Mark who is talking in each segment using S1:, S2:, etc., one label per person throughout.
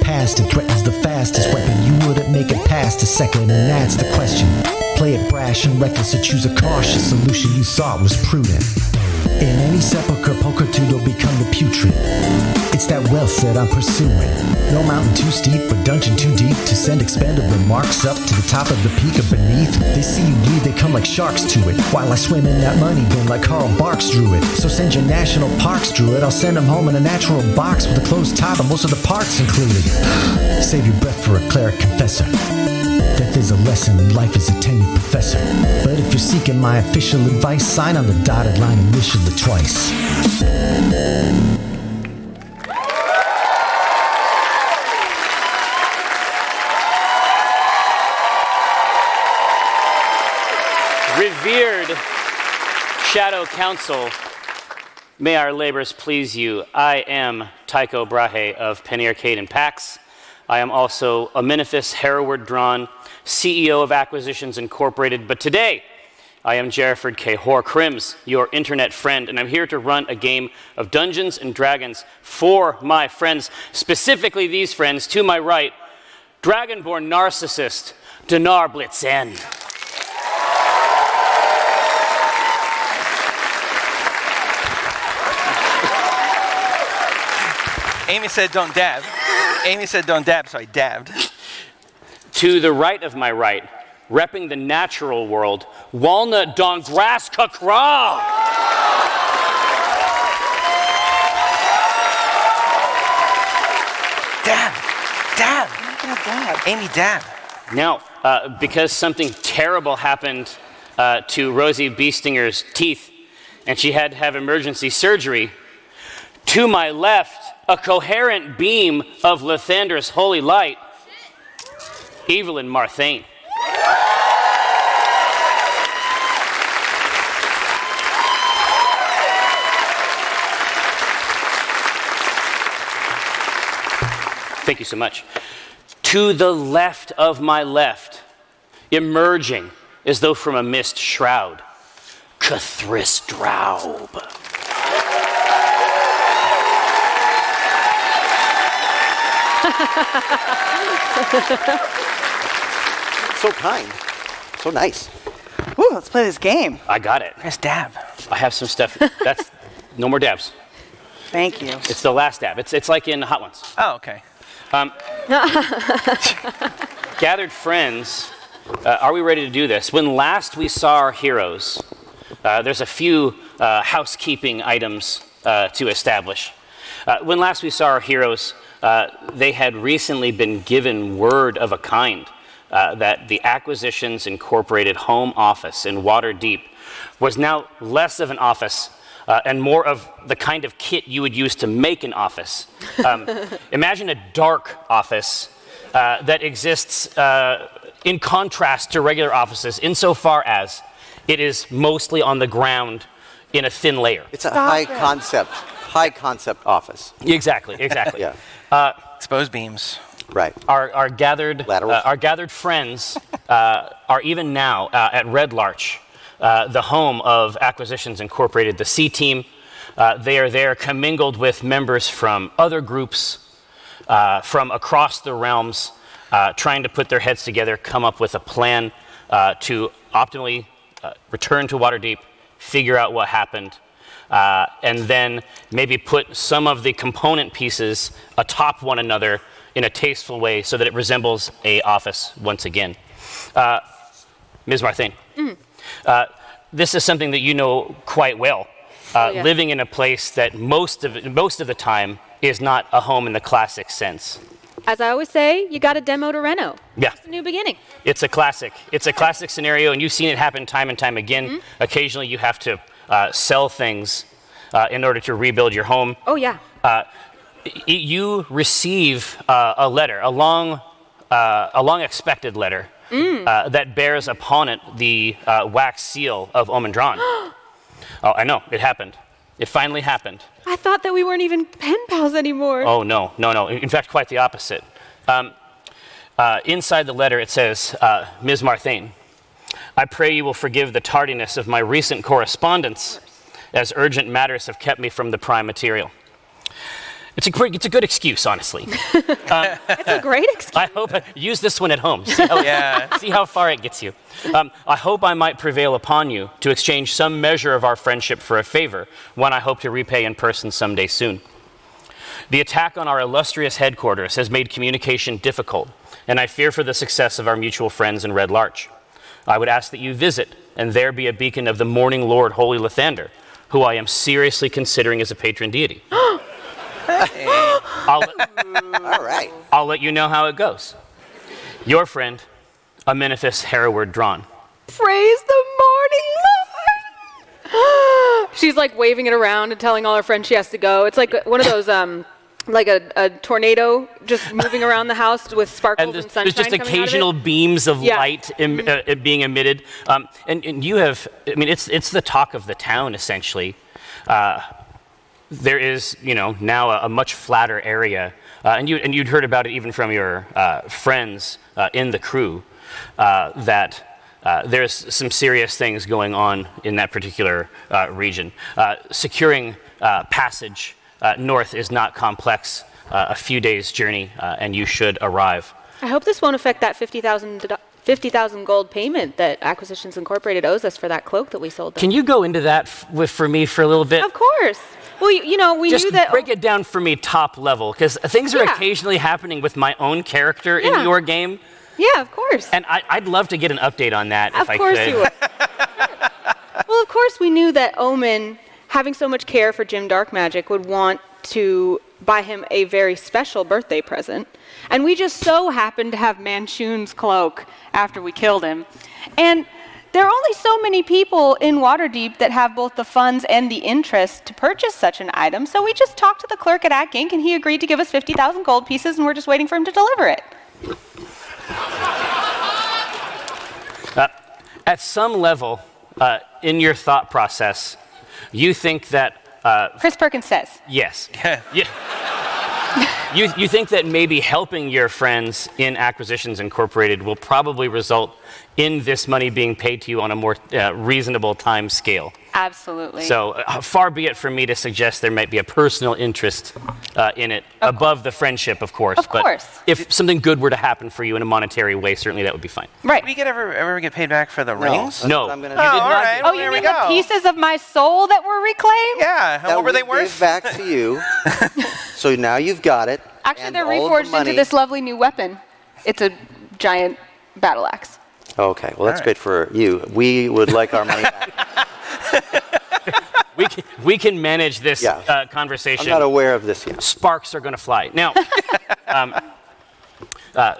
S1: blasting. Threatens the fastest weapon. You wouldn't make it past a second, and that's the question. Play it brash and reckless, or choose a cautious solution you thought was prudent. In any sepulcher, pulchritude will become the putrid. It's that wealth that I'm pursuing. No mountain too steep or dungeon too deep to send expendable remarks up to the top of the peak or beneath. They see you bleed, they come like sharks to it. While I swim in that money bin like Carl Barks drew it. So send your national parks drew it. I'll send them home in a natural box with a closed top and most of the parts included. Save your breath for a cleric confessor. Death is a lesson and life is a tenured professor. But if you're seeking my official advice, sign on the dotted line initially twice.
S2: Revered Shadow Council, may our labors please you. I am Tycho Brahe of Penny Arcade and PAX. I am also Amenophis Hereward Drawn, CEO of Acquisitions Incorporated. But today, I am Jerriford K. Hoare Crims, your internet friend, and I'm here to run a game of Dungeons and Dragons for my friends, specifically these friends to my right, Dragonborn narcissist Dinar Blitzen.
S3: Amy said don't dab. Amy said don't dab, so I dabbed.
S2: To the right of my right, repping the natural world, Walnut Dongras Kakra.
S3: Dab! Dab! Amy, dab.
S2: Now, uh, because something terrible happened uh, to Rosie Beestinger's teeth, and she had to have emergency surgery, to my left, a coherent beam of Lathander's holy light, Evelyn Marthane. Thank you so much. To the left of my left, emerging as though from a mist shroud, Cathris Draub.
S4: So kind. So nice.
S5: Ooh, let's play this game.
S2: I got it.
S3: Press dab.
S2: I have some stuff. That's no more dabs.
S5: Thank you.
S2: It's the last dab. It's, it's like in Hot Ones.
S3: Oh, okay.
S2: Um, gathered friends, uh, are we ready to do this? When last we saw our heroes, uh, there's a few uh, housekeeping items uh, to establish. Uh, when last we saw our heroes, uh, they had recently been given word of a kind uh, that the Acquisitions Incorporated home office in Waterdeep was now less of an office uh, and more of the kind of kit you would use to make an office. Um, imagine a dark office uh, that exists uh, in contrast to regular offices insofar as it is mostly on the ground in a thin layer.
S4: It's a high concept, high concept office.
S2: Exactly, exactly.
S4: Yeah.
S3: Exposed beams.
S4: Right.
S2: Our, our gathered
S4: Laterals.
S2: uh, our gathered friends uh, are even now uh, at Red Larch, uh, the home of Acquisitions Incorporated, the C team. Uh, they are there commingled with members from other groups uh, from across the realms, uh, trying to put their heads together, come up with a plan uh, to optimally uh, return to Waterdeep, figure out what happened, uh, and then maybe put some of the component pieces atop one another in a tasteful way so that it resembles a office once again. Uh, Ms. Marthane, uh, this is something that you know quite well. Uh,
S6: yeah.
S2: Living in a place that most of most of the time is not a home in the classic sense.
S6: As I always say, you got a demo to reno.
S2: Yeah,
S6: It's a new beginning.
S2: it's a classic. It's a classic scenario, and you've seen it happen time and time again. Occasionally, you have to uh, sell things uh, in order to rebuild your home.
S6: Oh yeah.
S2: y- you receive uh, a letter, a long, uh, a long expected letter uh, that bears upon it the uh, wax seal of Omendron. oh, I know, it happened. It finally happened.
S6: I thought that we weren't even pen pals anymore.
S2: Oh, no, no, no. In fact, quite the opposite. Um, uh, inside the letter, it says, uh, Ms. Marthane, I pray you will forgive the tardiness of my recent correspondence, as urgent matters have kept me from the prime material. It's a great, it's a good excuse, honestly.
S7: That's a great excuse.
S2: I hope use this one at home. See how,
S3: Oh, Yeah.
S2: see how far it gets you. Um, I hope I might prevail upon you to exchange some measure of our friendship for a favor, one I hope to repay in person someday soon. The attack on our illustrious headquarters has made communication difficult, and I fear for the success of our mutual friends in Red Larch. I would ask that you visit and there be a beacon of the Morning Lord Holy Lathander, who I am seriously considering as a patron deity. I'll,
S4: All right.
S2: I'll let you know how it goes. Your friend, Amenophis Hereward Drawn.
S7: Praise the morning Lord. She's like waving it around and telling all her friends she has to go. It's like one of those, um, like a, a tornado just moving around the house with sparkles
S2: And
S7: and,
S2: there's,
S7: sunshine.
S2: there's just
S7: coming out of it.
S2: occasional beams of
S7: Yeah. Mm-hmm.
S2: light em, uh, uh, being emitted. Um, and, and you have, I mean, it's, it's the talk of the town, essentially. Uh, there is, you know, now a, a much flatter area. Uh, and, you, and you'd heard about it even from your uh, friends uh, in the crew uh, that uh, there's some serious things going on in that particular uh, region. Uh, securing uh, passage uh, north is not complex, uh, a few days' journey, uh, and you should arrive.
S7: I hope this won't affect that 50,000 do- 50,000 gold payment that Acquisitions Incorporated owes us for that cloak that we sold them.
S2: Can you go into that f- with, for me for a little bit?
S7: of course. Well, you, you know, we
S2: Just
S7: knew that. oh
S2: break it down for me top level, because things are
S7: Yeah.
S2: occasionally happening with my own character in
S7: Yeah.
S2: your game,
S7: Yeah, of course.
S2: and I, I'd love to get an update on that if
S7: of
S2: I
S7: course
S2: could.
S7: you would. well, of course we knew that Omen, having so much care for Jim Dark Magic, would want to buy him a very special birthday present. And we just so happened to have Manchun's cloak after we killed him. And there are only so many people in Waterdeep that have both the funds and the interest to purchase such an item, so we just talked to the clerk at Ack Inc., and he agreed to give us 50,000 gold pieces, and we're just waiting for him to deliver it.
S2: At some level, uh, in your thought process, you think that
S7: Chris Perkins says.
S2: Yes. Yeah. you, you think that maybe helping your friends in Acquisitions Incorporated will probably result in this money being paid to you on a more uh, reasonable time scale.
S7: Absolutely.
S2: So uh, far be it from me to suggest there might be a personal interest uh, in it above the friendship, of course.
S7: Of
S2: but
S7: course.
S2: If something good were to happen for you in a monetary way, certainly that would be fine.
S7: right.
S3: We get ever ever get paid back for the rings?
S4: That's
S2: No.
S4: what I'm gonna
S2: You
S4: do.
S3: Oh,
S2: did
S3: all
S2: not
S3: right.
S2: do-
S7: Oh,
S3: Well,
S7: you
S3: there we
S7: mean the
S3: go.
S7: pieces of my soul that were reclaimed?
S3: Yeah.
S4: That
S3: What were
S4: we
S3: they
S4: give
S3: worth?
S4: back to you. so now you've got it.
S7: Actually,
S4: and
S7: they're
S4: all of the
S7: reforged
S4: money-
S7: into this lovely new weapon. It's a giant battle axe.
S4: Okay, well that's
S3: All right.
S4: good for you. We would like our money back.
S2: We can, we can manage this
S4: Yeah.
S2: uh, conversation.
S4: I'm not aware of this yet.
S2: sparks are going to fly. Now, um, uh,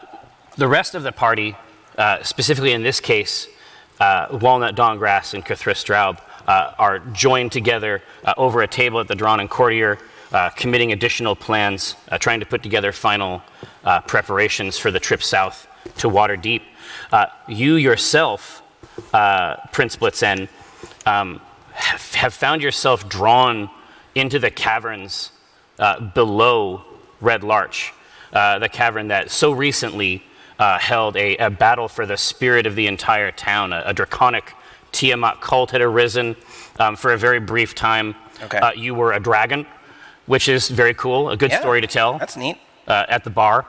S2: the rest of the party, uh, specifically in this case, uh, Walnut Dongrass and Kathris Straub, uh, are joined together uh, over a table at the Drawn and Courtier, uh, committing additional plans, uh, trying to put together final uh, preparations for the trip south to Waterdeep. Uh, you yourself, uh, Prince Blitzen, um, have, have found yourself drawn into the caverns uh, below Red Larch, uh, the cavern that so recently uh, held a, a battle for the spirit of the entire town. A, a draconic Tiamat cult had arisen um, for a very brief time.
S3: Okay.
S2: Uh, you were a dragon, which is very cool, a good
S3: Yeah,
S2: story to tell
S3: That's neat.
S2: uh, at the bar,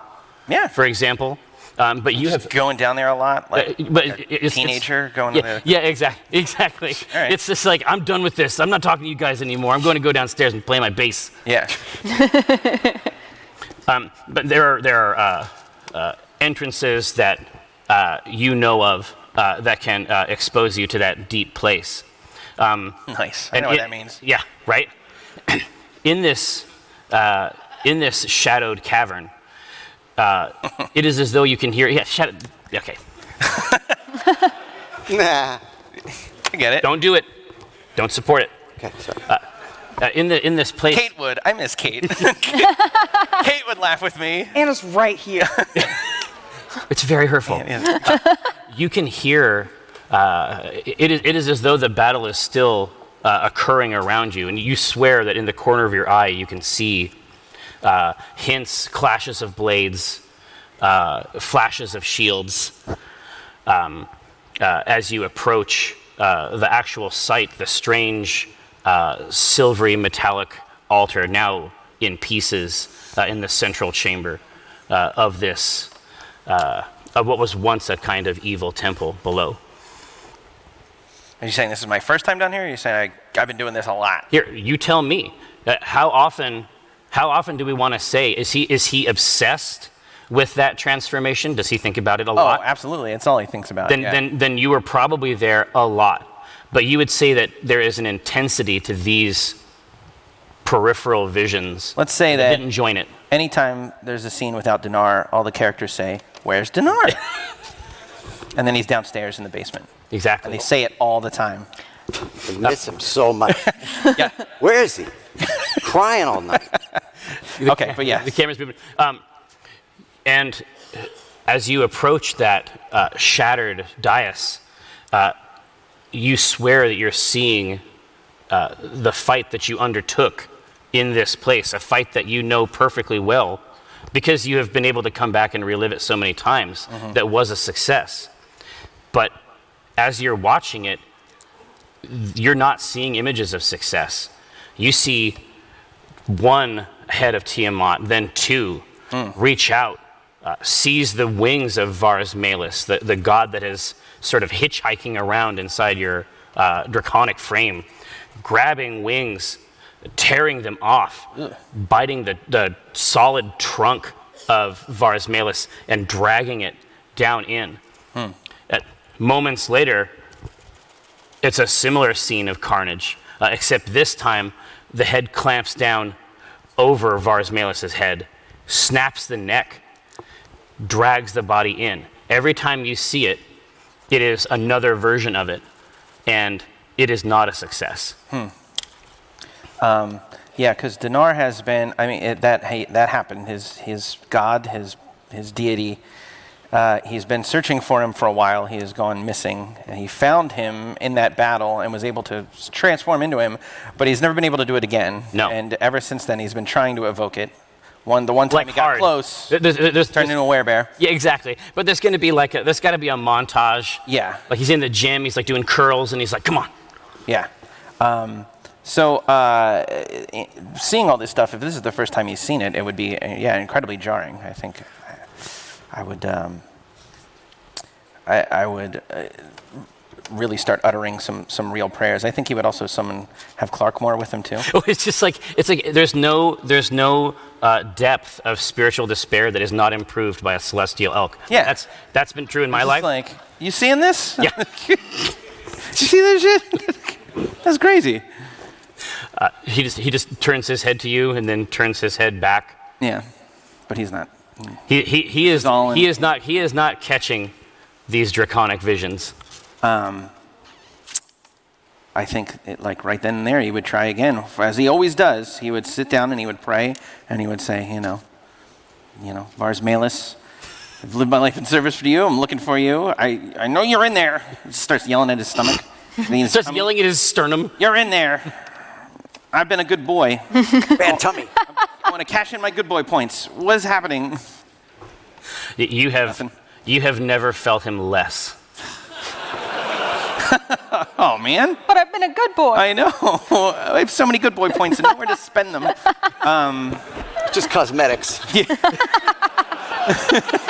S3: Yeah.
S2: for example. Um, but you have
S3: Just going down there a lot. Like,
S2: uh, but
S3: like a
S2: it- it's,
S3: teenager
S2: it's,
S3: going
S2: yeah,
S3: to the.
S2: yeah exactly exactly
S3: All right.
S2: it's just like i'm done with this i'm not talking to you guys anymore i'm going to go downstairs and play my bass Um,
S3: Yeah.
S2: but there are there are uh, uh, entrances that uh, you know of uh, that can uh, expose you to that deep place um,
S3: Nice. I know what
S2: it-
S3: that means.
S2: Yeah, right. in this, uh, in this shadowed cavern, uh, it is as though you can hear. Yeah, shadow. Okay,
S4: Nah.
S3: I get it.
S2: don't do it. Don't support it.
S4: Okay, sorry.
S2: Uh, in the in this place,
S3: Kate would. I miss Kate. Kate would laugh with me.
S5: Anna's right here.
S2: it's very hurtful. you can hear uh, it, is, it is as though the battle is still uh, occurring around you, and you swear that in the corner of your eye you can see uh, hints, clashes of blades, uh, flashes of shields um, uh, as you approach uh, the actual site, the strange uh, silvery metallic altar, now in pieces uh, in the central chamber uh, of this, uh, of what was once a kind of evil temple below.
S3: Are you saying this is my first time down here? Or are you saying I, I've been doing this a lot?
S2: Here, you tell me. Uh, how often, how often do we want to say is he is he obsessed with that transformation? Does he think about it a
S3: Oh,
S2: lot?
S3: absolutely. It's all he thinks about.
S2: Then,
S3: yeah.
S2: then, then you were probably there a lot. But you would say that there is an intensity to these peripheral visions.
S3: Let's say
S2: that
S3: that
S2: didn't join it.
S3: anytime there's a scene without Dinar, all the characters say, Where's Dinar? and then he's downstairs in the basement.
S2: Exactly.
S3: They say it all the time.
S4: I miss him so much.
S3: Yeah.
S4: Where is he? Crying all night.
S3: okay, but yeah.
S2: The camera's moving. Um, and as you approach that uh, shattered dais, uh, you swear that you're seeing uh, the fight that you undertook in this place, a fight that you know perfectly well because you have been able to come back and relive it so many times that was a success. But as you're watching it, you're not seeing images of success. You see one head of Tiamat, then two, reach out, uh, seize the wings of Varus Malus, the, the god that is sort of hitchhiking around inside your uh, draconic frame, grabbing wings, tearing them off, biting the, the solid trunk of Varus Malus and dragging it down in. Uh, moments later, it's a similar scene of carnage, uh, except this time the head clamps down over Varsmalis' head, snaps the neck, drags the body in. Every time you see it, it is another version of it, and it is not a success.
S3: Hmm. Yeah, because Dinar has been. I mean, it, that hey, that happened. His his god, his his deity. Uh, he's been searching for him for a while. He has gone missing, and he found him in that battle and was able to s- transform into him. But he's never been able to do it again.
S2: No.
S3: And ever since then, he's been trying to evoke it. One the one time
S2: Like
S3: he got
S2: hard.
S3: close,
S2: There- there's- there's-
S3: turned into a werebear.
S2: Yeah, exactly. But there's going to be like a, there's got to be a montage.
S3: Yeah.
S2: Like he's in the gym, he's like doing curls, and he's like, "Come on."
S3: Yeah. Um, so uh, i- seeing all this stuff, if this is the first time he's seen it, it would be uh, yeah incredibly jarring. I think I would um, I, I would uh, really start uttering some some real prayers. I think he would also summon have Clarkmore with him too.
S2: It's just like it's like there's no there's no uh, depth of spiritual despair that is not improved by a celestial elk.
S3: Yeah.
S2: that's that's been true in my
S3: Just
S2: life.
S3: like you seeing this?
S2: Yeah.
S3: Did you see that shit? That's crazy.
S2: He just he just turns his head to you and then turns his head back.
S3: Yeah, but he's not.
S2: He he, he is
S3: all in.
S2: he is not he is not catching these draconic visions.
S3: I think it, like right then and there he would try again, as he always does. He would sit down and he would pray and he would say, you know, you know, Vars Malus, I've lived my life in service for you. I'm looking for you. I, I know you're in there. He starts yelling at his stomach. And he's,
S2: Starts
S3: "I'm-
S2: yelling at his sternum.
S3: You're in there. I've been a good boy.
S4: Bad tummy.
S3: I want to cash in my good boy points. What is happening?
S2: Y- You have
S3: Nothing.
S2: you have never felt him less.
S3: Oh man.
S6: But I've been a good boy.
S3: I know. I have so many good boy points and nowhere to spend them.
S4: Just cosmetics.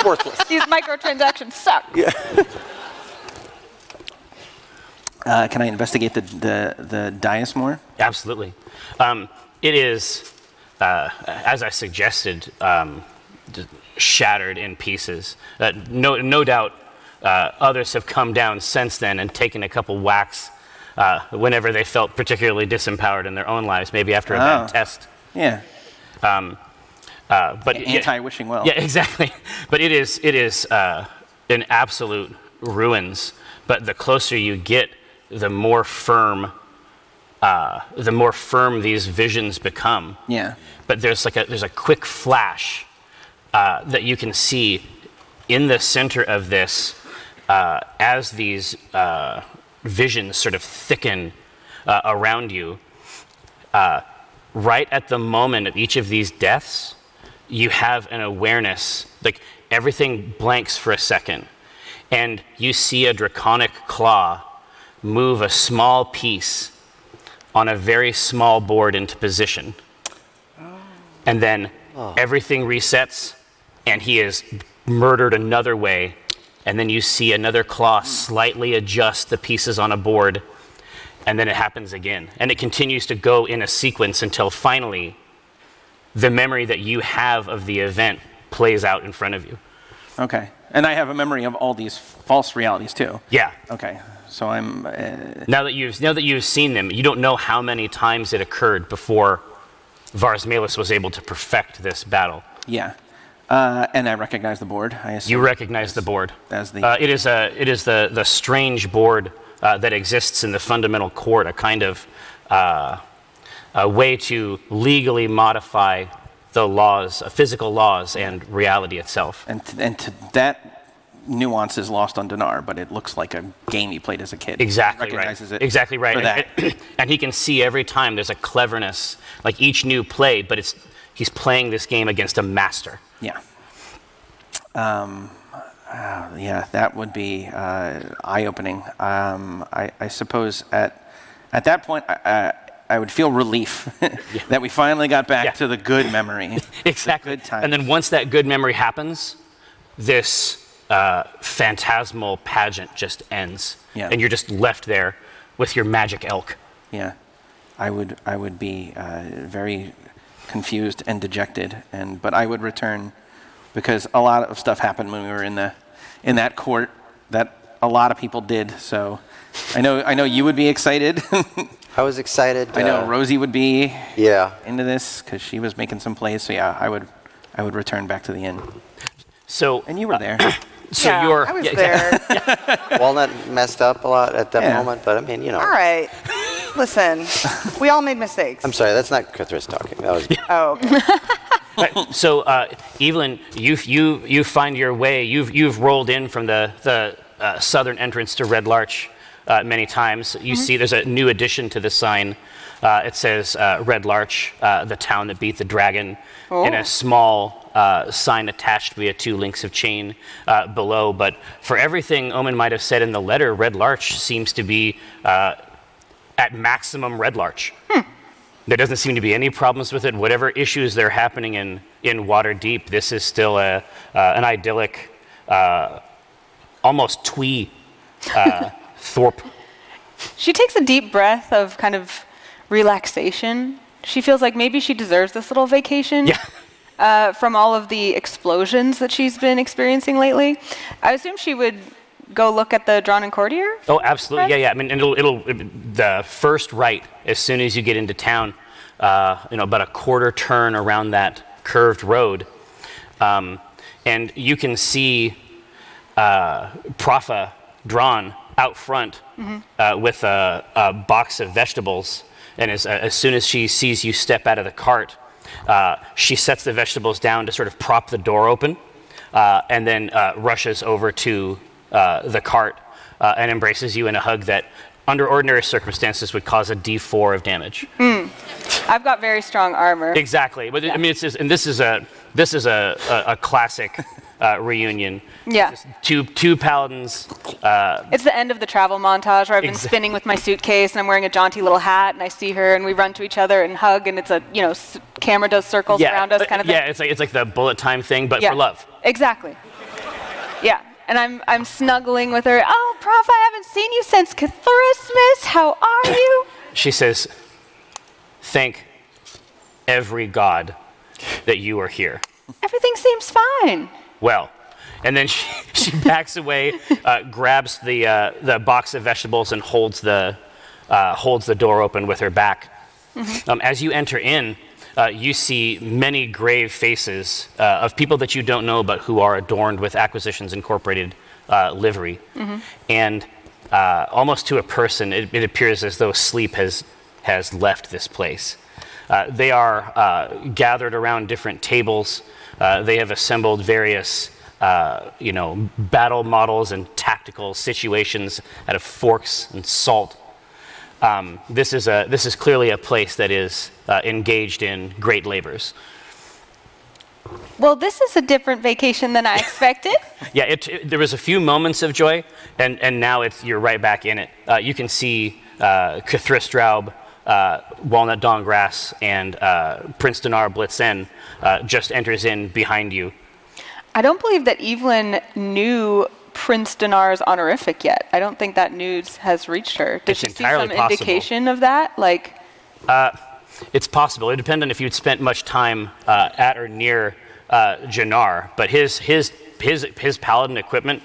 S4: Worthless.
S6: These microtransactions suck.
S3: Uh, can I investigate the the the dais more?
S2: Absolutely. Um, it is, uh, as I suggested, um, d- shattered in pieces. Uh, no, no doubt uh, others have come down since then and taken a couple whacks uh, whenever they felt particularly disempowered in their own lives, maybe after a
S3: Oh.
S2: bad test.
S3: Yeah.
S2: Uh, but yeah-
S3: Anti-wishing well.
S2: Yeah, exactly. But it is it is uh, an absolute ruins. But the closer you get, the more firm, uh, the more firm these visions become.
S3: Yeah.
S2: But there's like a there's a quick flash uh, that you can see in the center of this uh, as these uh, visions sort of thicken uh, around you. Uh, right at the moment of each of these deaths, you have an awareness, like everything blanks for a second, and you see a draconic claw move a small piece on a very small board into position. and then everything resets, and he is murdered another way. And then you see another claw slightly adjust the pieces on a board, and then it happens again. And it continues to go in a sequence until finally the memory that you have of the event plays out in front of you.
S3: Okay. And I have a memory of all these false realities too.
S2: Yeah.
S3: Okay. So I'm. Uh,
S2: Now that you've now that you've seen them, you don't know how many times it occurred before Varus Malus was able to perfect this battle.
S3: yeah. Uh, and I recognize the board. I assume.
S2: You recognize the board.
S3: As the-
S2: uh, it is a it is the the strange board uh, that exists in the fundamental court, a kind of uh, a way to legally modify the laws, uh, physical laws, and reality itself.
S3: and t- and to that nuance is lost on Dinar, but it looks like a game he played as a kid.
S2: Exactly
S3: Recognizes
S2: right.
S3: it.
S2: Exactly right.
S3: For that.
S2: And, and he can see every time there's a cleverness, like each new play, but it's he's playing this game against a master.
S3: Yeah. Um, uh, yeah, that would be uh, eye-opening. Um, I, I suppose at at that point, I, I, I would feel relief that we finally got back
S2: Yeah.
S3: to the good memory,
S2: Exactly.
S3: the good time.
S2: And then once that good memory happens, this uh, phantasmal pageant just ends.
S3: Yeah.
S2: And you're just left there with your magic elk.
S3: yeah, I would I would be uh, very confused and dejected, and but I would return because a lot of stuff happened when we were in the in that court that a lot of people did. So I know I know you would be excited.
S4: I was excited.
S3: I know
S4: uh,
S3: Rosie would be
S4: Yeah.
S3: into this because she was making some plays. So yeah, I would, I would return back to the inn.
S2: So,
S3: And you were there.
S2: so
S5: Yeah,
S2: you're.
S5: I was
S2: yeah, exactly.
S5: there.
S4: Walnut messed up a lot at that
S3: Yeah.
S4: moment, but I mean, you know.
S5: All right. Listen, we all made mistakes.
S4: I'm sorry, that's not Cuthbert's talking. That was
S5: Oh, okay.
S2: Right. So, uh, Evelyn, you, you, you find your way. You've, you've rolled in from the, the uh, southern entrance to Red Larch uh, many times. You see there's a new addition to the sign. Uh, it says uh, Red Larch, uh, the town that beat the dragon, in
S5: Oh.
S2: a small uh, sign attached via two links of chain uh, below. But for everything Omen might have said in the letter, Red Larch seems to be uh, at maximum Red Larch. There doesn't seem to be any problems with it. Whatever issues they're happening in, in Waterdeep, this is still a, uh, an idyllic, uh, almost twee uh, thorp.
S6: She takes a deep breath of kind of relaxation. She feels like maybe she deserves this little vacation
S2: Yeah.
S6: uh, from all of the explosions that she's been experiencing lately. I assume she would go look at the Drawn and Courtier.
S2: Oh, absolutely. Yeah, yeah. I mean, it'll, it'll, the first right, as soon as you get into town, uh, you know, about a quarter turn around that curved road, um, and you can see uh, Profa drawn out front uh, with a, a box of vegetables. And as, uh, as soon as she sees you step out of the cart, uh, she sets the vegetables down to sort of prop the door open uh, and then uh, rushes over to uh, the cart uh, and embraces you in a hug that, under ordinary circumstances, would cause a d4 of damage.
S6: I've got very strong armor.
S2: Exactly. But I mean, it's just, and this is a this is a a, a classic uh, reunion.
S6: Yeah.
S2: Just two two paladins. Uh,
S6: It's the end of the travel montage where I've been
S2: Exa-
S6: spinning with my suitcase and I'm wearing a jaunty little hat and I see her and we run to each other and hug and it's a, you know, s- camera does circles
S2: yeah.
S6: around us
S2: uh,
S6: kind of thing.
S2: Yeah. It's like it's like the bullet time thing, but for love.
S6: Exactly. Yeah. And I'm, I'm snuggling with her. Oh, Prof, I haven't seen you since Christmas. How are you?
S2: She says, "Thank every god that you are here."
S6: Everything seems fine.
S2: well. And then she, she backs away, uh, grabs the, uh, the box of vegetables, and holds the, uh, holds the door open with her back. Um, as you enter in, uh, you see many grave faces uh, of people that you don't know but who are adorned with Acquisitions Incorporated uh, livery. And uh, almost to a person, it, it appears as though sleep has, has left this place. Uh, they are uh, gathered around different tables. Uh, they have assembled various, uh, you know, battle models and tactical situations out of forks and salt. Um, this is a this is clearly a place that is uh, engaged in great labors.
S6: Well, this is a different vacation than I expected.
S2: Yeah, it, it- there was a few moments of joy, and, and now it's, you're right back in it. Uh, you can see uh, Cthulhu Straub, uh, Walnut Dawn Grass and uh, Prince Dinar Blitz in uh, just enters in behind you.
S7: I don't believe that Evelyn knew Prince Dinar's honorific yet. I don't think that news has reached her. Did
S2: It's
S7: she see
S2: entirely
S7: some
S2: possible.
S7: indication of that? Like,
S2: It's possible. It depends on if you'd spent much time uh, at or near uh, Jannar, but his, his, his, his paladin equipment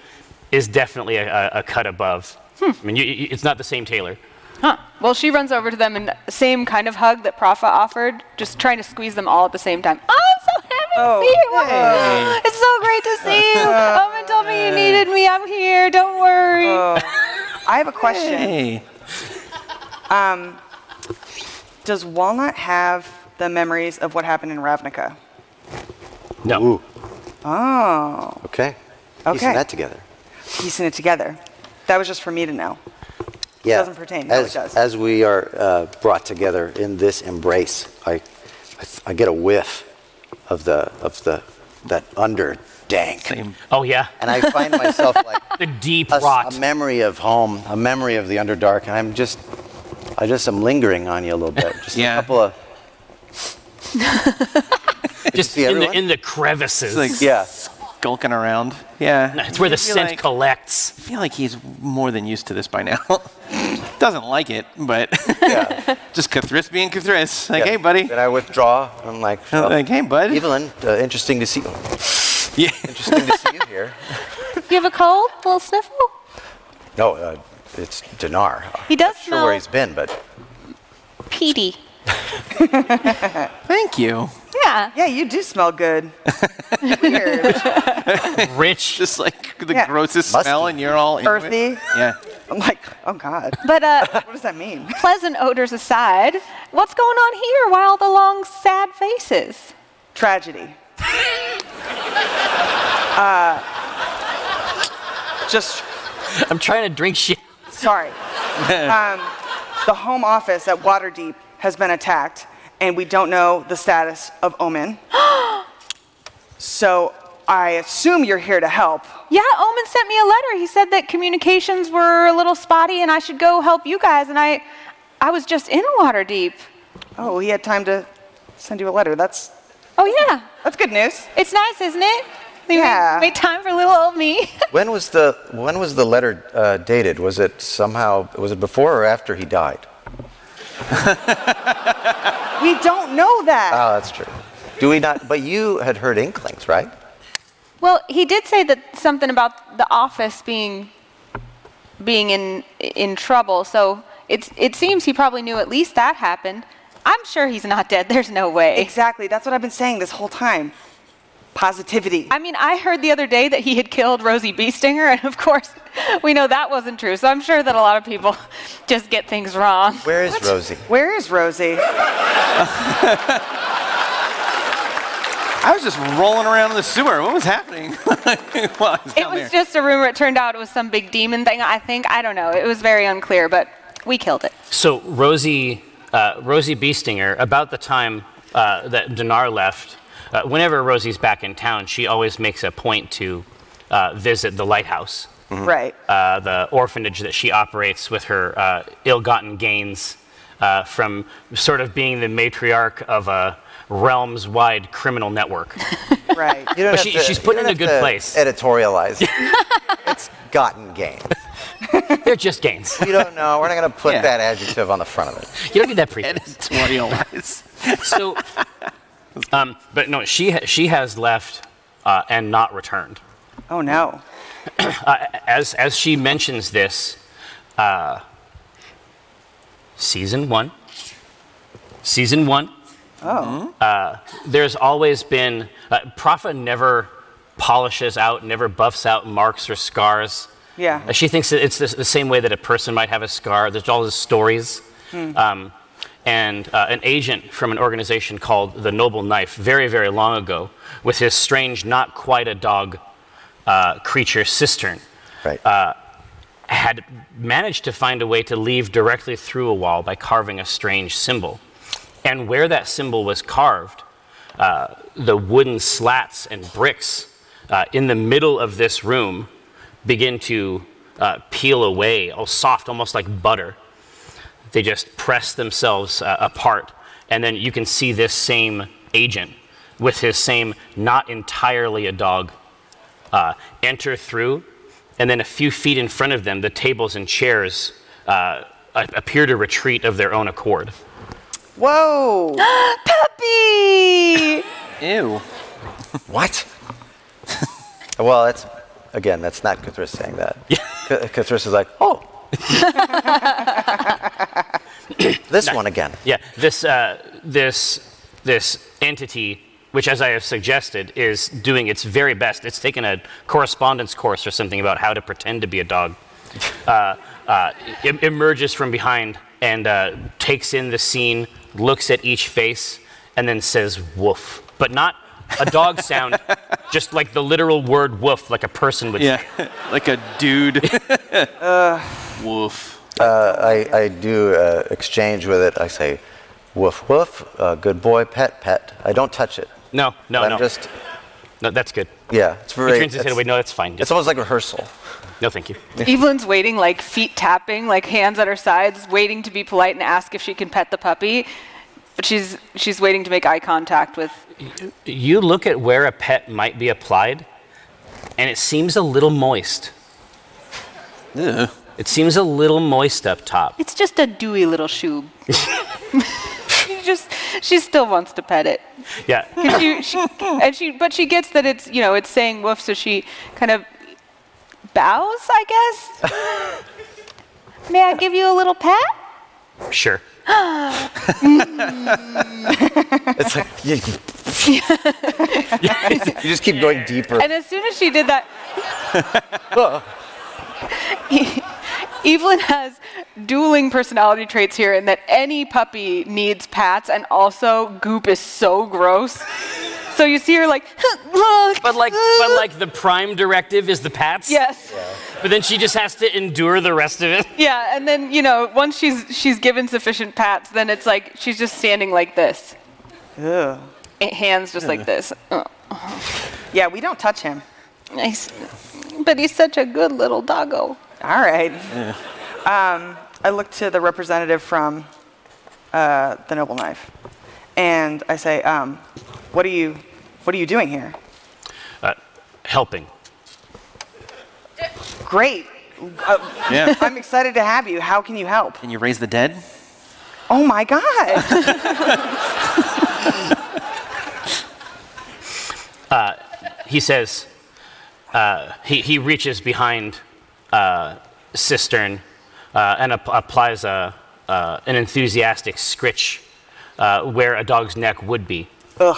S2: is definitely a, a, a cut above. I mean, you, you, it's not the same tailor.
S7: huh? Well, she runs over to them and same kind of hug that Profa offered, just trying to squeeze them all at the same time. Oh, I'm so happy
S5: Oh,
S7: to see you!
S5: hey.
S7: It's so great to see you. Omen told me you needed me. I'm here. Don't worry.
S5: Uh. I have a question.
S3: Hey.
S5: Does Walnut have the memories of what happened in Ravnica?
S2: No.
S4: Ooh.
S5: Oh,
S4: Okay.
S5: Okay.
S4: Piecing that together.
S5: piecing it together. That was just for me to know.
S4: Yeah.
S5: doesn't pertain. No, it
S4: As,
S5: does.
S4: as we are uh, brought together in this embrace, I, I, th- I get a whiff of the of the that under dank,
S3: Same.
S2: Oh, yeah.
S4: and I find myself like
S2: The deep
S4: a, s-
S2: rot.
S4: a memory of home, a memory of the underdark, and I'm just I just am lingering on you a little bit. Just
S3: Yeah.
S4: a couple of
S2: just
S4: see
S2: in the,
S4: everyone?
S2: in the crevices.
S3: It's like
S4: Yeah.
S3: skulking around. Yeah.
S2: it's where the
S3: I feel
S2: scent
S3: like-
S2: collects.
S3: I feel like he's more than used to this by now. Doesn't like it, but
S4: yeah.
S3: just Cathris being Cathris. Like,
S4: Yeah.
S3: hey, buddy.
S4: Then I withdraw. I'm like, well,
S3: Like, hey, bud.
S4: Evelyn, uh, interesting to see.
S3: Yeah.
S4: Interesting to see you here.
S7: You have a cold? A little sniffle?
S4: No, uh, it's Dinar.
S7: He does
S4: Sure,
S7: smell
S4: where he's been, but
S7: peaty.
S3: Thank you.
S7: Yeah.
S5: Yeah, you do smell good. Weird.
S2: Rich.
S3: Just like the
S5: Yeah.
S3: grossest
S4: Musky.
S3: smell, and you're all into it.
S5: Earthy.
S3: Yeah.
S5: I'm like, oh God.
S7: But uh,
S5: What does that mean?
S7: pleasant odors aside, what's going on here? Why all the long, sad faces?
S5: Tragedy. uh, just
S2: I'm trying to drink shit.
S5: sorry. um, the home office at Waterdeep has been attacked, and we don't know the status of Omen. so I assume you're here to help.
S7: Yeah, Omen sent me a letter. He said that communications were a little spotty and I should go help you guys. And I, I was just in Waterdeep.
S5: Oh, he had time to send you a letter. That's
S7: Oh, yeah.
S5: that's good news.
S7: It's nice, isn't it? They made-
S5: Yeah.
S7: Made, time for little old me.
S4: When was the when was the letter uh, dated? Was it somehow was it before or after he died?
S5: We don't know that.
S4: Oh, that's true. Do we not? But you had heard inklings, right?
S7: well, he did say that something about the office being, being in, in trouble. So it's, it seems he probably knew at least that happened. I'm sure he's not dead. There's no way.
S5: Exactly. That's what I've been saying this whole time. Positivity.
S7: I mean, I heard the other day that he had killed Rosie Beestinger, and of course, we know that wasn't true. So I'm sure that a lot of people just get things wrong.
S4: Where is Rosie?
S5: Where is Rosie?
S3: I was just rolling around in the sewer. What was happening? well, I was
S7: It
S3: down
S7: was
S3: there.
S7: just a rumor. It turned out it was some big demon thing, I think. I don't know. It was very unclear, but we killed it.
S2: So Rosie, uh, Rosie Beestinger, about the time uh, that Dinar left, uh, whenever Rosie's back in town, she always makes a point to uh, visit the lighthouse,
S5: Right.
S2: uh, the orphanage that she operates with her uh, ill-gotten gains uh, from sort of being the matriarch of a realms-wide criminal network.
S5: Right.
S4: You don't
S2: But
S4: have
S2: she-
S4: to-
S2: she's
S4: you
S2: put it in
S4: don't
S2: a
S4: have
S2: good
S4: to
S2: place.
S4: Editorialize. it's gotten game.
S2: They're just gains.
S4: You don't know. We're not going to put
S3: Yeah.
S4: that adjective on the front of it.
S2: You don't need that prefix.
S3: Editorialize.
S2: so, um, but no, she ha- she has left uh, and not returned. Uh,
S5: Oh no.
S2: As as she mentions this, uh, season one, season one. Oh. Uh, there's always been uh, Prophet never polishes out, never buffs out marks or scars.
S5: Yeah.
S2: Uh, She thinks that it's the, the same way that a person might have a scar. There's all these stories. Um, and uh, an agent from an organization called the Noble Knife, very, very long ago, with his strange, not quite a dog uh, creature cistern,
S4: Right.
S2: had managed to find a way to leave directly through a wall by carving a strange symbol. And where that symbol was carved, uh, the wooden slats and bricks uh, in the middle of this room begin to uh, peel away, all soft, almost like butter. They just press themselves uh, apart. And then you can see this same agent with his same, not entirely a dog, uh, enter through. And then a few feet in front of them, the tables and chairs uh, a- appear to retreat of their own accord.
S5: Whoa.
S7: Puppy!
S3: Ew.
S4: What? well, that's again, that's not Cthulhu saying that. Cthulhu is like, oh, this one again.
S2: Yeah, this, uh, this, this entity, which, as I have suggested, is doing its very best. It's taken a correspondence course or something about how to pretend to be a dog. Uh, uh, em- emerges from behind and uh, takes in the scene, looks at each face, and then says "woof," but not a dog sound, just like the literal word "woof," like a person would.
S3: Yeah. like a dude. Uh, Woof.
S4: Uh, I, I do uh, exchange with it. I say, woof woof, uh, good boy, pet pet. I don't touch it.
S2: No, no,
S4: I'm
S2: no.
S4: just
S2: no, that's good.
S4: yeah. It's very.
S2: turns his head
S4: it's-
S2: away. No, that's fine.
S4: It's almost like rehearsal.
S2: No, thank you.
S7: Evelyn's waiting, like feet tapping, like hands at her sides, waiting to be polite and ask if she can pet the puppy. But she's she's waiting to make eye contact with.
S2: you look at where a pet might be applied, and it seems a little moist.
S3: Ew.
S2: It seems a little moist up top.
S7: It's just a dewy little shoe. she just she still wants to pet it.
S2: Yeah.
S7: 'Cause she- she- and she but she gets that it's you know it's saying woof, so she kind of bows, I guess. May I give you a little pet?
S2: Sure.
S4: It's like you, you just keep going deeper.
S7: And as soon as she did that, E- Evelyn has dueling personality traits here in that any puppy needs pats, and also goop is so gross. So you see her like,
S2: But like, but like the prime directive is the pats.
S7: yes,
S2: But then she just has to endure the rest of it.
S7: yeah, and then you know once she's she's given sufficient pats, then it's like she's just standing like this,
S5: Ugh.
S7: Eh, hands just like this. Oh,
S5: Yeah, we don't touch him.
S7: nice. But he's such a good little doggo.
S5: All right. Um, I look to the representative from uh, the Noble Knife, and I say, um, "What are you, what are you doing here?
S2: Uh, helping.
S5: Great. Uh,
S3: Yeah.
S5: I'm excited to have you. How can you help?
S3: Can you raise the dead?
S5: Oh my God.
S2: He says. Uh, he he reaches behind uh, cistern uh, and ap- applies a uh, an enthusiastic scritch uh, where a dog's neck would be.
S5: Ugh.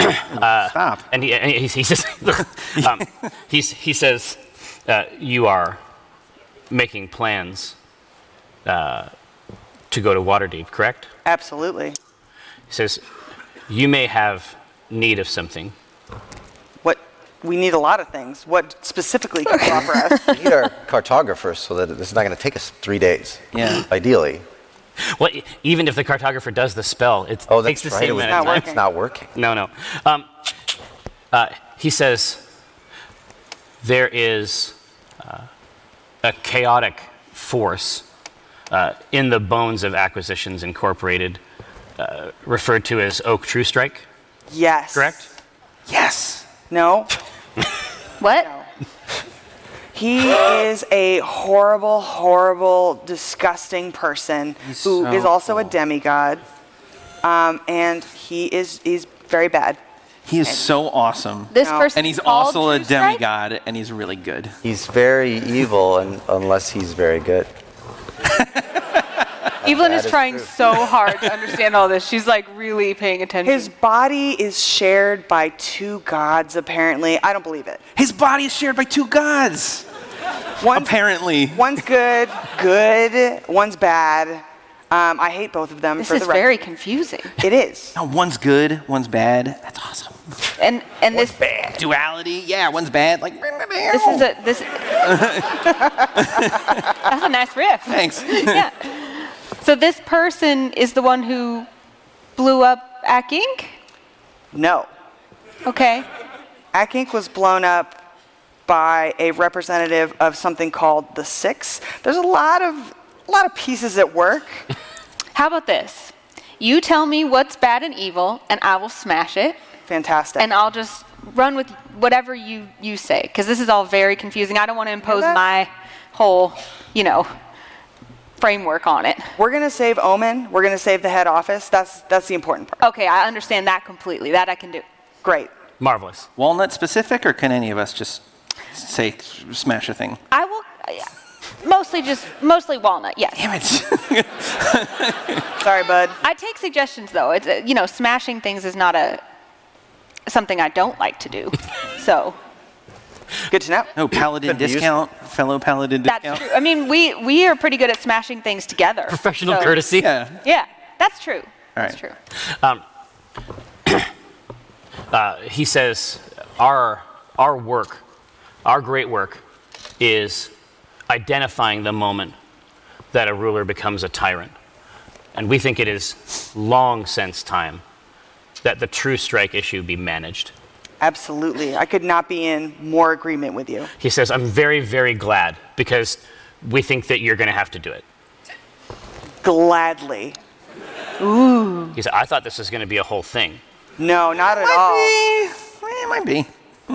S3: Stop.
S2: and he, and he, he says, um, he's, he says, uh, you are making plans uh, to go to Waterdeep, correct?
S5: Absolutely.
S2: He says, you may have need of something.
S5: What? We need a lot of things. What specifically can you offer us?
S4: We need our cartographers so that this is not going to take us three days.
S3: Yeah.
S4: Ideally.
S2: Well, e- even if the cartographer does the spell, it
S4: Oh,
S2: takes
S4: that's
S2: the
S4: right.
S2: same
S4: it was
S2: amount of
S5: not
S2: time.
S4: It's not working.
S2: No, no. Um, uh, he says there is uh, a chaotic force uh, in the bones of Acquisitions Incorporated, uh, referred to as Oak True Strike.
S5: Yes.
S2: Correct?
S3: Yes.
S5: No.
S7: What?
S5: He is a horrible, horrible, disgusting person who is
S3: He's so
S5: also a
S3: cool.
S5: demigod. Um, and he is he's very bad.
S3: He is so awesome.
S7: This
S5: No.
S7: person.
S5: person
S3: And he's
S7: called
S3: also a
S7: True Strike?
S3: demigod, and he's really good.
S4: He's very evil, and unless he's very good.
S7: Evelyn is
S4: is
S7: trying so hard to understand all this. She's like really paying attention.
S5: His body is shared by two gods, apparently. I don't believe it.
S3: His body is shared by two gods.
S5: One's,
S3: Apparently.
S5: one's good, good, one's bad. Um, I hate both of them
S7: this
S5: for
S7: is
S5: the record.
S7: very confusing.
S5: It is.
S3: No, one's good, one's bad. That's awesome.
S7: And and this
S3: Duality, yeah, one's bad. Like,
S7: this is a this. that's a nice riff.
S3: Thanks.
S7: yeah. So this person is the one who blew up Ack Inc.
S5: No.
S7: Okay.
S5: Ack Inc. was blown up by a representative of something called the Six. There's a lot of a lot of pieces at work.
S6: How about this? You tell me what's bad and evil, and I will smash it,
S5: Fantastic.
S6: and I'll just run with whatever you, you say, because this is all very confusing. I don't want to impose
S5: that-
S6: my whole, you know, framework on it.
S5: we're gonna save Omen. We're gonna save the head office. That's that's the important part.
S6: Okay, I understand that completely. That I can do.
S5: Great.
S2: Marvelous.
S3: Walnut specific, or can any of us just say smash a thing?
S6: I will mostly just mostly walnut. Yes.
S3: Damn it!
S5: Sorry, bud.
S6: I take suggestions though. It's uh, you know, smashing things is not a something I don't like to do. So
S5: Good to know.
S3: no paladin
S7: Couldn't be used.
S3: discount, fellow paladin
S6: that's
S3: discount.
S6: true. I mean, we we are pretty good at smashing things together.
S2: Professional
S6: So-
S2: courtesy.
S3: Yeah.
S6: Yeah, that's true. That's
S3: right.
S6: true.
S2: he says our our work our great work is identifying the moment that a ruler becomes a tyrant and we think it is long since time that the true strike issue be managed
S5: Absolutely. I could not be in more agreement with you.
S2: he says i'm very very glad because we think that you're going to have to do it
S5: Gladly.
S2: he said i thought this was going to be a whole thing
S5: No, not at
S3: Might
S5: all.
S3: be. Eh, It might be.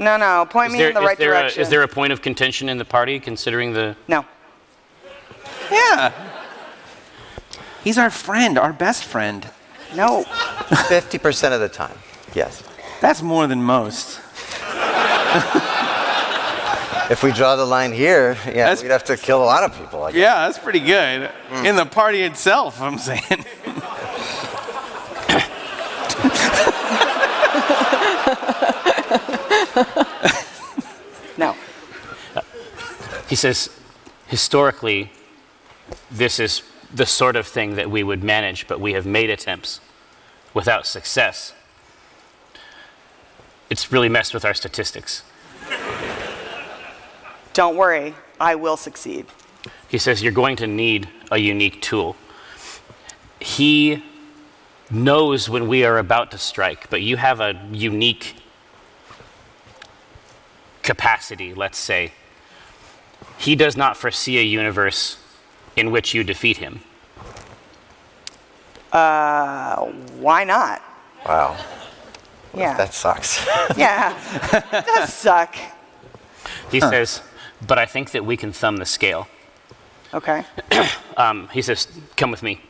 S5: No, no. Point
S2: is
S5: me
S2: there,
S5: in the
S2: is
S5: right
S2: there a,
S5: direction.
S2: is there a point of contention in the party considering the
S5: no.
S3: Yeah. He's our friend, our best friend.
S5: No.
S4: 50% of the time. Yes.
S3: That's more than most.
S4: If we draw the line here, yeah,
S3: That's-
S4: we'd have to kill a lot of people. I guess.
S3: Yeah, that's pretty good. In the party itself, I'm saying.
S5: No.
S2: He says, historically, this is the sort of thing that we would manage, but we have made attempts without success. It's really messed with our statistics.
S5: Don't worry. I will succeed.
S2: He says, You're going to need a unique tool. He knows when we are about to strike, but you have a unique capacity, let's say. He does not foresee a universe in which you defeat him.
S5: Uh, Why not?
S4: Wow.
S5: Yeah.
S4: That sucks.
S5: yeah. It does suck.
S2: He says, but I think that we can thumb the scale.
S5: Okay.
S2: Um, he says, come with me.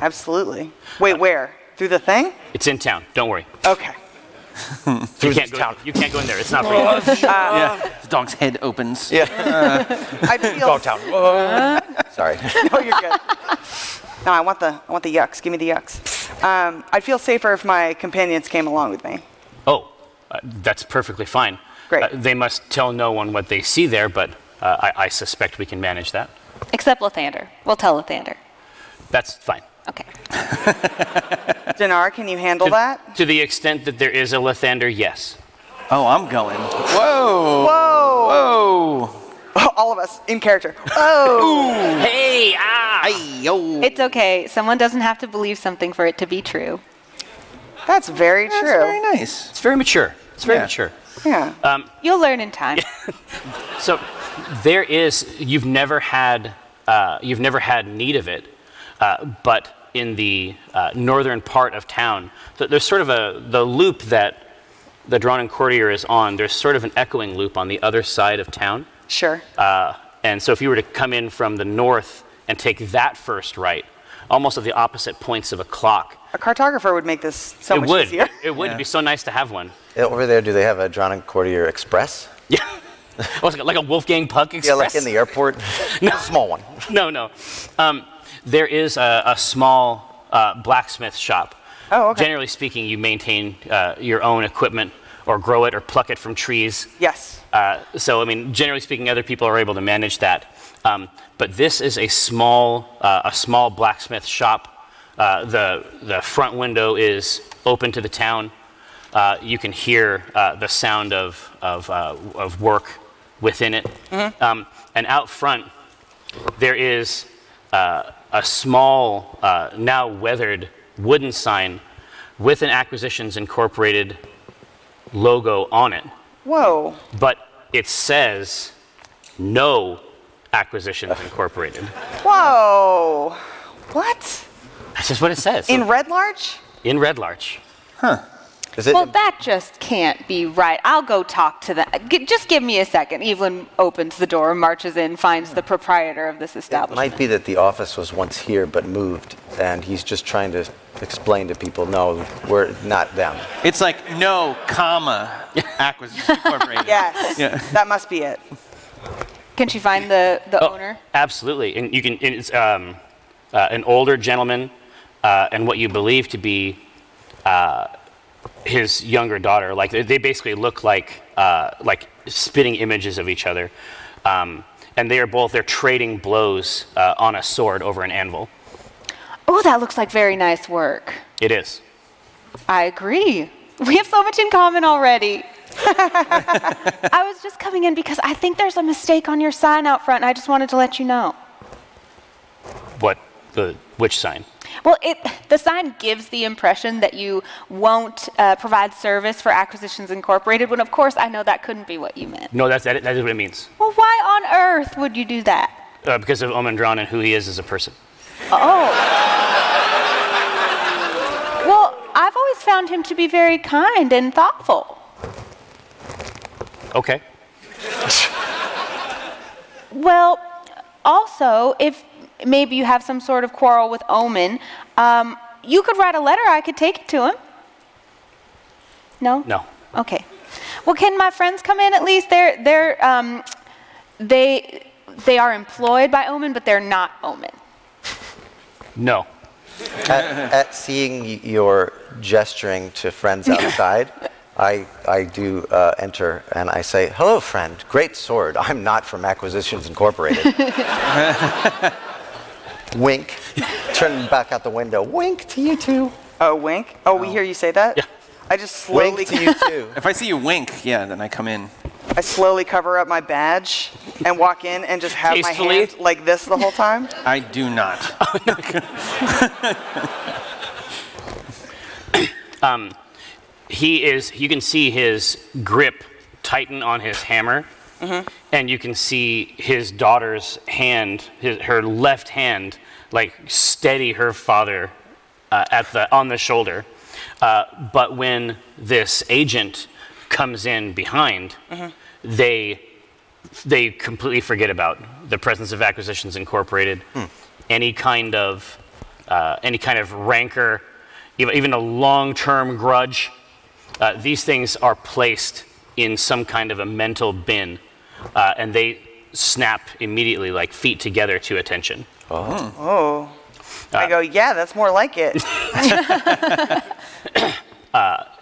S5: Absolutely. Wait, where? Through the thing?
S2: It's in town. Don't worry.
S5: Okay.
S2: you can't go, You can't go in there. It's not for you.
S3: yeah. The dog's head opens.
S4: yeah.
S5: I feel.
S4: town. Sorry.
S5: no, you're good. No, I want the I want the yucks. Give me the yucks. Um, I'd feel safer if my companions came along with me.
S2: Oh, uh, that's perfectly fine.
S5: Great.
S2: Uh, they must tell no one what they see there, but uh, I, I suspect we can manage that.
S6: Except Lathander. We'll tell Lathander.
S2: That's fine.
S6: Okay.
S5: Dinar, can you handle that?
S2: To the extent that there is a Lathander, yes.
S3: Oh, I'm going. Whoa.
S5: Whoa!
S3: Whoa.
S5: All of us in character. Oh,
S2: Hey, ah!
S3: Hey, yo.
S6: It's okay. Someone doesn't have to believe something for it to be true.
S5: that's very
S3: That's
S5: true.
S3: very nice.
S2: It's very mature. It's very
S3: Yeah.
S2: mature.
S5: Yeah.
S6: You'll learn in time.
S2: So there is you've never had uh, you've never had need of it, uh, but in the uh, northern part of town, th- there's sort of a the loop that the drawn and courtier is on. There's sort of an echoing loop on the other side of town,
S5: sure.
S2: uh, and so if you were to come in from the north and take that first right, almost at the opposite points of a clock,
S5: a cartographer would make this so
S2: it
S5: much
S2: would
S5: easier.
S2: it would be so nice to have one.
S4: Over there, do they have a John and Courtier Express?
S2: Yeah. Almost like a Wolfgang Puck Express.
S4: Yeah, like in the airport.
S2: No.
S4: Small one.
S2: No, no. Um, there is a, a small uh, blacksmith shop.
S5: Oh, okay.
S2: Generally speaking, you maintain uh, your own equipment or grow it or pluck it from trees.
S5: yes.
S2: Uh, so, I mean, generally speaking, other people are able to manage that. Um, but this is a small, uh, a small blacksmith shop. Uh, the, the front window is open to the town. Uh, you can hear uh, the sound of, of, uh, of work within it.
S5: Mm-hmm.
S2: Um, and out front, there is uh, a small, uh, now weathered wooden sign with an Acquisitions Incorporated logo on it
S5: Whoa.
S2: but it says no Acquisitions Incorporated.
S5: Whoa. What?
S2: That's just what it says.
S5: In Red Larch?
S2: in Red Larch.
S4: Is it?
S7: Well, that just can't be right. I'll go talk to them. G- just give me a second. Evelyn opens the door, marches in, finds the proprietor of this
S4: it
S7: establishment.
S4: might be that the office was once here but moved, and he's just trying to explain to people, no, we're not them.
S3: It's like no comma acquisition incorporated.
S5: Yes.
S3: Yeah.
S5: That must be it.
S7: Can she find the, the
S2: Oh,
S7: owner?
S2: Absolutely. And you can, and it's um, uh, an older gentleman uh, and what you believe to be uh, his younger daughter. Like they, they basically look like uh, like spitting images of each other. Um, and they are both, they're trading blows uh, on a sword over an anvil.
S7: Oh, that looks like very nice work.
S2: It is.
S7: I agree. We have so much in common already. I was just coming in because I think there's a mistake on your sign out front, and I just wanted to let you know.
S2: What, the, which sign?
S7: Well, it, the sign gives the impression that you won't uh, provide service for Acquisitions Incorporated, when of course I know that couldn't be what you meant.
S2: No, that's, that, that is what it means.
S7: Well, why on earth would you do that?
S2: Uh, because of Omendron and who he is as a person.
S7: Oh. well, I've always found him to be very kind and thoughtful.
S2: Okay.
S7: Well, also, if maybe you have some sort of quarrel with Omen, um, you could write a letter. I could take it to him. No.
S2: No.
S7: Okay. Well, can my friends come in at least? They're they're um, they they are employed by Omen, but they're not Omen.
S2: No.
S4: at, at seeing y- your gesturing to friends outside, I, I do uh, enter and I say, Hello, friend, great sword. I'm not from Acquisitions Incorporated. Wink. Turn back out the window. Wink to you too.
S5: Oh, wink. Oh, we hear you say that?
S2: Yeah.
S5: I just slowly
S4: Wink to you too.
S3: If I see you wink, yeah, then I come in.
S5: I slowly cover up my badge and walk in and just have my
S2: Tastefully.
S5: hand like this the whole time.
S3: I do not.
S2: he is you can see his grip tighten on his hammer and you can see his daughter's hand his, her left hand like steady her father uh, at the on the shoulder uh, but when this agent comes in behind they they completely forget about the presence of acquisitions incorporated any kind of uh, any kind of rancor even, even a long-term grudge uh, these things are placed in some kind of a mental bin uh, and they snap immediately like feet together to attention
S5: Oh.
S3: Ah.
S5: I go, yeah, that's more like it.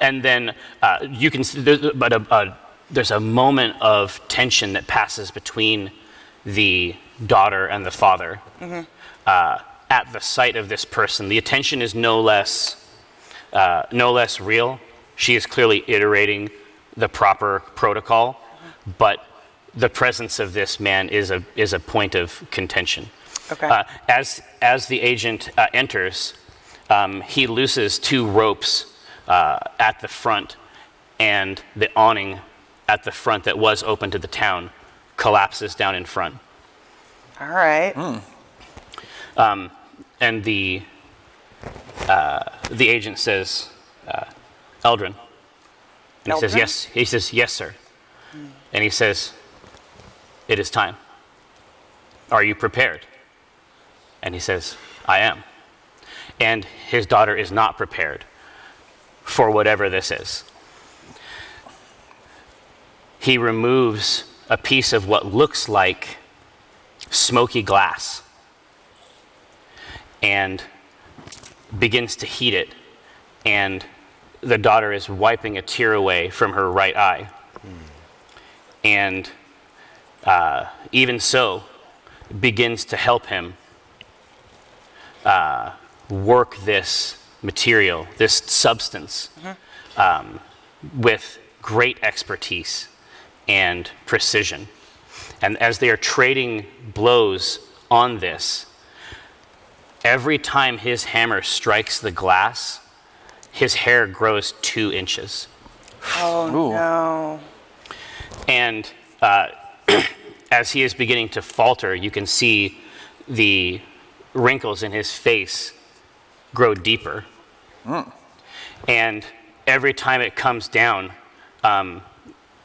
S2: and then uh, you can see there's, but a, a, there's a moment of tension that passes between the daughter and the father uh, at the sight of this person the attention is no less uh, no less real she is clearly iterating the proper protocol but the presence of this man is a is a point of contention
S5: Okay.
S3: Ah.
S2: uh, as as the agent uh, enters um, he looses two ropes uh, at the front, and the awning at the front that was open to the town collapses down in front.
S5: All right.
S3: Mm.
S2: And the, uh, the agent says, uh, Eldrin. And he says,
S5: Eldrin?
S2: Yes. He says, Yes, sir. And he says, It is time. Are you prepared? And he says, I am. And his daughter is not prepared for whatever this is. He removes a piece of what looks like smoky glass and begins to heat it. And the daughter is wiping a tear away from her right eye. And uh, even so, begins to help him uh, work this material, this substance, um, with great expertise and precision. And as they are trading blows on this, every time his hammer strikes the glass, his hair grows two inches.
S5: Oh, no.
S2: And uh, as he is beginning to falter, you can see the wrinkles in his face grow deeper. And every time it comes down, um,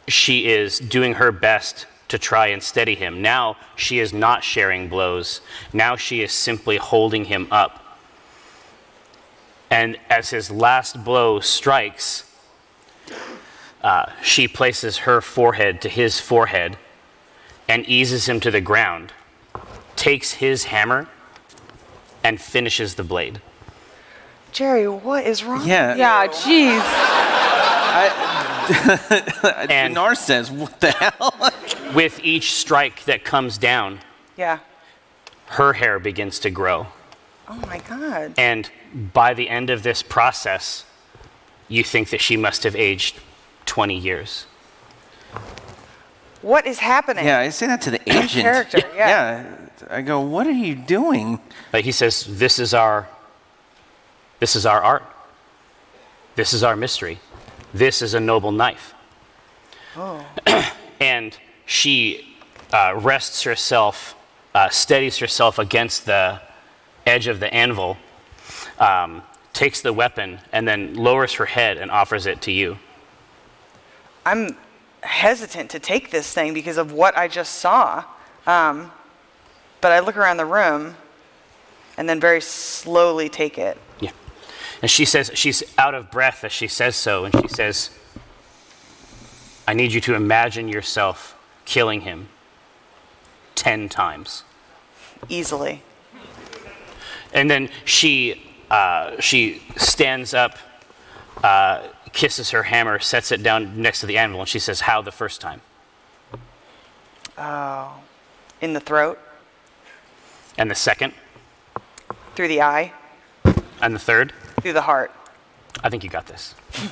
S2: she is doing her best to try and steady him. Now she is not sharing blows. Now she is simply holding him up. And as his last blow strikes, uh, she places her forehead to his forehead and eases him to the ground, takes his hammer, and finishes the blade.
S5: Jerry, what is wrong?
S3: Yeah.
S7: Yeah, jeez.
S2: And-
S3: Dinar says, what the hell?
S2: With each strike that comes down,
S5: Yeah.
S2: her hair begins to grow.
S5: Oh my God.
S2: And by the end of this process, you think that she must have aged 20 years.
S5: What is happening?
S3: yeah, I say that to the agent.
S5: character, yeah.
S3: yeah. I go, what are you doing?
S2: But he says, "This is our, this is our art. This is our mystery. This is a noble knife." and she uh, rests herself, uh, steadies herself against the edge of the anvil, um, takes the weapon, and then lowers her head and offers it to you.
S5: I'm hesitant to take this thing because of what I just saw. Um, but I look around the room and then very slowly take it.
S2: Yeah. And she says, she's out of breath as she says so, and she says, I need you to imagine yourself killing him 10 times.
S5: easily.
S2: And then she, uh, she stands up, uh, kisses her hammer, sets it down next to the anvil, and she says, How the first time?
S5: In the throat,
S2: And the second?
S5: through the eye,
S2: And the third?
S5: through the heart.
S2: I think you got this.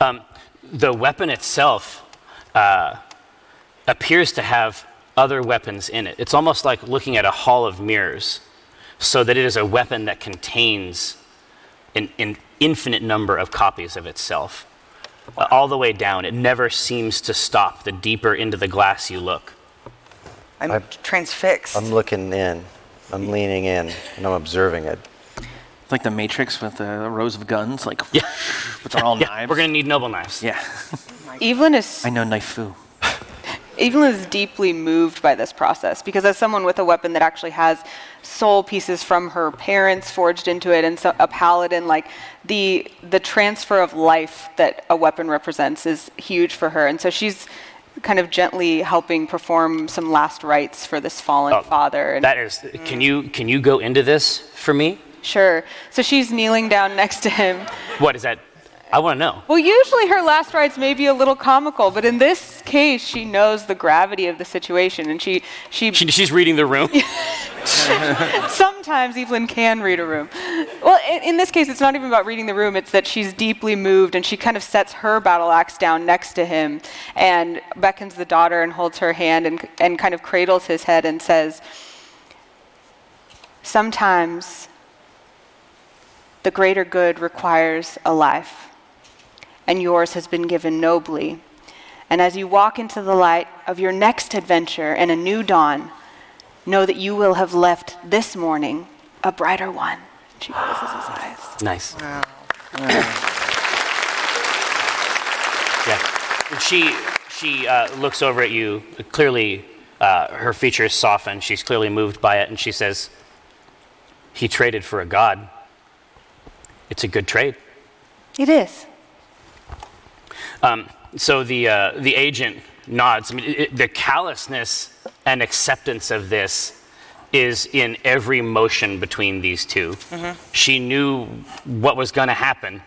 S2: um, the weapon itself uh, appears to have other weapons in it. It's almost like looking at a hall of mirrors, so that it is a weapon that contains an, an infinite number of copies of itself. Uh, all the way down, it never seems to stop the deeper into the glass you look.
S5: I'm
S4: I'm-
S5: transfixed.
S4: I'm looking in. I'm leaning in and I'm observing it.
S3: It's like the Matrix with the rows of guns, like, but they're all
S2: Yeah,
S3: knives.
S2: we're gonna need noble knives.
S3: yeah.
S7: Evelyn is
S3: I know Naifu.
S7: Evelyn is deeply moved by this process because, as someone with a weapon that actually has soul pieces from her parents forged into it, and so a paladin, like the the transfer of life that a weapon represents is huge for her, and so she's kind of gently helping perform some last rites for this fallen
S2: Oh,
S7: father. And
S2: That is. Can you can you go into this for me?
S7: sure, so she's kneeling down next to him.
S2: What is that? I want to know.
S7: Well, usually her last rides may be a little comical, but in this case, she knows the gravity of the situation, and she she,
S2: She, she's reading the room.
S7: sometimes Evelyn can read a room. Well, in, in this case, it's not even about reading the room; it's that she's deeply moved, and she kind of sets her battle axe down next to him, and beckons the daughter and holds her hand and and kind of cradles his head and says, "Sometimes the greater good requires a life." and yours has been given nobly. And as you walk into the light of your next adventure and a new dawn, know that you will have left this morning a brighter one. She closes his eyes.
S2: Nice. yeah. And she she uh, looks over at you. Clearly, uh, her features soften. She's clearly moved by it, and she says, "He traded for a god. It's a good trade."
S7: It is.
S2: Um, so the uh, the agent nods. I mean, it, it- the callousness and acceptance of this is in every motion between these 2 She knew what was going to happen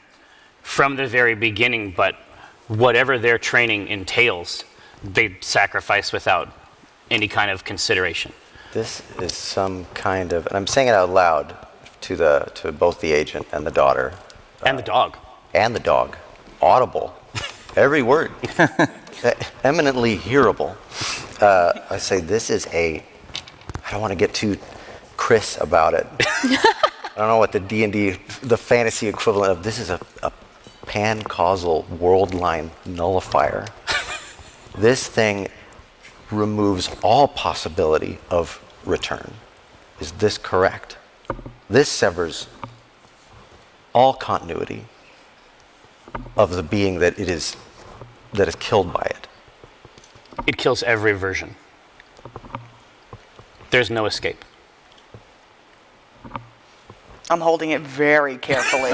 S2: from the very beginning, but whatever their training entails, they sacrifice without any kind of consideration.
S4: This is some kind of, and I'm saying it out loud to the to both the agent and the daughter
S2: And the dog.
S4: and the dog. Audible, every word, Eh, eminently hearable. Uh, I say this is a. I don't want to get too Chris about it. I don't know what the D and D, the fantasy equivalent of this is a, a pan-causal world line nullifier. this thing removes all possibility of return. Is this correct? This severs all continuity of the being that it is that is killed by it.
S2: It kills every version. There's no escape.
S5: I'm holding it very carefully.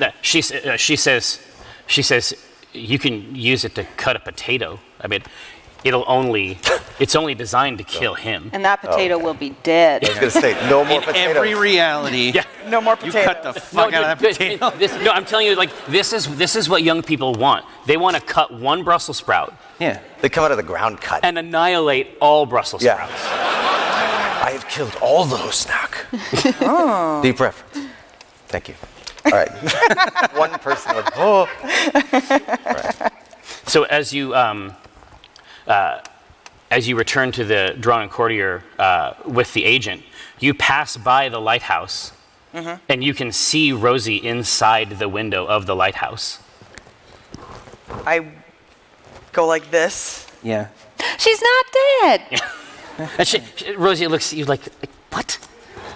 S2: Uh, she, s- uh, she says, she says, you can use it to cut a potato. I mean, it'll only, it's only designed to kill him.
S7: And that potato will be dead.
S4: I was going to say no more
S3: In
S4: potatoes.
S3: every reality,
S2: Yeah.
S5: no more
S3: you
S5: potatoes.
S3: cut the fuck out of that
S2: dude,
S3: potato.
S2: dude, this- no, I'm telling you, like this is this is what young people want. They want to cut one Brussels sprout
S3: Yeah.
S4: they come out of the ground cut.
S2: and annihilate all Brussels
S4: Yeah.
S2: sprouts.
S4: I have killed all those snack. Deep reference. Thank you. All right. One person like, oh.
S2: So as you um, uh, as you return to the drawn courtier uh, with the agent, you pass by the lighthouse,
S3: Mm-hmm.
S2: and you can see Rosie inside the window of the lighthouse.
S5: I go like this.
S3: Yeah.
S7: She's not dead.
S2: And she, she- Rosie looks at you like, like, what?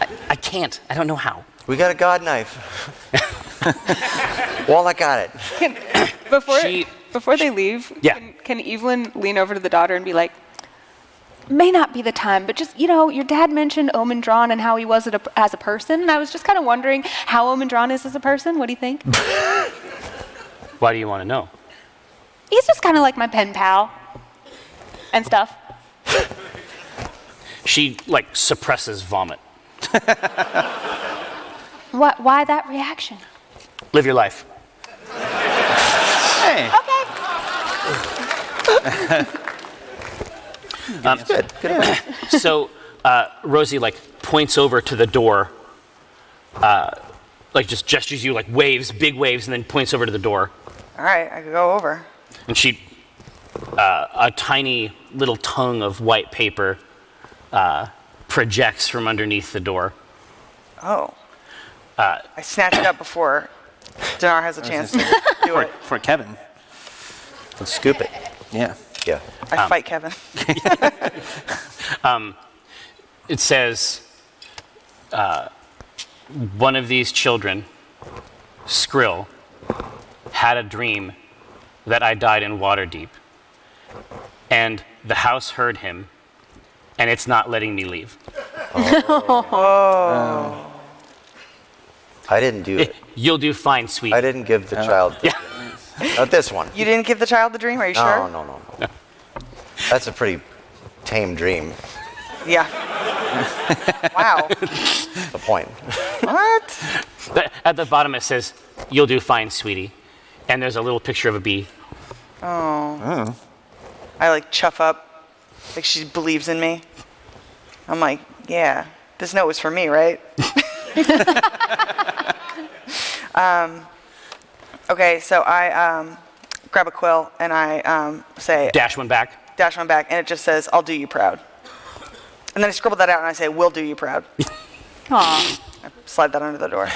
S2: I, I can't. I don't know how.
S4: We got a god knife. well, I got it.
S7: Before,
S2: She-
S7: before they leave,
S2: Yeah.
S7: can, can Evelyn lean over to the daughter and be like, may not be the time, but just, you know, your dad mentioned Omen Drawn and how he was at a, as a person. And I was just kind of wondering how Omen Drawn is as a person. What do you think?
S2: Why do you want to know?
S7: He's just kind of like my pen pal and stuff.
S2: She like suppresses vomit.
S7: Why, why that reaction?
S2: Live your life.
S3: Hey.
S7: Okay.
S4: Good. Good. advice.
S2: so uh, Rosie like points over to the door, uh, like just gestures you like waves, big waves, and then points over to the door.
S5: All right, I go over.
S2: And she, uh, a tiny little tongue of white paper, uh, projects from underneath the door.
S5: Oh. I snatch it up before Dinar has a chance to do
S3: For,
S5: it.
S3: for Kevin.
S4: Let's scoop it.
S3: Yeah.
S4: Yeah.
S5: I fight Kevin.
S2: It says, uh, one of these children, Skrill, had a dream that I died in Waterdeep. And the house heard him, and it's not letting me leave.
S4: I didn't do it.
S2: Eh, You'll do fine, sweet.
S4: I didn't give the child. The, Not this one.
S5: You didn't give the child the dream, are you
S4: no,
S5: sure?
S4: no, no, no. That's a pretty tame dream.
S5: Yeah. wow.
S4: The point.
S5: What?
S2: But At the bottom, it says, You'll do fine, sweetie. And there's a little picture of a bee.
S5: I like chuff up, like she believes in me. I'm like, yeah, this note was for me, right? um, Um, okay, so I um, grab a quill and I um, say,
S2: Dash one back.
S5: dash one back, and it just says, I'll do you proud. And then I scribble that out and I say, will do you proud.
S7: Aw.
S5: Slide that under the door.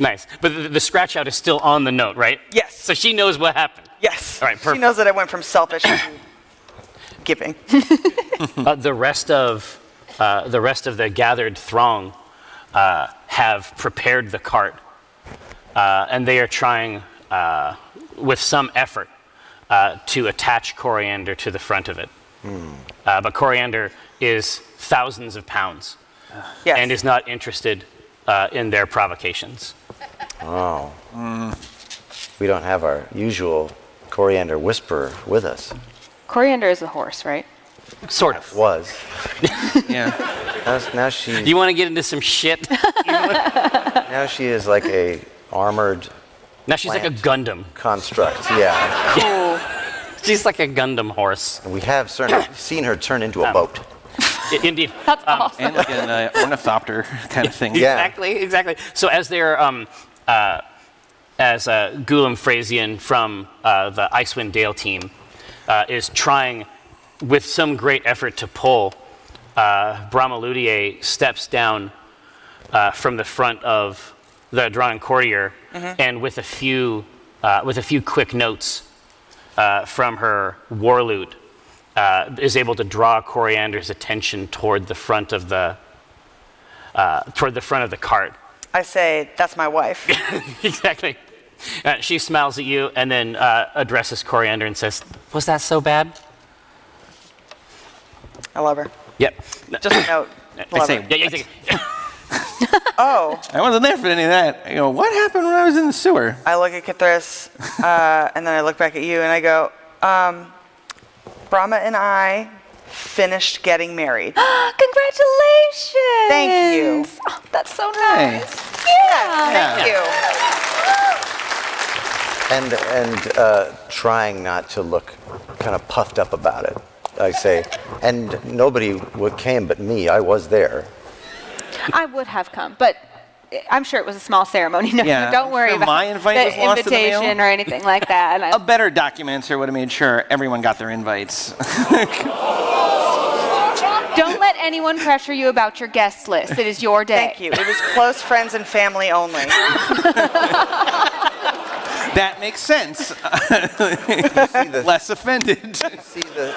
S2: Nice. But the, the scratch out is still on the note, right?
S5: Yes.
S2: So she knows what happened.
S5: Yes.
S2: All right,
S5: She
S2: perfect.
S5: knows that I went from selfish to giving.
S2: Uh, the rest of uh, the rest of the gathered throng uh, have prepared the cart, uh, and they are trying uh, with some effort uh, to attach coriander to the front of it. Uh, but coriander is thousands of pounds
S5: Yes.
S2: and is not interested uh, in their provocations.
S4: Oh. We don't have our usual coriander whisperer with us.
S7: Coriander is a horse, right?
S2: Sort of.
S4: Was.
S3: Yeah.
S4: Now, now she.
S2: You want to get into some shit?
S4: Now she is like a armored
S2: now she's like a Gundam.
S4: construct. Yeah.
S5: cool.
S2: She's like a Gundam horse.
S4: And we have certain, seen her turn into a boat.
S2: I- Indeed.
S7: That's awesome.
S3: And like an uh, ornithopter kind of thing.
S4: Yeah.
S2: Exactly, exactly. So as they're, um, uh, as uh, Gulam Frazian from uh, the Icewind Dale team uh, is trying with some great effort to pull, uh, Brahma Ludier steps down uh, from the front of the drawn courtier and with a few, uh, with a few quick notes, uh, from her warlute uh, is able to draw Coriander's attention toward the front of the uh, toward the front of the cart.
S5: I say, that's my wife.
S2: exactly. Uh, she smiles at you and then uh, addresses Coriander and says, "Was that so bad?"
S5: I love her.
S2: Yep.
S5: Just a note. Love
S3: say-
S5: her.
S2: Yeah, yeah, yeah.
S5: Oh,
S3: I wasn't there for any of that. I go, what happened when I was in the sewer?
S5: I look at Kithris, uh, and then I look back at you, and I go, um, Brahma and I finished getting married.
S7: Congratulations!
S5: Thank you.
S7: Oh, that's so
S3: Hey.
S7: nice. Yeah.
S5: Thank you.
S4: And, and uh, trying not to look kind of puffed up about it, I say. And nobody w- came but me. I was there.
S7: I would have come, but I'm sure it was a small ceremony. No,
S3: Yeah,
S7: don't
S3: I'm
S7: worry
S3: sure
S7: about
S3: my invite
S7: the
S3: was lost in the mail.
S7: invitation or anything like that. And I-
S3: A better documenter would have made sure everyone got their invites.
S7: don't let anyone pressure you about your guest list. It is your day.
S5: Thank you. It was close friends and family only.
S3: that makes sense.
S4: See the-
S3: Less offended.
S4: see the,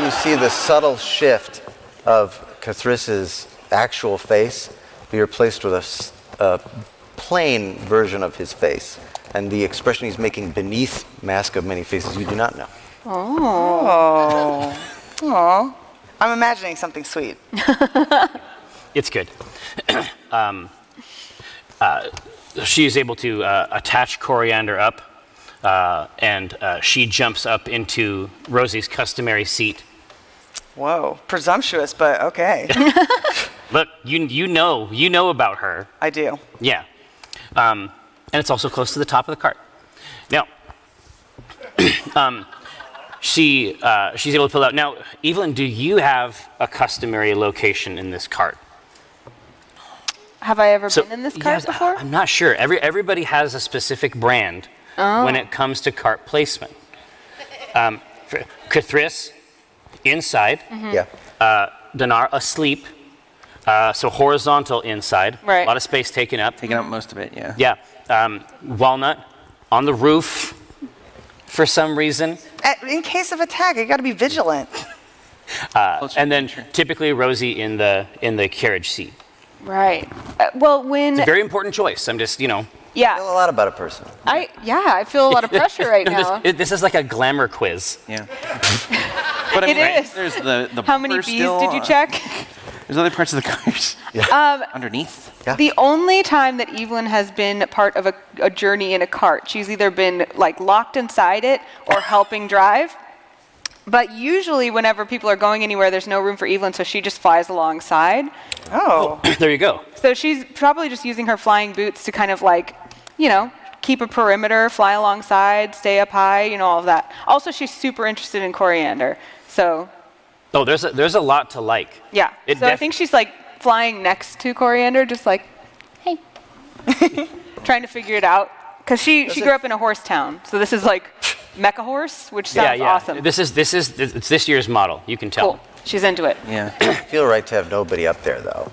S4: you see the subtle shift of Cathris's actual face be replaced with a, s- a plain version of his face. And the expression he's making beneath Mask of Many Faces, you do not know.
S5: Oh. Aw. I'm imagining something sweet.
S2: It's good. um, uh, she is able to uh, attach Coriander up, uh, and uh, she jumps up into Rosie's customary seat.
S5: Whoa. Presumptuous, but okay.
S2: Look, you, you know, you know about her.
S5: I do.
S2: Yeah. Um, and it's also close to the top of the cart. Now, um, she, uh, she's able to pull out. Now, Evelyn, do you have a customary location in this cart?
S7: Have I ever
S2: So-
S7: been in this cart
S2: yes, I-
S7: before?
S2: I'm not sure. Every, everybody has a specific brand
S7: Oh.
S2: when it comes to cart placement. Um, for- Kathris, inside.
S7: Mm-hmm.
S4: Yeah.
S2: Dinar, asleep. Uh, so horizontal inside.
S7: Right.
S2: A lot of space taken up.
S3: Taking up most of it, yeah.
S2: Yeah. Um, walnut on the roof for some reason.
S5: Uh, In case of attack, you got to be vigilant.
S3: Closer
S2: And then
S3: picture.
S2: typically Rosie in the, in the carriage seat.
S7: Right. Uh, well, when
S2: It's a very important choice. I'm just, you know.
S7: yeah,
S4: I feel a lot about a person.
S7: I yeah, I feel a lot of pressure right
S2: No, this-
S7: now.
S2: it- this is like a glamour quiz.
S3: Yeah. but I
S7: It
S3: mean,
S7: is.
S3: there's the, the
S7: How many
S3: bumper
S7: bees
S3: still,
S7: did you
S3: uh,
S7: check?
S3: There's other parts of the cars
S7: Um,
S3: underneath.
S7: The only time that Evelyn has been part of a, a journey in a cart, she's either been like locked inside it or helping drive. But usually, whenever people are going anywhere, there's no room for Evelyn, so she just flies alongside.
S5: Oh.
S2: there you go.
S7: So she's probably just using her flying boots to kind of like, you know, keep a perimeter, fly alongside, stay up high, you know, all of that. Also, she's super interested in coriander. So,
S2: Oh, there's a, there's a lot to like.
S7: yeah.
S2: It
S7: so I
S2: def-
S7: think she's like flying next to coriander, just like, hey, trying to figure it out. Because she, she grew up in a horse town. So this is like mecha horse, which sounds awesome.
S2: This is this is it's this year's model. You can tell.
S7: cool. She's into it.
S3: Yeah.
S4: I feel right to have nobody up there, though.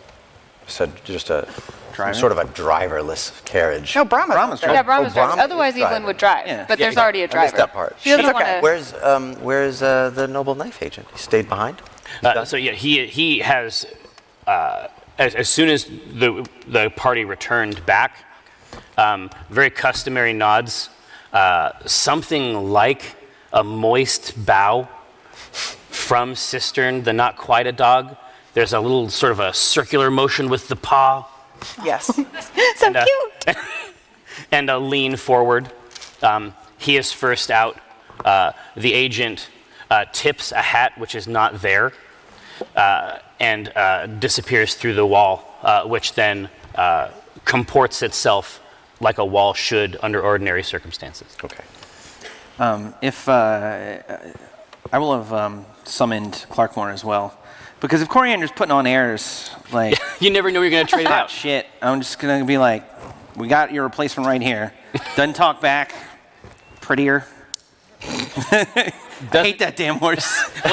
S4: So just a
S3: Driver?
S4: sort of a driverless carriage.
S5: No, Brahma's.
S3: Brahma's
S5: there.
S3: driving.
S7: Yeah, Brahma's
S4: Brahma
S7: driving. Otherwise,
S4: is driving.
S7: Evelyn would drive.
S3: Yeah.
S7: But
S2: Yeah,
S7: there's
S2: yeah.
S7: already a
S4: I
S7: driver.
S4: missed that part.
S7: She doesn't
S5: It's okay.
S7: want to.
S4: Where's um, where's uh, the noble knife agent? He stayed behind.
S2: Uh, so yeah, he he has uh, as, as soon as the the party returned back, um, very customary nods, uh, something like a moist bow from cistern. The not quite a dog. There's a little sort of a circular motion with the paw.
S5: Yes.
S7: so
S2: uh,
S7: cute.
S2: and a lean forward. Um, he is first out. Uh, the agent uh, tips a hat which is not there uh, and uh, disappears through the wall, uh, which then uh, comports itself like a wall should under ordinary circumstances.
S4: Okay.
S3: Um, if uh, uh, I will have um, summoned Clarkmore as well, because if Coriander's putting on airs, like
S2: You never know you're going to trade it
S3: ah,
S2: out.
S3: shit, I'm just gonna be like, we got your replacement right here. Doesn't talk back. Prettier. I hate that damn horse.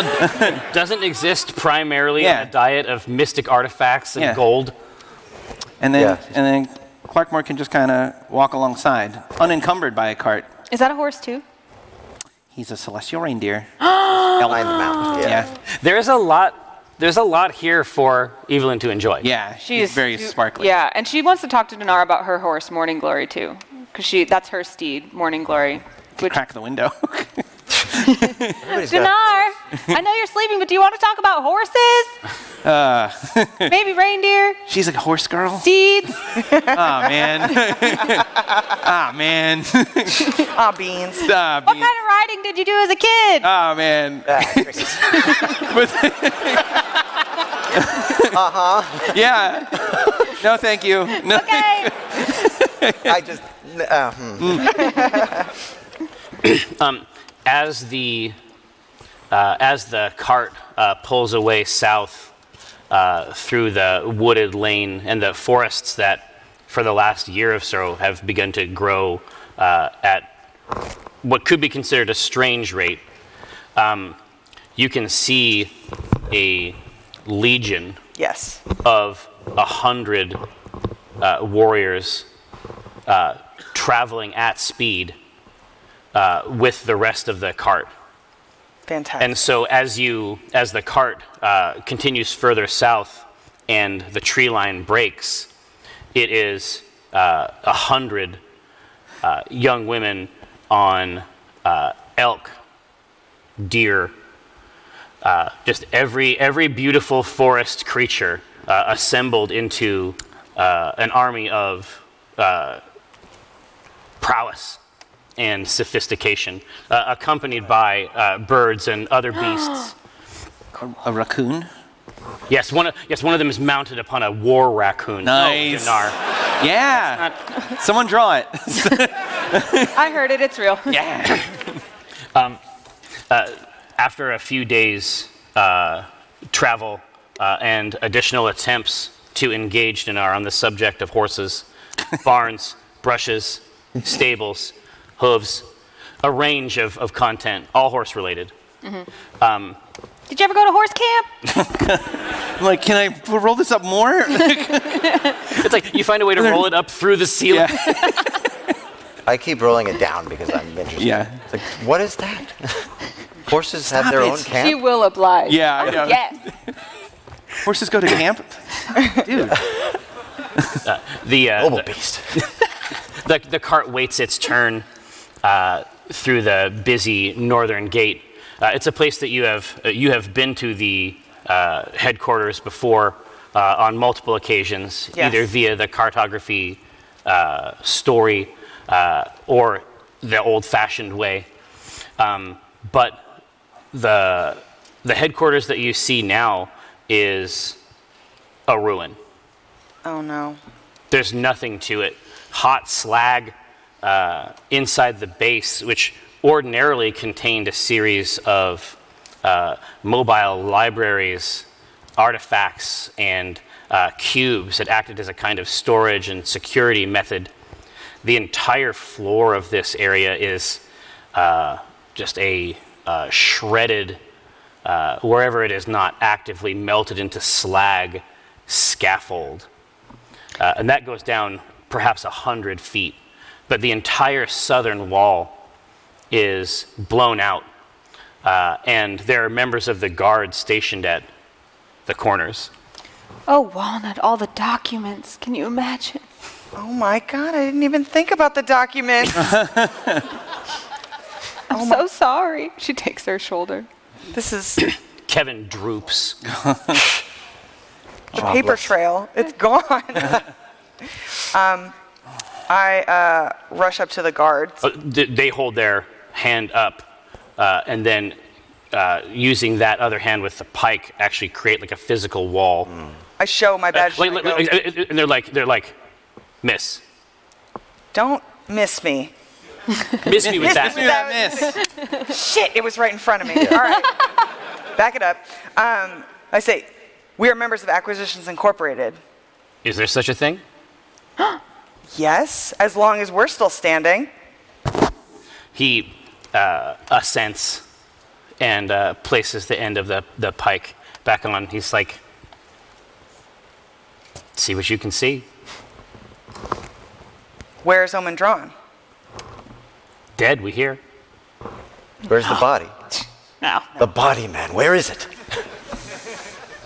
S2: Doesn't exist primarily
S3: Yeah.
S2: on a diet of mystic artifacts and
S3: Yeah.
S2: gold.
S3: And then
S4: Yeah.
S3: and then Clarkmore can just kind of walk alongside, unencumbered by a cart.
S7: Is that a horse too?
S3: He's a celestial reindeer.
S4: Climb the mountain. Yeah.
S3: yeah.
S2: There's a lot. There's a lot here for Evelyn to enjoy.
S3: Yeah. She's
S7: She's
S3: very sparkly.
S7: Yeah, and she wants to talk to Dinara about her horse, Morning Glory, too, because she that's her steed, Morning Glory.
S3: Could crack the window.
S4: Everybody's got-
S7: Dinar, I know you're sleeping, but do you want to talk about horses?
S3: Uh.
S7: Maybe reindeer,
S3: She's like a horse girl.
S7: steeds.
S3: Ah man. ah man.
S5: Ah, beans.
S3: ah
S7: What
S3: bean.
S7: kind of riding did you do as a kid?
S3: Ah man. Yeah. No, thank you. No.
S7: Okay.
S4: I just. Uh, hmm.
S2: As the uh, as the cart uh, pulls away south uh, through the wooded lane and the forests that, for the last year or so, have begun to grow uh, at what could be considered a strange rate, um, you can see a legion
S5: Yes.
S2: of a hundred uh, warriors uh, traveling at speed uh, with the rest of the cart.
S5: Fantastic.
S2: And so, as you as the cart uh, continues further south and the tree line breaks, it is uh, a hundred uh, young women on uh, elk, deer, uh, just every every beautiful forest creature uh, assembled into uh, an army of uh, prowess and sophistication, uh, accompanied by uh, birds and other beasts.
S3: A raccoon.
S2: yes, one of, yes, one of them is mounted upon a war raccoon.
S3: Nice.
S2: Oh, Dinar.
S3: Yeah. Someone draw it.
S7: I heard it. It's real.
S3: yeah.
S2: After a few days' uh, travel uh, and additional attempts to engage Dinar on the subject of horses, barns, brushes, stables, hooves, a range of, of content, all horse related. Um,
S7: Did you ever go to horse camp?
S3: I'm like, can I p- roll this up more?
S2: it's like you find a way to roll it up through the ceiling.
S3: yeah.
S4: I keep rolling it down because I'm interested.
S3: Yeah.
S4: It's like, what is that? Horses have
S3: Stop
S4: their
S3: it.
S4: own
S7: She
S4: camp.
S7: will oblige.
S3: Yeah, I
S7: Oh,
S3: know.
S7: Yes.
S3: Horses go to camp. Dude.
S2: The, uh,
S4: Noble
S2: the-
S4: beast.
S2: the, the cart waits its turn uh, through the busy northern gate. Uh, it's a place that you have uh, you have been to the uh, headquarters before uh, on multiple occasions,
S5: Yes.
S2: either via the cartography uh, story uh, or the old-fashioned way. Um, but the the headquarters that you see now is a ruin.
S5: oh no.
S2: There's nothing to it. Hot slag uh, inside the base, which ordinarily contained a series of uh, mobile libraries, artifacts, and uh, cubes that acted as a kind of storage and security method. The entire floor of this area is uh, just a uh, shredded, uh, wherever it is not actively melted into slag scaffold. Uh, and that goes down perhaps 100 feet. But the entire southern wall is blown out, uh, and there are members of the guard stationed at the corners.
S7: Oh, Walnut, all the documents. Can you imagine?
S5: Oh my God! I didn't even think about the document.
S3: Oh
S7: I'm so sorry. She takes her shoulder.
S5: this is the
S2: Kevin droops.
S5: paper trail. It's gone. um, I uh, rush up to the guards.
S2: Uh, th- they hold their hand up, uh, and then uh, using that other hand with the pike, actually create like a physical wall.
S5: I show my badge.
S2: Like-
S5: and I
S2: like-
S5: go,
S2: like- and they're like, they're like, miss,
S5: Don't miss me.
S2: miss me with that.
S5: me that Shit! It was right in front of me. All right, back it up. Um, I say, we are members of Acquisitions Incorporated.
S2: Is there such a thing?
S5: Yes, as long as we're still standing.
S2: he uh, assents and uh, places the end of the, the pike back on. He's like, see what you can see.
S5: Where is Omen drawn?
S2: Dead, we hear.
S4: Where's the body?
S5: No.
S4: The body, man. Where is it?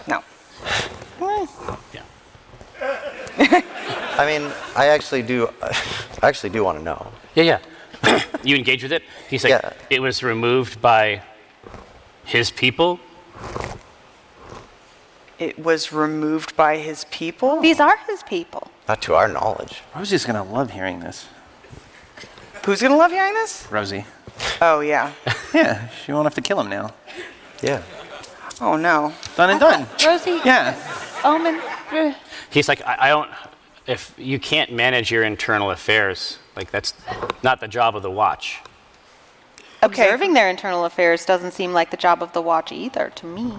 S5: No.
S2: Yeah.
S4: I mean, I actually do. I actually do want to know.
S2: Yeah, yeah. you engage with it. He's like,
S4: Yeah.
S2: it was removed by his people.
S5: It was removed by his people.
S7: These are his people.
S4: Not to our knowledge.
S3: Rosie's gonna love hearing this.
S5: Who's gonna love hearing this?
S3: Rosie.
S5: Oh yeah.
S3: Yeah, she won't have to kill him now.
S4: Yeah.
S5: Oh no.
S3: Done and done.
S7: Rosie,
S3: Yeah.
S7: Omen, eh,
S2: He's like, I, I don't. If you can't manage your internal affairs, like that's not the job of the watch.
S7: observing their internal affairs doesn't seem like the job of the watch either to me.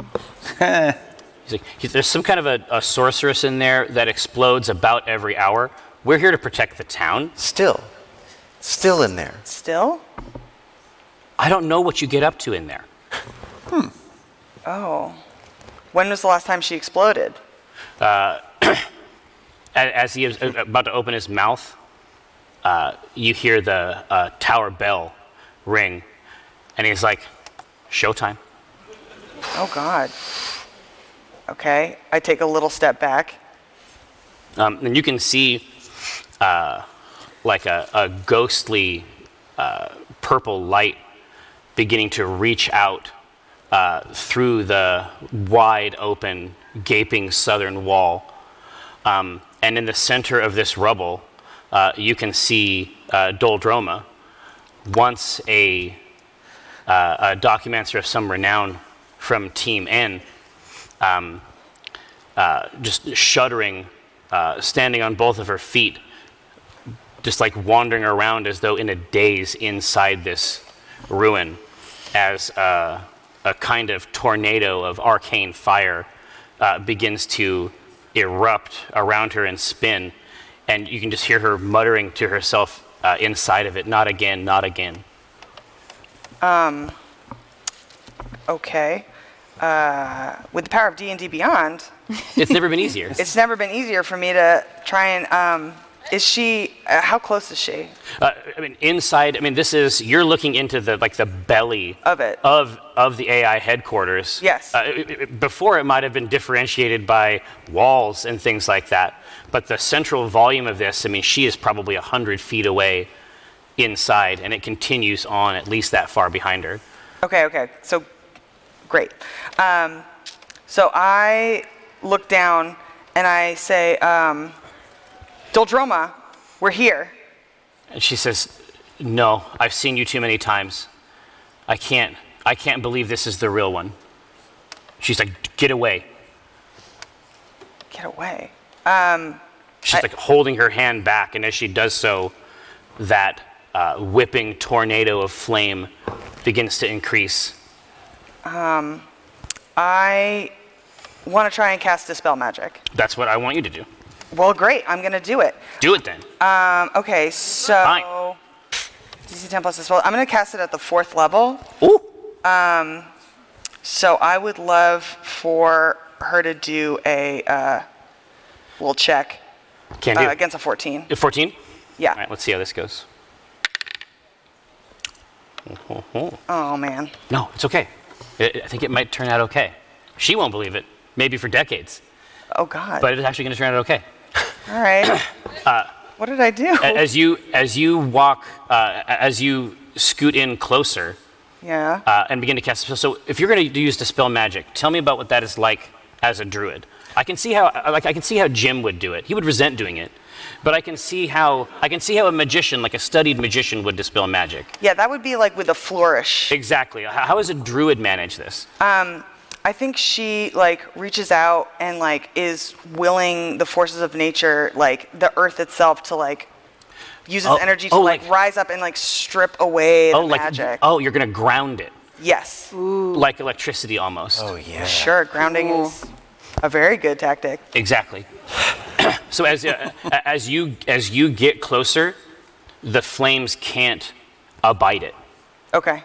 S2: He's like, he's- there's some kind of a, a sorceress in there that explodes about every hour. We're here to protect the town.
S4: Still. Still in there.
S5: Still?
S2: I don't know what you get up to in there.
S5: Oh. When was the last time she exploded?
S2: A- As he is uh, about to open his mouth, uh, you hear the uh, tower bell ring, and he's like, "Showtime."
S5: Oh God. Okay. I take a little step back.
S2: Um, and you can see uh, like a, a ghostly uh, purple light beginning to reach out uh, through the wide open, gaping southern wall. Um, and in the center of this rubble, uh, you can see uh, Doldroma, once a, uh, a documenter of some renown from Team N, um, uh, just shuddering, uh, standing on both of her feet, just like wandering around as though in a daze inside this ruin, as uh, a kind of tornado of arcane fire uh, begins to erupt around her and spin, and you can just hear her muttering to herself uh, inside of it, "Not again, not again."
S5: Okay. Uh, with the power of D and D Beyond,
S2: It's never been easier.
S5: it's never been easier for me to try and. Um, is she? Uh, how close is she?
S2: Uh, I mean, inside. I mean, this is you're looking into the like the belly
S5: Of it.
S2: of of the AI headquarters.
S5: Yes.
S2: Uh, it- it- it- before it might have been differentiated by walls and things like that, but the central volume of this. I mean, she is probably hundred feet away inside, and it continues on at least that far behind her.
S5: Okay. Okay. So, great. Um, so I look down and I say, um, Doldroma, we're here.
S2: And she says, "No, I've seen you too many times. I can't. I can't believe this is the real one." She's like, "Get away."
S5: Get away.
S2: She's like holding her hand back, and as she does so, that uh, whipping tornado of flame begins to increase.
S5: I want to try and cast dispel magic.
S2: That's what I want you to do.
S5: Well, great. I'm gonna do it.
S2: Do it then.
S5: Um, okay, so
S2: Fine.
S5: DC 10 plus this well. I'm gonna cast it at the fourth level.
S2: Ooh.
S5: So I would love for her to do a uh, little check
S2: Can
S5: uh,
S2: do.
S5: against a 14.
S2: 14?
S5: Yeah.
S2: All right, let's see how this goes.
S5: Oh man.
S2: No, it's okay. I I think it might turn out okay. She won't believe it, maybe for decades,
S5: Oh god.
S2: but it's actually going to turn out okay.
S5: All right. what did I do?
S2: A- As you as you walk, uh, a- as you scoot in closer
S5: yeah.
S2: uh, and begin to cast. So, so if you're going to use dispel magic, tell me about what that is like as a druid. I can see how uh, like I can see how Jim would do it. He would resent doing it, but I can see how I can see how a magician, like a studied magician, would dispel magic.
S5: yeah, that would be like with a flourish.
S2: Exactly. How how does a druid manage this?
S5: I think she like reaches out and like is willing the forces of nature, like the earth itself, to like use its
S2: Oh-
S5: energy to
S2: oh,
S5: like,
S2: like-
S5: rise up and like strip away
S2: oh,
S5: the
S2: like
S5: magic.
S2: oh, you're going to ground it
S5: Yes.
S2: like electricity almost.
S4: Oh yeah.
S5: Sure, grounding is a very good tactic.
S2: Exactly. so as, uh, a- as, you, as you get closer, the flames can't abide it.
S5: Okay.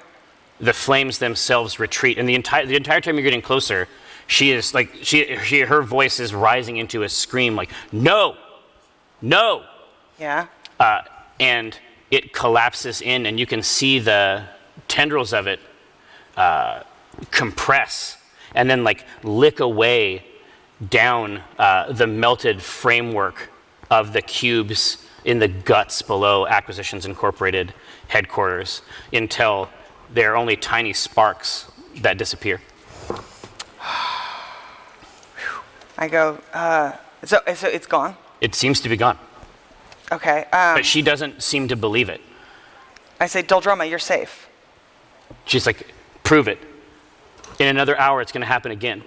S2: The flames themselves retreat, and the entire, the entire time you're getting closer, she is like she, she her voice is rising into a scream like no, no,
S5: Yeah.
S2: uh, and it collapses in, and you can see the tendrils of it uh, compress and then like lick away down uh, the melted framework of the cubes in the guts below Acquisitions Incorporated headquarters until there are only tiny sparks that disappear.
S5: I go, uh, so, so it's gone?
S2: It seems to be gone,
S5: Okay. Um,
S2: but she doesn't seem to believe it.
S5: I say, Doldruma, you're safe.
S2: She's like, prove it. In another hour, it's going to happen again.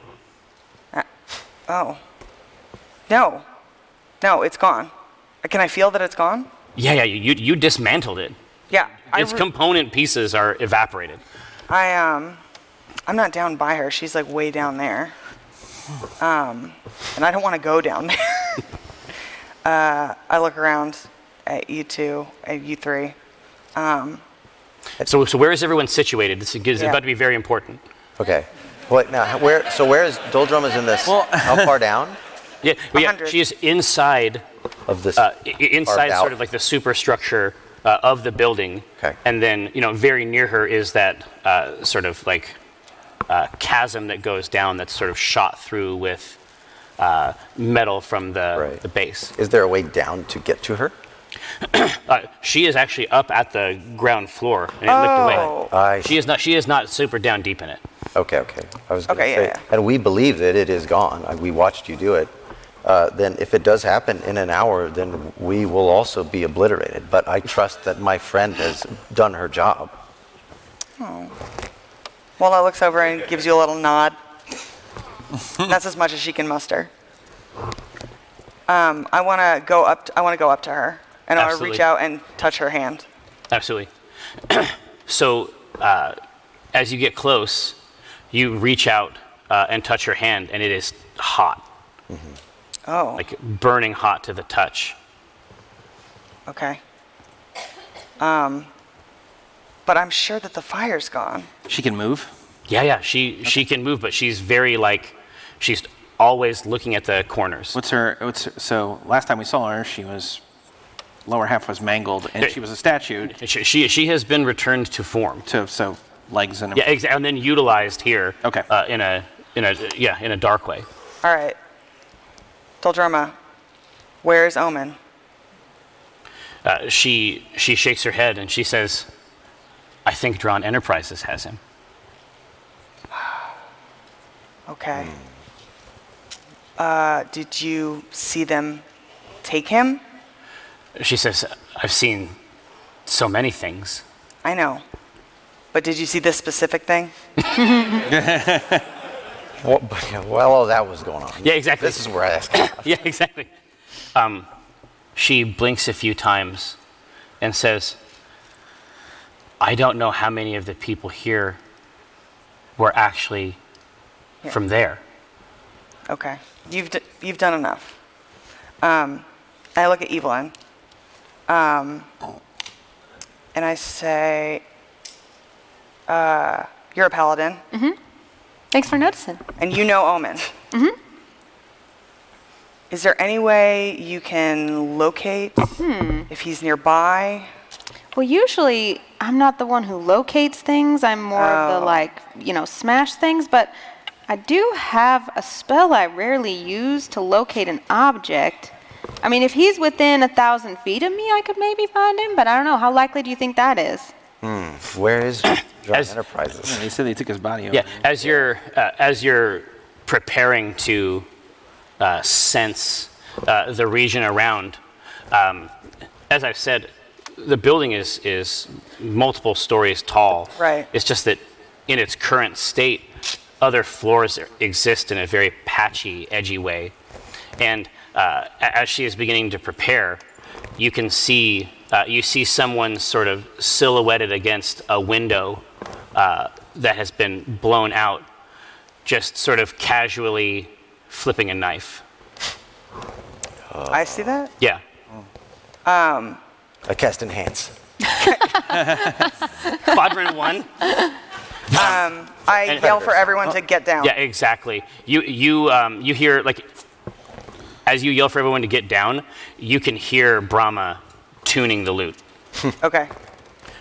S5: Oh. No. No, it's gone. Uh, Can I feel that it's gone?
S2: Yeah, yeah, you, you dismantled it.
S5: Yeah. I
S2: Its
S5: re-
S2: component pieces are evaporated.
S5: I um, I'm not down by her. She's like way down there. Um, and I don't want to go down there. uh, I look around at you two, at you three. Um,
S2: So, so where is everyone situated? This is
S5: Yeah.
S2: about to be very important.
S4: Okay. What now? Where? So where is Doldrum is in this? how far down
S2: Yeah, well, yeah
S5: 100.
S2: she is inside,
S4: of this?
S2: uh, i- i- inside
S4: Carved out.
S2: sort of like the superstructure uh, of the building.
S4: Okay.
S2: And then, you know, very near her is that uh, sort of like uh, chasm that goes down that's sort of shot through with uh, metal from the,
S4: Right.
S2: the base.
S4: is there a way down to get to her?
S2: Uh, she is actually up at the ground floor and it looked away.
S5: Oh.
S4: I
S2: She is not. She is not super down deep in it.
S4: Okay, okay. I was gonna
S5: Okay,
S4: say,
S5: yeah, yeah.
S4: and we believe that it is gone. Uh, We watched you do it. Uh, then, if it does happen in an hour, then we will also be obliterated. But I trust that my friend has done her job.
S5: Mola looks over and gives you a little nod. That's as much as she can muster. Um, I want to go up. I want to go up to her, and I want to reach
S2: Absolutely.
S5: out and touch her hand.
S2: Absolutely. so, uh, as you get close, you reach out uh, and touch her hand, and it is hot,
S5: Oh,
S2: like burning hot to the touch.
S5: okay. Um, but I'm sure that the fire's gone.
S3: She can move.
S2: Yeah, yeah. She she can move, but she's very like she's always looking at the corners.
S3: What's her? What's her, so? Last time we saw her, she was lower half was mangled, and
S2: Okay.
S3: she was a statue.
S2: She, she she has been returned to form.
S3: To so legs and a-
S2: Yeah, exa- and then utilized here.
S3: Okay.
S2: Uh, in a in a yeah in a dark way.
S5: All right. Doldruma, where's Omen?
S2: Uh, she she shakes her head and she says, "I think Drawn Enterprises has him."
S5: Okay. Uh, did you see them take him?
S2: She says, I've seen so many things.
S5: I know. But did you see this specific thing?
S4: Well, but, yeah, while all that was going on.
S2: Yeah, exactly.
S4: This is where I asked. you.
S2: Yeah, exactly. Um, she blinks a few times and says, I don't know how many of the people here were actually from there.
S5: Okay. You've, d- you've done enough. Um, I look at Evelyn. Um, and I say, uh, You're a paladin,
S7: Thanks for noticing.
S5: and you know Omen. Mm-hmm. Is there any way you can locate if he's nearby?
S7: Well, usually I'm not the one who locates things. I'm more of the
S5: Oh.
S7: like, you know, smash things, but I do have a spell I rarely use to locate an object. I mean, if he's within a thousand feet of me, I could maybe find him, but I don't know. How likely do you think that is?
S4: Where is Drawn
S2: As-
S4: Enterprises?
S3: They said they took his body.
S2: Yeah,
S3: Over.
S2: as you're uh, as you're preparing to uh, sense uh, the region around, um, as I've said, the building is is multiple stories tall.
S5: Right.
S2: It's just that in its current state, other floors exist in a very patchy, edgy way, and uh, a- as she is beginning to prepare, you can see. Uh, you see someone sort of silhouetted against a window uh, that has been blown out, just sort of casually flipping a knife.
S5: I see that.
S2: Yeah.
S4: I cast Enhance.
S2: Quadrant one.
S5: Um, I
S2: And-
S5: yell for everyone to get down.
S2: Yeah, exactly. You you um, you hear like as you yell for everyone to get down, you can hear Brahma tuning the lute.
S5: Okay.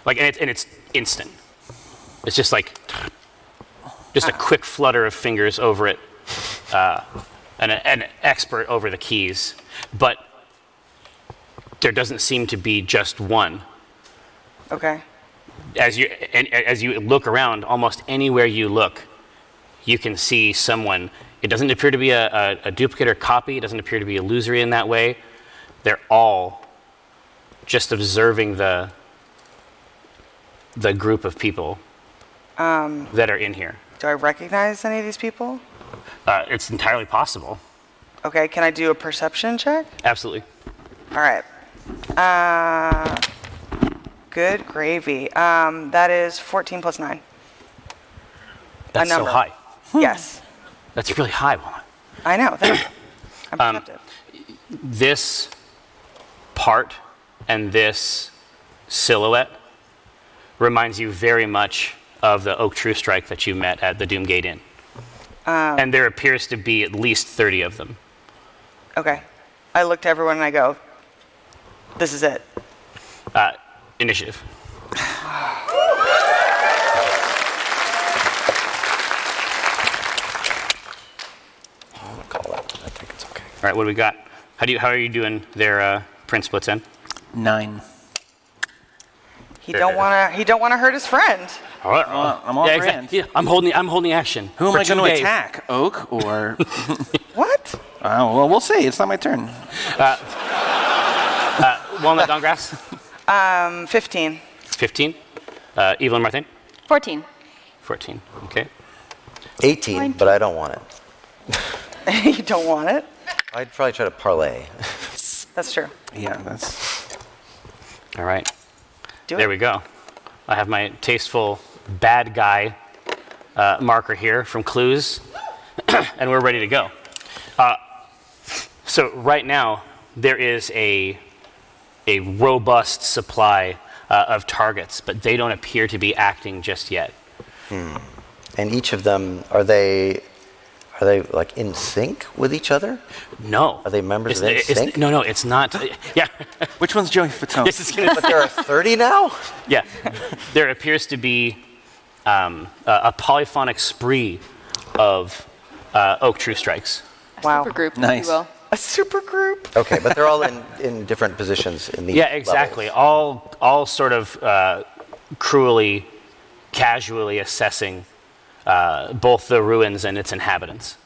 S2: Like and it's and it's instant. It's just like, just a quick flutter of fingers over it, uh, and a, an expert over the keys. But there doesn't seem to be just one.
S5: Okay.
S2: As you, and, as you look around, almost anywhere you look, you can see someone. It doesn't appear to be a, a, a duplicate or copy, it doesn't appear to be illusory in that way. They're all just observing the, the group of people that are in here.
S5: Do I recognize any of these people?
S2: Uh, it's entirely possible.
S5: Okay. Can I do a perception check?
S2: Absolutely.
S5: All right. Uh, good gravy. Um, that is 14 plus 9.
S2: That's so
S5: number.
S2: high.
S5: yes.
S2: That's really high, Juan.
S5: I know. Thank you. I'm perceptive.
S2: This part and this silhouette reminds you very much of the Oak True Strike that you met at the Doomgate Inn. and there appears to be at least 30 of them.
S5: Okay. I look to everyone and I go, this is it.
S2: Uh, initiative.
S4: I'm gonna call that. I think it's okay.
S2: All right, what do we got? How, do you, how are you doing there, uh, Prince Blitz in?
S3: Nine.
S5: He don't want to. He don't want to hurt his friend.
S2: All right,
S3: on- I'm on
S2: yeah,
S3: brand.
S2: exactly. Yeah, I'm holding. I'm holding action.
S3: Who am
S2: for
S3: I
S2: two
S3: going to
S2: days.
S3: attack? Oak or? oh,
S5: What?
S3: well, we'll see. It's not my turn.
S2: Walnut Dongrass.
S5: Um, 15.
S2: 15. Uh, Evelyn Martin.
S7: 14.
S2: 14. Okay.
S4: 18, but I don't want it.
S5: you don't want it.
S4: I'd probably try to parlay.
S5: That's true.
S3: Yeah, that's.
S2: All right.
S5: Do
S2: There
S5: it.
S2: we go. I have my tasteful bad guy uh, marker here from Clues, and we're ready to go. Uh, so right now there is a a robust supply uh, of targets, but they don't appear to be acting just yet.
S4: And each of them, are they, are they like in sync with each other?
S2: No.
S4: Are they members of
S2: It's- it's-
S4: NSYNC?
S2: No, no, it's not. yeah.
S3: Which one's Joey Fatone?
S2: this is gonna.
S4: But there are 30 now?
S2: Yeah, there appears to be um, a, a polyphonic spree of uh, oak true strikes.
S5: Wow.
S7: Super group, if
S3: Nice.
S7: you will.
S5: A super group.
S4: Okay, but they're all in, in different positions in the
S2: Yeah, exactly. All all sort of uh, cruelly, casually assessing uh, both the ruins and its inhabitants.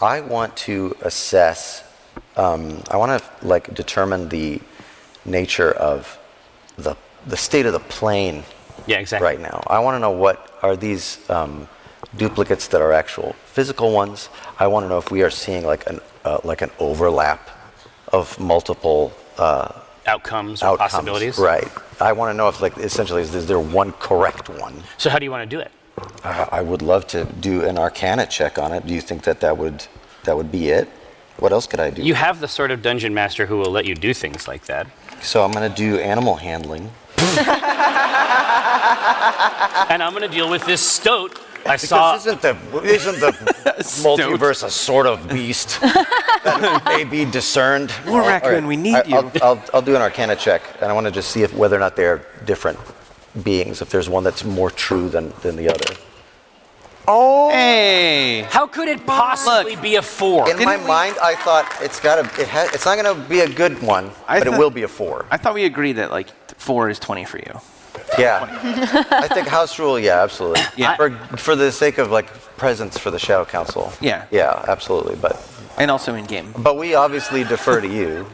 S4: I want to assess. Um, I want to like determine the nature of the the state of the plane
S2: Yeah, exactly.
S4: right now. I want to know what are these um, duplicates that are actual physical ones. I want to know if we are seeing like an uh, like an overlap of multiple uh,
S2: Outcomes or
S4: outcomes.
S2: possibilities.
S4: Right. I want to know if like essentially is, is there one correct one?
S2: So how do you want to do it?
S4: Uh, I would love to do an Arcana check on it. Do you think that that would that would be it? What else could I do?
S2: You have the sort of dungeon master who will let you do things like that.
S4: So I'm gonna do animal handling.
S2: And I'm going to deal with this stoat. I saw.
S4: Because isn't the isn't the multiverse a sort of beast that may be discerned?
S3: More
S4: All
S3: raccoon, we need
S4: I,
S3: you.
S4: I'll, I'll, I'll do an Arcana check, and I want to just see if whether or not they're different beings. If there's one that's more true than than the other.
S3: Hey.
S2: How could it possibly be a four?
S4: In my
S3: Didn't we-
S4: mind, I thought it's gotta it ha- it's not gonna be a good one,
S3: I
S4: but it
S3: thought-
S4: will be a four.
S3: I thought we agreed that like four is twenty for you.
S4: Yeah. I think house rule, yeah, absolutely.
S3: Yeah.
S4: For, for the sake of like presence for the Shadow Council.
S3: Yeah.
S4: Yeah, absolutely. But
S3: And also in game.
S4: but we obviously defer to you.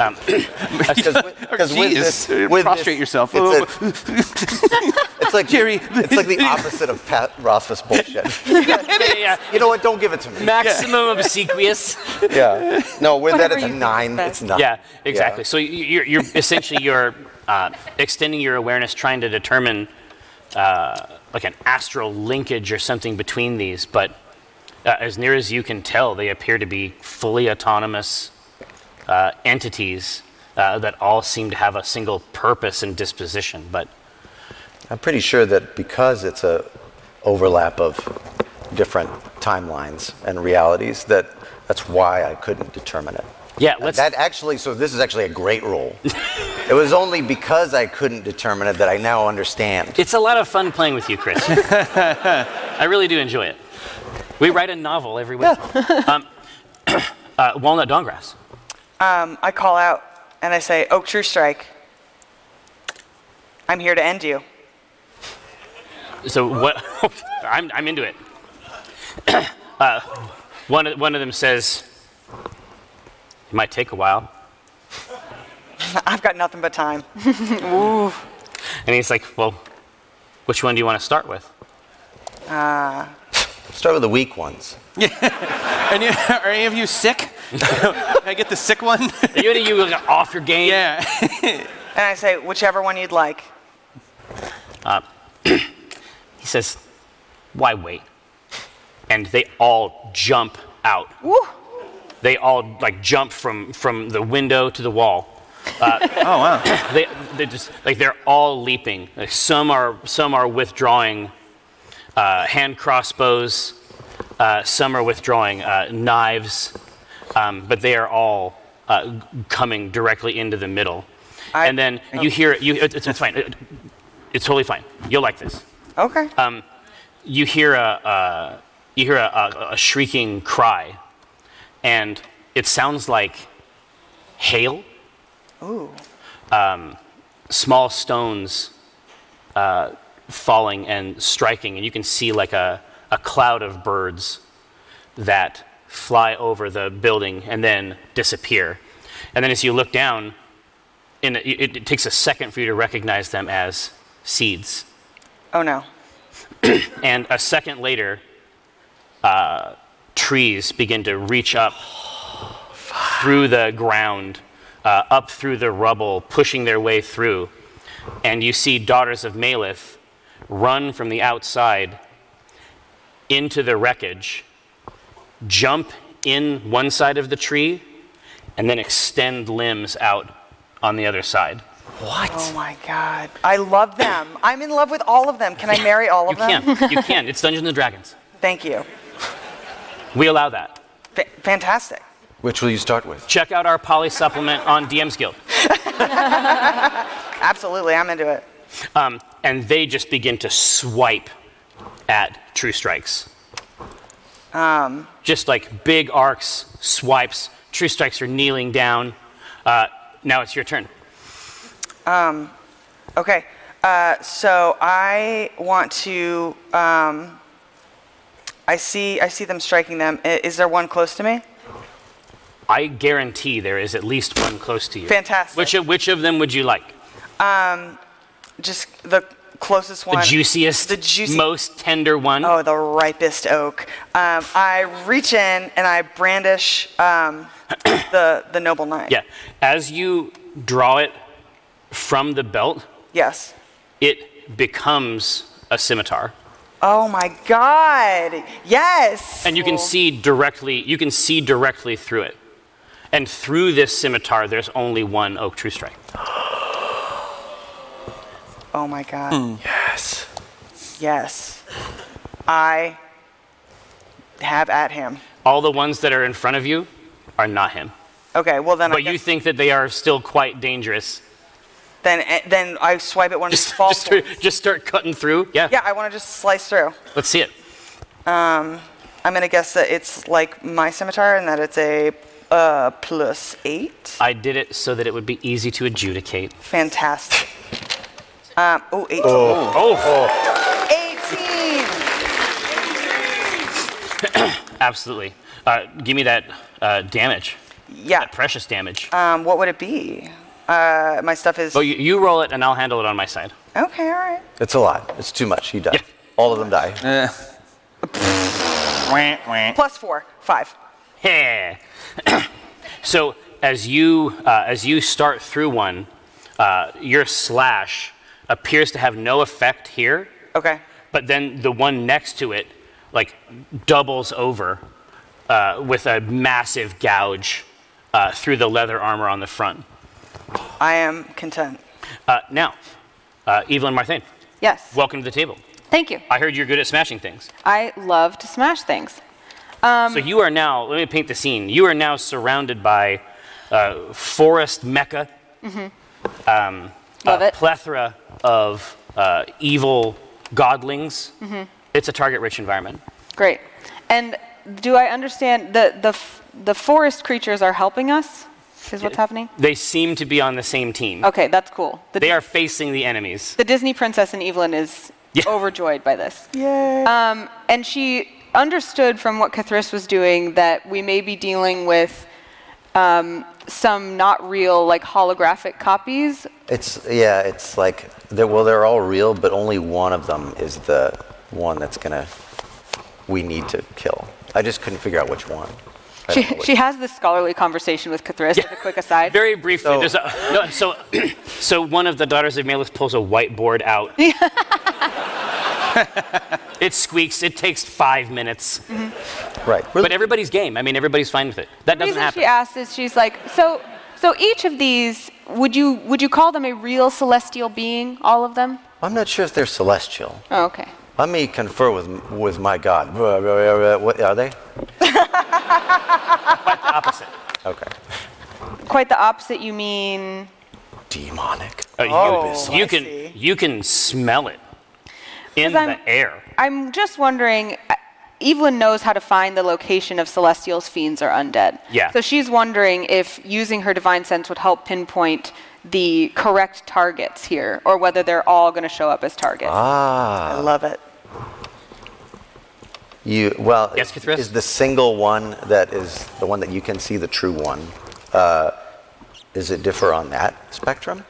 S2: Um,
S4: Because with this, with
S3: prostrate
S4: this,
S3: yourself.
S4: It's, a- it's like
S3: Jerry.
S4: It's like the opposite of Pat Rothfuss bullshit.
S2: yeah, yeah.
S4: you know what? Don't give it to me.
S2: Maximum obsequious.
S4: Yeah. No, with that
S7: Whatever
S4: it's a
S7: you think
S4: nine.
S7: best.
S4: It's nine.
S2: Yeah, exactly. So you- you're, you're essentially you're uh, extending your awareness, trying to determine uh, like an astral linkage or something between these. But uh, as near as you can tell, they appear to be fully autonomous uh, entities uh, that all seem to have a single purpose and disposition. But
S4: I'm pretty sure that because it's a overlap of different timelines and realities, that that's why I couldn't determine it.
S2: yeah, let's.
S4: that actually, so this is actually a great role. It was only because I couldn't determine it that I now understand.
S2: It's a lot of fun playing with you, Chris. I really do enjoy it. We write a novel every week. um, uh, walnut Dongrass.
S5: Um, I call out and I say, Oak True Strike, I'm here to end you.
S2: So what? I'm, I'm into it. uh, one, of- one of them says, "It might take a while,"
S5: I've got nothing but time.
S2: and he's like, "Well, which one do you want to start with?"
S4: Start with the weak ones.
S3: Are, you, are any of you sick? Can I get the sick one?
S2: you you look off your game.
S3: yeah.
S5: And I say, whichever one you'd like.
S2: He says, Why wait? And they all jump out. They all like jump from, from the window to the wall. Uh,
S3: Oh wow.
S2: They, they just like they're all leaping. Like, some are some are withdrawing uh, hand crossbows. Uh, some are withdrawing uh, knives, um, but they are all uh, g- coming directly into the middle.
S5: I-
S2: and then you hear you. It's, it's fine. It- it's totally fine. You'll like this.
S5: Okay.
S2: Um, you hear a uh, you hear a, a, a shrieking cry, and it sounds like hail. Ooh. Um, small stones uh, falling and striking, and you can see like a, a cloud of birds that fly over the building and then disappear. And then as you look down, and it, it, it takes a second for you to recognize them as seeds.
S5: oh no.
S2: And a second later, uh, trees begin to reach up through the ground, uh, up through the rubble, pushing their way through. And you see daughters of Malith run from the outside into the wreckage, jump in one side of the tree, and then extend limbs out on the other side.
S5: Oh my God. I love them. I'm in love with all of them. Can I marry all of
S2: You
S5: them?
S2: can, you can. It's Dungeons and Dragons.
S5: Thank you.
S2: We allow that.
S5: Fa fantastic.
S4: Which will you start with?
S2: Check out our poly supplement on DM's Guild.
S5: Absolutely. I'm into it.
S2: Um, and they just begin to swipe at true strikes.
S5: Um,
S2: Just like big arcs, swipes. True strikes are kneeling down. Uh, now it's your turn.
S5: Okay. Uh, so I want to. Um, I see. I see them striking them. I- Is there one close to me?
S2: I guarantee there is at least one close to you.
S5: Fantastic.
S2: Which of, which of them would you like?
S5: Just the closest
S2: The
S5: one.
S2: juiciest,
S5: The juicy.
S2: most tender one.
S5: Oh, the ripest oak. Um, I reach in and I brandish um, the the noble knife.
S2: Yeah. As you draw it from the belt,
S5: Yes.
S2: it becomes a scimitar.
S5: Oh my God. Yes.
S2: and you can see directly you can see directly through it and through this scimitar there's only one oak true strike
S5: Oh my God. Yes. Yes. I have at him.
S2: all the ones that are in front of you are not him
S5: Okay. Well then. I
S2: but
S5: guess
S2: you think that they are still quite dangerous
S5: then eh, then I swipe at one of these
S2: just,
S5: false
S2: just, start,
S5: ones.
S2: just start cutting through yeah.
S5: Yeah, I want to just slice through.
S2: let's see it
S5: I'm gonna guess that it's like my scimitar and that it's a uh, plus eight.
S2: i did it so that it would be easy to adjudicate
S5: Fantastic. Um, oh, 18.
S2: oh
S5: 18!
S2: absolutely uh, give me that uh, damage
S5: Yeah.
S2: precious damage
S5: Um, what would it be? Uh, my stuff is.
S2: oh you, you roll it and i'll handle it on my side
S5: Okay, all right.
S4: It's a lot. It's too much. He died.
S2: Yeah.
S4: All of them die.
S3: Wah, wah.
S5: Plus four, five.
S2: Yeah. so as you uh, as you start through one, uh, your slash appears to have no effect here,
S5: Okay.
S2: but then the one next to it like doubles over uh, with a massive gouge uh, through the leather armor on the front.
S5: I am content.
S2: Uh, now, uh, Evelyn Marthain,
S7: Yes.
S2: welcome to the table.
S7: Thank you.
S2: I heard you're good at smashing things.
S7: I love to smash things.
S2: so you are now. Let me paint the scene. You are now surrounded by uh, forest mecca. um,
S7: Love
S2: a
S7: it.
S2: plethora of uh, evil godlings.
S7: Mm-hmm.
S2: It's a target-rich environment.
S7: Great. And do I understand the the f- the forest creatures are helping us? Is what's happening?
S2: They seem to be on the same team.
S7: Okay, that's cool. The,
S2: They are facing the enemies.
S7: the Disney princess in Evelyn is
S2: Yeah.
S7: overjoyed by this. Um, and she understood from what Cathris was doing that we may be dealing with um, some not real, like holographic copies.
S4: It's yeah. It's like they're, well, they're all real, but only one of them is the one that's gonna we need to kill. I just couldn't figure out which one. I
S7: She,
S4: don't know which-
S7: she has this scholarly conversation with Cathris, as a quick aside.
S2: Very briefly,
S4: So-
S2: there's a, no, so, so one of the daughters of Malith pulls a whiteboard out. it squeaks. It takes five minutes,
S7: Mm-hmm.
S4: right.
S2: but everybody's game. I mean, everybody's fine with it. That doesn't
S7: The reason
S2: happen.
S7: she asked is she's like, so, so each of these, would you, would you call them a real celestial being, all of them?
S4: I'm not sure if they're celestial.
S7: Oh, okay.
S4: Let me confer with with my god. What are they?
S2: Opposite.
S4: Okay.
S7: Quite the opposite, you mean?
S4: Demonic.
S2: Uh, you,
S5: Oh,
S2: you
S5: I
S2: can
S5: see.
S2: you can smell it in
S7: 'Cause I'm-
S2: the air.
S7: I'm just wondering. uh, Evelyn knows how to find the location of Celestials, fiends, or undead.
S2: Yeah.
S7: So she's wondering if using her divine sense would help pinpoint the correct targets here, or whether they're all going to show up as targets.
S4: Ah.
S5: I
S2: Uh,
S5: love it.
S4: You well
S2: Yes,
S4: is,
S2: Kithris?
S4: is the single one that is the one that you can see the true one. Uh, does it differ on that spectrum?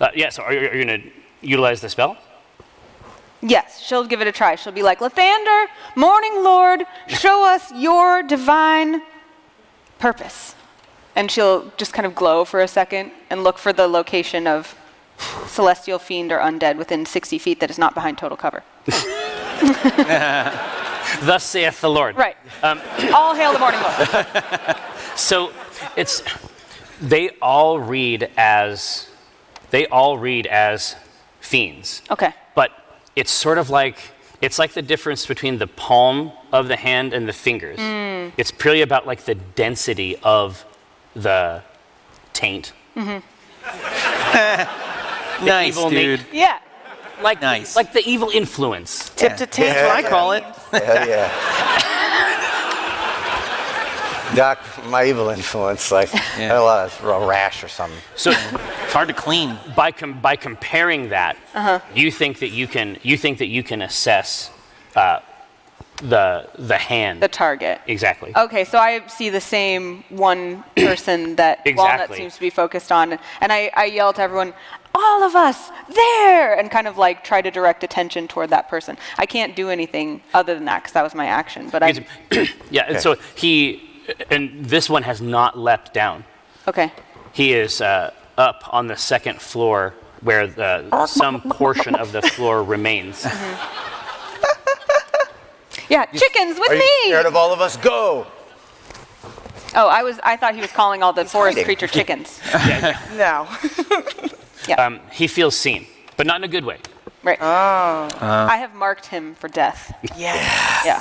S2: Uh, yeah. So are you, are you gonna utilize the spell?
S7: Yes, she'll give it a try. She'll be like, Lathander, Morning Lord, show us your divine purpose. And she'll just kind of glow for a second and look for the location of celestial fiend or undead within 60 feet that is not behind total cover.
S2: Thus saith the Lord.
S7: Right.
S2: Um,
S7: All hail the morning glory.
S2: So it's they all read as they all read as fiends.
S7: Okay.
S2: But it's sort of like it's like the difference between the palm of the hand and the fingers.
S7: Mm.
S2: It's purely about like the density of the taint.
S3: nice,
S2: evil na-
S3: dude.
S7: Yeah.
S2: Like
S3: Nice.
S2: like the evil influence.
S5: Tip to tape.
S4: Yeah.
S5: like
S3: I call it.
S4: Hell yeah. Doc, my evil influence, like I had a lot of a rash or something.
S2: So
S3: It's hard to clean.
S2: by com- by comparing that,
S7: Uh-huh.
S2: you think that you can you think that you can assess uh, the the hand.
S7: The target.
S2: exactly.
S7: Okay, so I see the same one person that Walnut
S2: Exactly.
S7: seems to be focused on. And I, I yell to everyone, all of us, there! And kind of like try to direct attention toward that person. I can't do anything other than that because that was my action. But I.
S2: yeah, and so he, and this one has not leapt down.
S7: Okay.
S2: He is uh, up on the second floor where the, some portion of the floor remains.
S7: Yeah, chickens with
S4: Are you
S7: me!
S4: scared of all of us? Go!
S7: oh, I was. I thought he was calling all the forest
S4: hiding.
S7: creature chickens.
S5: No.
S7: Yeah.
S2: Um, he feels seen, but not in a good way.
S7: right. Oh.
S4: Uh.
S7: I have marked him for death.
S5: yes.
S7: Yeah.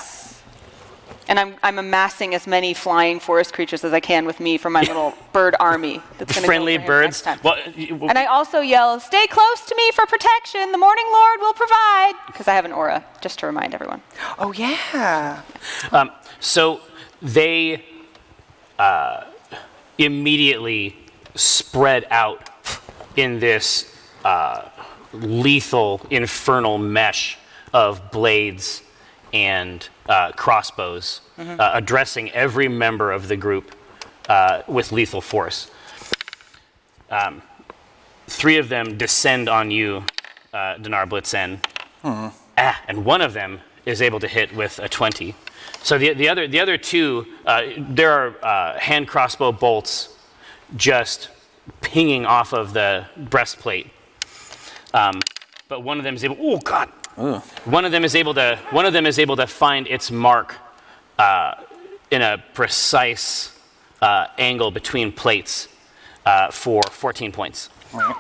S7: And I'm, I'm amassing as many flying forest creatures as I can with me for my little bird army. That's gonna go
S2: Friendly
S7: for him
S2: birds.
S7: Next time.
S2: Well, you-
S7: and I also yell, "Stay close to me for protection. The Morning Lord will provide." Because I have an aura, just to remind everyone.
S5: Oh yeah.
S2: Um, so they uh, immediately spread out in this uh, lethal, infernal mesh of blades and uh, crossbows, uh, addressing every member of the group uh, with lethal force. Um, three of them descend on you, uh, Dinar Blitzen. Ah, and one of them is able to hit with a 20. So the, the, other, the other two, uh, there are uh, hand crossbow bolts just pinging off of the breastplate. Um, but one of them is able, oh God. One of them is able to, one of them is able to find its mark uh, in a precise uh, angle between plates uh, for 14 points. I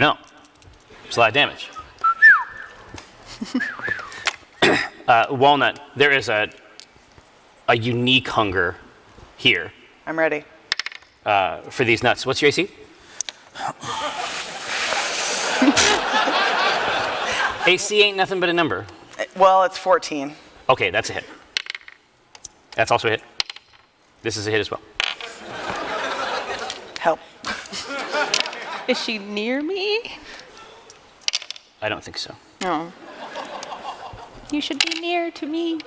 S2: know. It's a lot of damage. uh, Walnut, there is a, a unique hunger here.
S5: I'm ready.
S2: uh, for these nuts. What's your AC? 8 AC ain't nothing but a number.
S5: Well, it's 14.
S2: Okay, that's a hit. That's also a hit. This is a hit as well.
S5: Help.
S7: Is she near me?
S2: I don't think so.
S7: No. You should be near to me.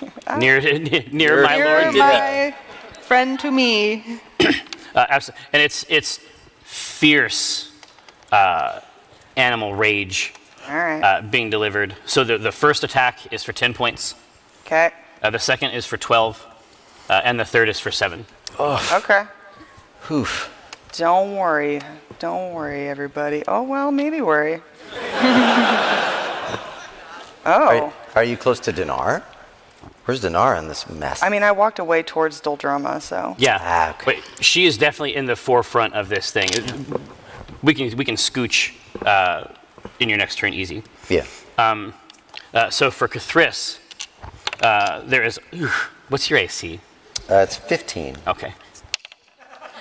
S2: Near, Ah. near, my
S7: You're
S2: lord. did-
S7: my friend to me.
S2: Uh, absolutely. And it's, it's fierce uh, animal rage
S5: All right.
S2: uh, being delivered. So the, the first attack is for 10 points,
S5: okay.
S2: uh, the second is for 12, uh, and the third is for 7.
S5: Okay.
S4: Hoof.
S5: Don't worry. Don't worry, everybody. Oh, well, maybe worry. oh.
S4: Are, are you close to Dinar? Where's Dinar in this mess?
S5: I mean, I walked away towards Doldrama, so.
S2: Yeah.
S4: Ah, okay.
S2: But she is definitely in the forefront of this thing. It- We can, we can scooch uh, in your next turn easy.
S4: yeah.
S2: Um, uh, so for Cathris, uh, there is. what's your AC?
S4: Uh, it's 15.
S2: Okay.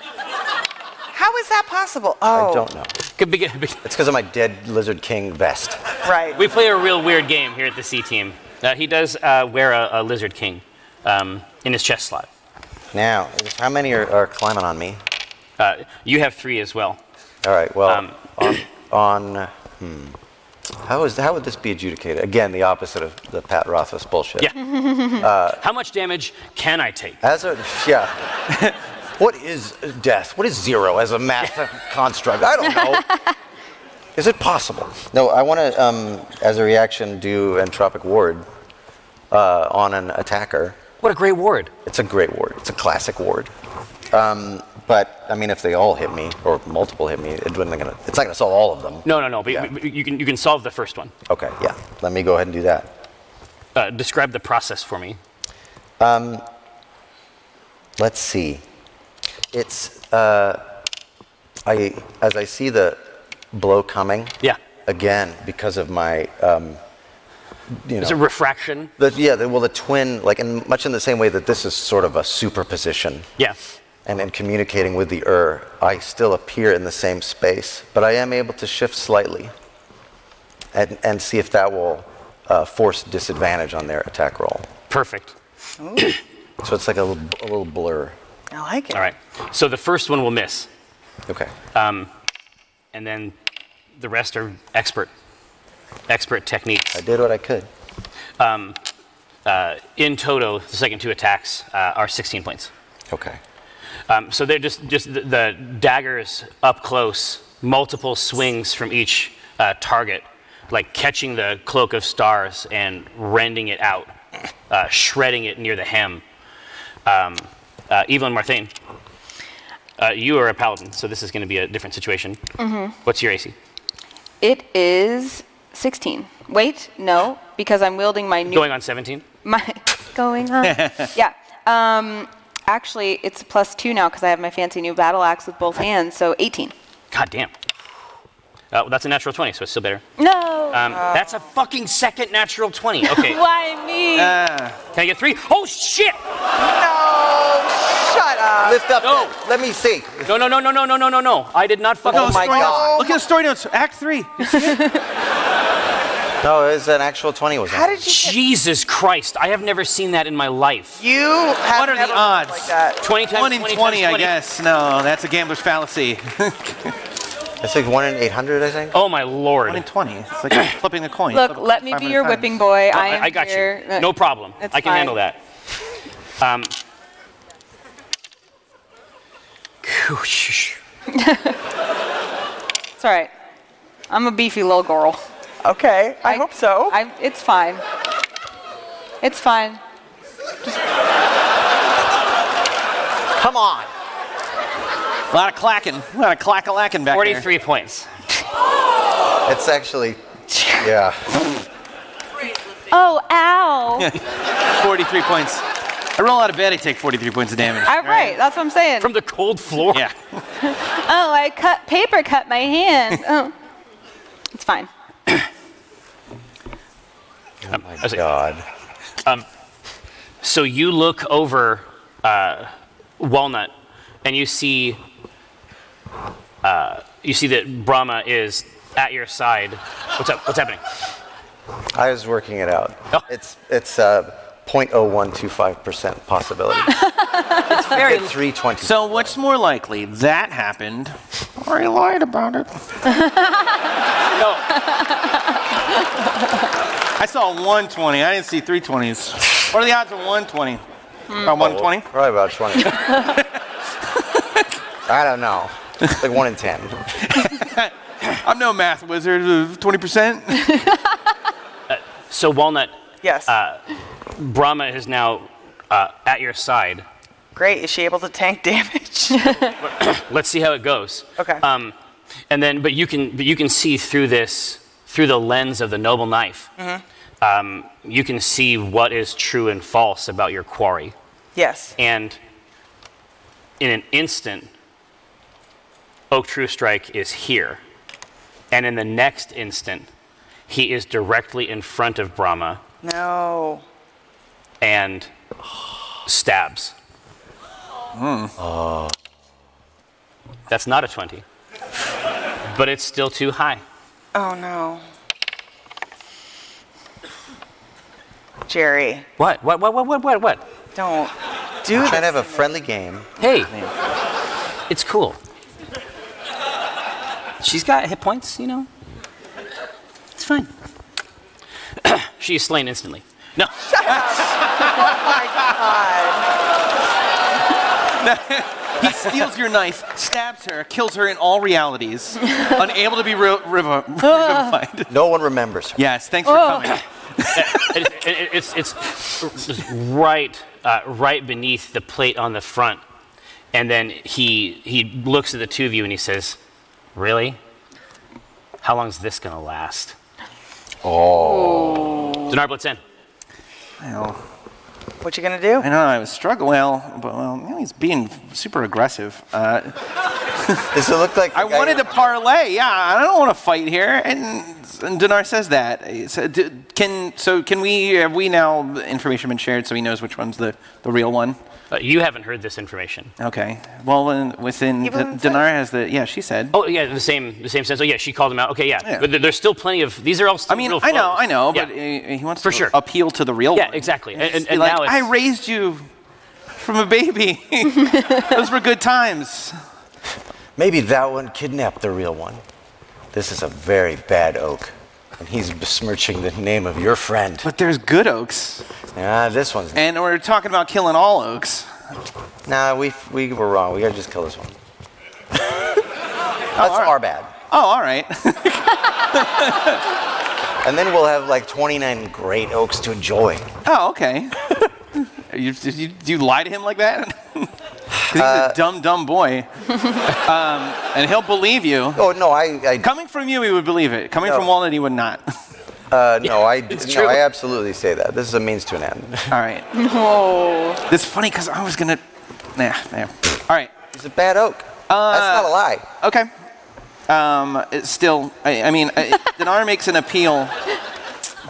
S5: How is that possible? Oh.
S4: I don't know.
S2: Good begin- be-
S4: It's because of my dead Lizard King vest.
S5: Right.
S2: We play a real weird game here at the C team. Uh, he does uh, wear a, a lizard king um, in his chest slot.
S4: Now, how many are, are climbing on me?
S2: Uh, you have three as well.
S4: All right. Well,
S2: Um,
S4: on, on hmm, how is how would this be adjudicated? Again, the opposite of the Pat Rothfuss bullshit.
S2: Yeah. How much damage can I take?
S4: As a yeah. what is death? What is zero as a math construct? I don't know. is it possible? No, I want to, um, as a reaction, do Entropic Ward uh, on an attacker.
S2: What a great ward.
S4: It's a great ward. It's a classic ward. Um, but I mean, if they all hit me or multiple hit me, it wouldn't gonna, it's not going to solve all of them.
S2: No, no, no. But
S4: Yeah.
S2: but you, can, you can solve the first one.
S4: Okay, yeah. Let me go ahead and do that.
S2: Uh, describe the process for me.
S4: Let's see. It's uh, I as I see the blow coming.
S2: Yeah.
S4: Again, because of my um, you
S2: Is it
S4: know.
S2: refraction?
S4: the, yeah, the, well, the twin, like, in much in the same way that this is sort of a superposition.
S2: Yeah.
S4: and in communicating with the Ur, I still appear in the same space, but I am able to shift slightly and, and see if that will uh, force disadvantage on their attack roll.
S2: Perfect.
S4: So it's like a, little- a little blur.
S5: I like it.
S2: All right. So the first one will miss,
S4: Okay.
S2: and then the rest are expert, expert techniques.
S4: I did what I could.
S2: In toto, the second two attacks uh, are 16 points.
S4: Okay.
S2: Um, so they're just just the, the daggers up close, multiple swings from each uh, target, like catching the cloak of stars and rending it out, uh, shredding it near the hem. Um, uh, Evelyn Marthain, uh, you are a paladin, so this is going to be a different situation. What's your AC?
S7: It is 16. Wait, no, because I'm wielding my new
S2: Going on 17.
S7: my going on. yeah. Um, actually, it's plus two now because I have my fancy new battle axe with both hands, so 18.
S2: God damn. Uh, well, that's a natural 20, so it's still better.
S7: No.
S2: Um, That's a fucking second natural 20. Okay.
S7: Why me?
S2: Can I get three? Oh shit!
S5: No, shut up.
S4: Lift up.
S2: No.
S4: Let me see.
S2: No, no, no, no, no, no, no, no, no. I did not fucking.
S4: Oh my
S3: story
S4: God.
S3: notes. Look at the story notes. Act three.
S4: No, it was an actual 20, was it?
S5: How did you? get-
S2: Jesus Christ, I have never seen that in my life.
S5: You have
S3: What are the
S5: never looked
S3: odds?
S5: like that.
S2: 20 times
S3: One in
S2: 20,
S3: 20,
S2: times
S3: I guess. No, that's a gambler's fallacy.
S4: It's like 1 in 800, I think.
S2: Oh my lord.
S3: One in 20. It's like flipping a coin.
S7: Look, let me be your whipping boy. I
S2: I,
S7: am
S2: I got
S7: here. Uh,
S2: you. No problem.
S7: That's
S2: I can
S7: fine.
S2: handle that. Um,
S7: It's all right. I'm a beefy little girl.
S5: Okay, I, hope so.
S7: I, it's fine. It's fine.
S4: Come on.
S3: A lot of clacking. A lot of clack a lacking back there.
S2: 43 points.
S4: It's actually, yeah.
S7: Oh, ow.
S3: 43 points. I roll out of bed, I take 43 points of damage.
S7: all right, that's what I'm saying.
S2: From the cold floor.
S3: Yeah.
S7: oh, I cut paper, cut my hand. oh. It's fine.
S2: Um, I was like,
S4: God.
S2: So you look over uh, Walnut and you see, uh, you see that Brahma is at your side. What's up? What's happening?
S4: I was working it out.
S2: Oh.
S4: It's it's uh, 0.0125% possibility.
S8: It's very.
S4: 320.
S3: So what's more likely? That happened, or I lied about it.
S2: No,
S3: I saw 120. I didn't see 320s. What are the odds of 120? About 120?
S4: Probably about 20. I don't know. It's Like 1 in 10.
S3: I'm no math wizard. Uh, 20%?
S2: so Walnut,
S5: Yes.
S2: Brahma is now uh, at your side.
S5: Great. Is she able to tank damage?
S2: Let's see how it goes.
S5: Okay.
S2: Um, and then, but you can, but you can see through this, through the lens of the noble knife. Um, you can see what is true and false about your quarry.
S5: yes.
S2: And in an instant, Oak True Strike is here. And in the next instant, he is directly in front of Brahma
S5: No.
S2: and stabs. Hmm. That's not a 20. But it's still too high.
S5: Oh no. Jerry,
S2: What? What? What? What? What? What? What?
S5: don't do
S4: Trying to
S5: that.
S4: have a friendly game.
S2: Hey, it's cool. She's got hit points, you know. It's fine. she is slain instantly. No,
S5: Oh my god.
S3: he steals your knife, stabs her, kills her in all realities, unable to be re- revi- revivified.
S4: No one remembers her.
S3: Yes, thanks for coming.
S2: it, it, it's, it's just right, uh, right beneath the plate on the front. And then he, he looks at the two of you and he says, Really? How long is this going to last? Oh. Dinar Blitz in.
S3: Well,
S5: What you gonna do?
S3: I know I was struggling. Well, but well, you know, he's being super aggressive. Uh,
S4: Does it look like the
S3: I
S4: guy-
S3: wanted to parlay. Yeah, I don't want to fight here. And, and Dinar says that. He said, "D- can so can we? Have we now information been shared so he knows which one's the, the real one?
S2: Uh, you haven't heard this information.
S3: Okay. Well, then within
S5: Even
S3: D-
S5: if I-
S3: Dinar has the yeah. She said.
S2: Oh yeah, the same the same sense. Oh yeah, she called him out. Okay, yeah.
S3: Yeah.
S2: But there- there's still plenty of these are all still
S3: I mean,
S2: real
S3: I know,
S2: photos.
S3: I know, but
S2: yeah.
S3: uh, he wants
S2: For
S3: to
S2: sure.
S3: appeal to the real
S2: Yeah,
S3: one.
S2: exactly. And-
S3: just
S2: and-
S3: be
S2: and
S3: like,
S2: now it's-
S3: I raised you from a baby. Those were good times.
S4: Maybe that one kidnapped the real one. This is a very bad oak. And he's besmirching the name of your friend.
S3: But there's good oaks,
S4: Ah, this one's.
S3: and we're talking about killing all oaks.
S4: Nah, we, we were wrong. We gotta just kill this one. That's our bad.
S3: Oh, all right.
S4: And then we'll have like 29 great oaks to enjoy.
S3: oh, okay. you, did you, do you lie to him like that? 'Cause he's a dumb, dumb boy, um, and he'll believe you.
S4: Oh no, I, I
S3: Coming from you, he would believe it. Coming
S4: No.
S3: from Walnut, he would not.
S4: uh, no, I no,
S2: true.
S4: I absolutely say that. This is a means to an end.
S3: all right.
S7: Oh.
S3: It's funny because I was gonna. Nah, nah. All right.
S4: It's a bad oak. That's not
S3: Uh,
S4: a lie.
S3: Okay. Um, it's still, I, I mean, I, Dinar makes an appeal.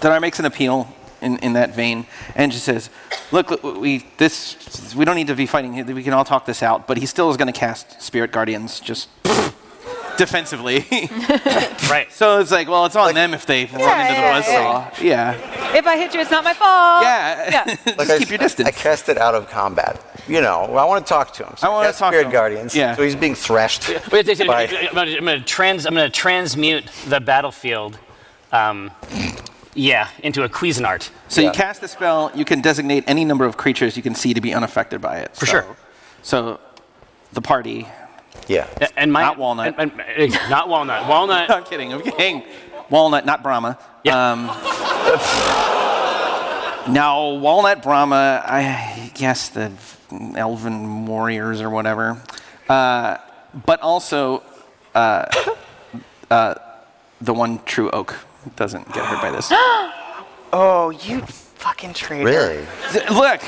S3: Dinar makes an appeal in, in that vein, and she says, "Look, look, we this we don't need to be fighting. We can all talk this out." But he still is going to cast Spirit Guardians just defensively. uh,
S2: right.
S3: so it's like, well, it's on them if they run into
S7: yeah,
S3: the buzzsaw. Yeah,
S7: If I hit you, it's not my fault.
S3: yeah. just
S4: I,
S3: keep your distance.
S4: I cast it out of combat. You know, I want to talk to him. So
S3: I wanna
S4: cast
S3: talk to
S4: Spirit
S3: him.
S4: Guardians.
S3: Yeah.
S4: So he's being thrashed.
S2: Wait, wait, wait,
S4: by-
S2: I'm gonna- I'm gonna trans I'm gonna transmute the battlefield, um, yeah, into a Cuisinart.
S3: So
S4: Yeah.
S3: you cast the spell, you can designate any number of creatures you can see to be unaffected by it.
S2: For
S3: so,
S2: sure.
S3: So the party.
S4: yeah.
S2: A- And my
S3: Not walnut.
S2: and- and- eh, not walnut. Walnut.
S3: I'm kidding, I'm kidding. Walnut, not Brahma. Uh,
S2: Yeah.
S3: Um, now, Walnut Brahma, I guess the elven warriors or whatever. Uh, but also uh, uh, the one true oak doesn't get hurt by this.
S5: Oh, you fucking traitor.
S4: Really?
S3: Look,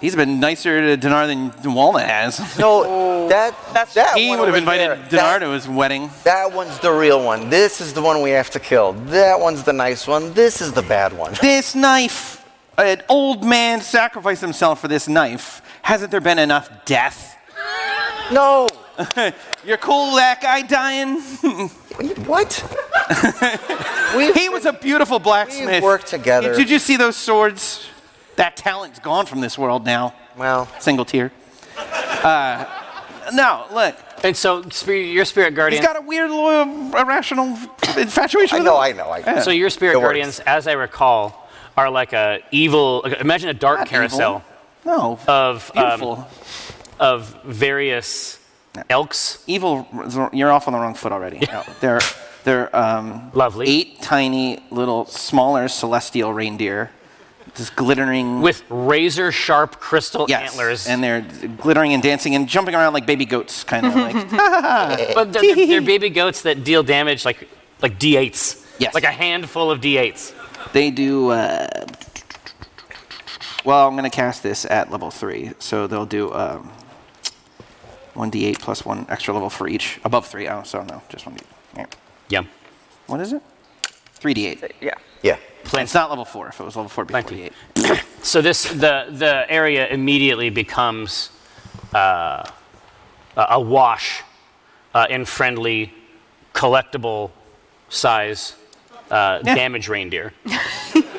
S3: he's been nicer to Dinar than Walnut has.
S4: No, that that's that
S3: He
S4: one
S3: would have
S4: over
S3: invited
S4: there,
S3: Dinar
S4: that-
S3: to his wedding.
S4: That one's the real one. This is the one we have to kill. That one's the nice one. This is the bad one.
S3: This knife, an old man sacrificed himself for this knife. Hasn't there been enough death?
S4: No.
S3: You're cool, that guy dying.
S4: What? We've
S3: He was a beautiful blacksmith.
S4: worked together.
S3: Did you see those swords? That talent's gone from this world now.
S4: Well,
S3: Single tear. Uh, no, look.
S2: And so, spirit, your spirit
S3: He's
S2: guardian.
S3: got a weird, loyal, irrational infatuation
S4: I
S3: with
S4: know,
S3: it.
S4: I know, I know.
S2: so your spirit
S4: It works.
S2: guardians, as I recall, are like a evil. like, imagine a dark
S3: Not evil.
S2: carousel
S3: No.
S2: of
S3: Beautiful.
S2: um, of various elks.
S3: evil you're off on the wrong foot already no, they're they're um,
S2: Lovely.
S3: eight tiny little smaller celestial reindeer just glittering
S2: With razor sharp crystal
S3: yes,
S2: antlers,
S3: and they're glittering and dancing and jumping around like baby goats kind of like
S2: but they're, they're- they're baby goats that deal damage like like d8s,
S3: Yes.
S2: like a handful of d8s.
S3: they do uh, well i'm going to cast this at level three so they'll do um, 1d8 plus one extra level for each above three oh so no just one d yeah.
S2: Yum.
S3: what is it 3d8
S5: Yeah.
S4: yeah.
S3: it's not level four if it was level four it'd be
S2: Plenty.
S3: 48
S2: So this the the area immediately becomes uh, a wash uh, in friendly, collectible size uh,
S3: Yeah.
S2: damage reindeer.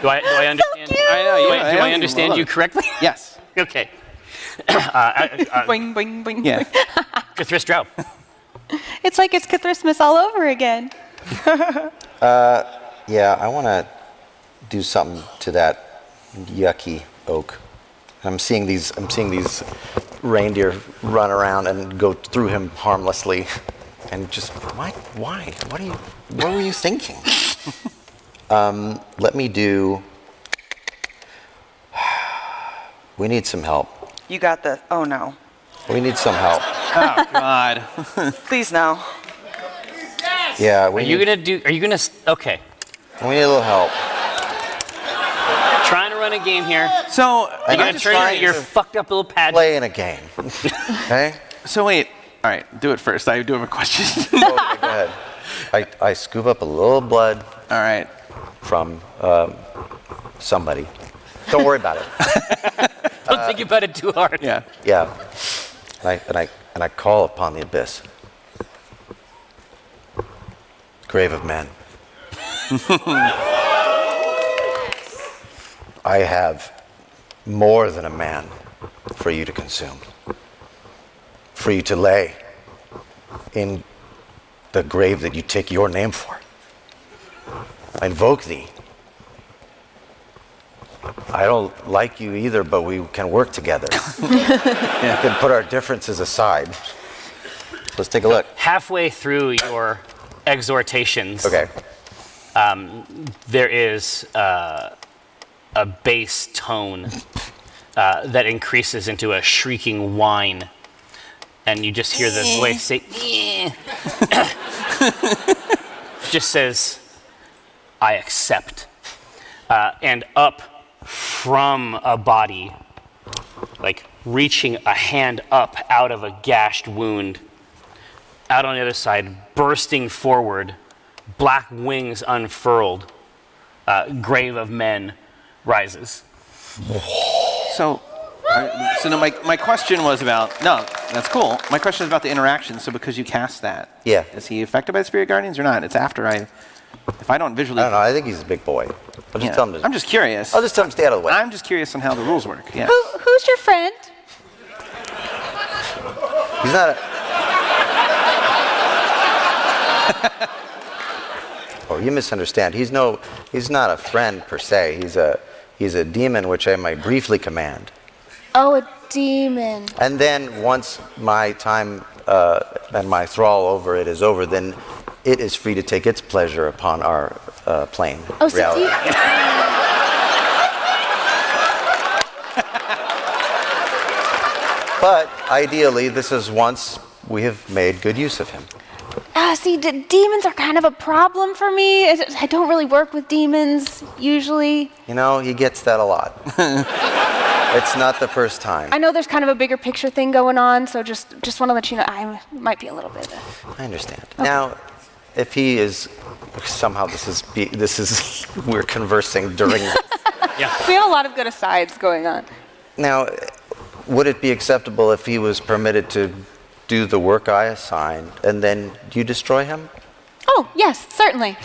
S2: do I do I understand?
S3: I know,
S2: do
S3: yeah,
S2: I, do
S3: I
S2: I
S3: know.
S2: understand you correctly?
S3: yes
S2: okay, uh,
S7: boing, boing, boing.
S3: yeah
S7: boing.
S2: Kathris Drow.
S7: It's like it's Christmas all over again.
S4: Yeah, I want to do something to that yucky oak. I'm seeing these. I'm seeing these reindeer run around and go through him harmlessly, and just why? Why? What are you? What were you thinking? um, let me do. We need some help.
S5: You got the. Oh no.
S4: We need some help.
S3: God.
S5: Please no.
S4: Yeah, we
S2: Are
S4: need,
S2: you gonna do? Are you gonna? s- Okay,
S4: we need a little help.
S2: trying to run a game here.
S3: So,
S2: You're
S4: I'm
S2: gonna
S4: just
S2: turn
S4: trying
S2: your
S4: to-
S2: fucked up little pad.
S4: Play in a game. okay?
S3: so wait. All right, do it first. I do have a question. all
S4: Okay, go ahead. I, I scoop up a little blood
S3: right.
S4: from um, somebody. Don't worry about it.
S2: Don't think about it too hard.
S3: uh, Yeah.
S4: Yeah. And I, and I, and I call upon the abyss. Grave of men. I have more than a man for you to consume, for you to lay in the grave that you take your name for. I invoke thee. I don't like you either, but we can work together. We can put our differences aside. Let's take a look.
S2: Halfway through your exhortations,
S4: Okay.
S2: there is uh, a bass tone uh, that increases into a shrieking whine, and you just hear the voice say, just says, I accept. Uh, and up from a body, like reaching a hand up out of a gashed wound, out on the other side, bursting forward, black wings unfurled uh, grave of men rises.
S3: So, I- so no, my, my question was about no. That's cool. My question is about the interaction. So because you cast that,
S4: Yeah.
S3: is he affected by the spirit guardians or not? It's after I, if I don't visually.
S4: I don't know. I think he's a big boy. I'll just
S3: yeah.
S4: tell him to.
S3: I'm just curious.
S4: I'll just tell him to stay out of the way.
S3: I'm just curious on how the rules work. Yeah.
S7: Who, who's your friend?
S4: he's not. A... oh, you misunderstand. He's no. He's not a friend per se. He's a. He's a demon which I may briefly command.
S8: Oh, a demon.
S4: And then once my time uh, and my thrall over it is over, then it is free to take its pleasure upon our uh, plane
S8: Oh, so
S4: reality.
S8: de-
S4: But ideally, this is once we have made good use of him.
S8: Ah, see, d- demons are kind of a problem for me. I I don't really work with demons usually.
S4: You know, he gets that a lot. it's not the first time.
S8: I know there's kind of a bigger picture thing going on, so just just want to let you know I might be a little bit. uh,
S4: I understand. Now, if he is somehow this is be, this is we're conversing during.
S7: We have a lot of good asides going on.
S4: now, would it be acceptable if he was permitted to do the work I assign, and then you destroy him?
S8: Oh, yes, certainly.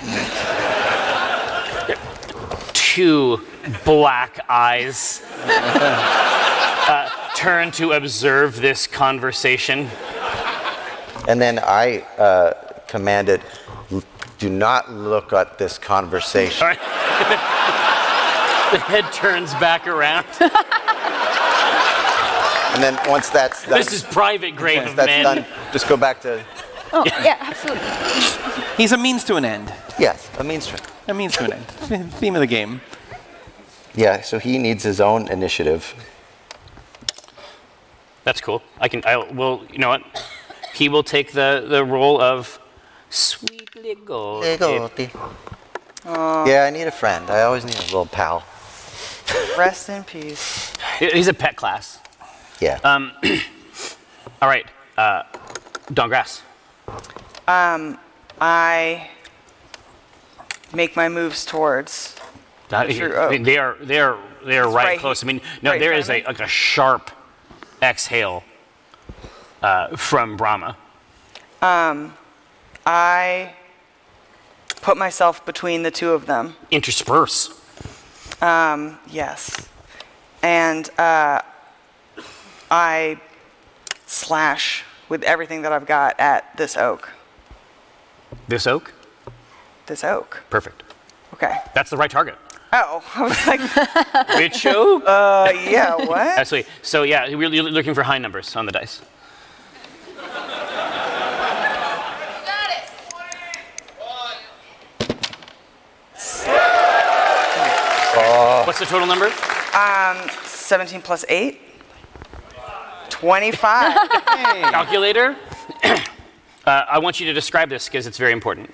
S2: two black eyes uh, turn to observe this conversation.
S4: And then I uh, commanded, "L- do not look at this conversation.
S2: All right. the head turns back around.
S4: And then once that's done,
S2: This is private grave
S4: once
S2: of
S4: that's
S2: men.
S4: done, just go back to,
S8: Oh, yeah, absolutely.
S3: He's a means to an end.
S4: yes, a means trip.
S3: A means to an end. Theme of the game.
S4: Yeah, so he needs his own initiative.
S2: That's cool. I can. I will. You know what? He will take the the role of sweet little.
S4: Yeah, I need a friend. I always need a little pal.
S5: Rest in peace.
S2: He's a pet class.
S4: Yeah.
S2: All right. Uh, Don Grass.
S5: Um, I make my moves towards.
S2: That-
S5: Sure,
S2: I mean,
S5: oh.
S2: they are they are they are right,
S5: right
S2: close. I mean,
S5: he-
S2: no,
S5: right
S2: there
S5: in
S2: is a
S5: front
S2: like a sharp exhale uh, from Brahma.
S5: I put myself between the two of them.
S2: Intersperse.
S5: Yes. And uh, I slash with everything that I've got at this oak.
S2: This oak.
S5: This oak.
S2: Perfect.
S5: Okay.
S2: That's the right target.
S5: Oh, I was like,
S2: Which oak?
S5: uh, yeah, what?
S2: Absolutely. So yeah, we're you're looking for high numbers on the dice. What's the total number?
S5: 17 plus 8? 25.
S2: Calculator. uh, I want you to describe this because it's very important.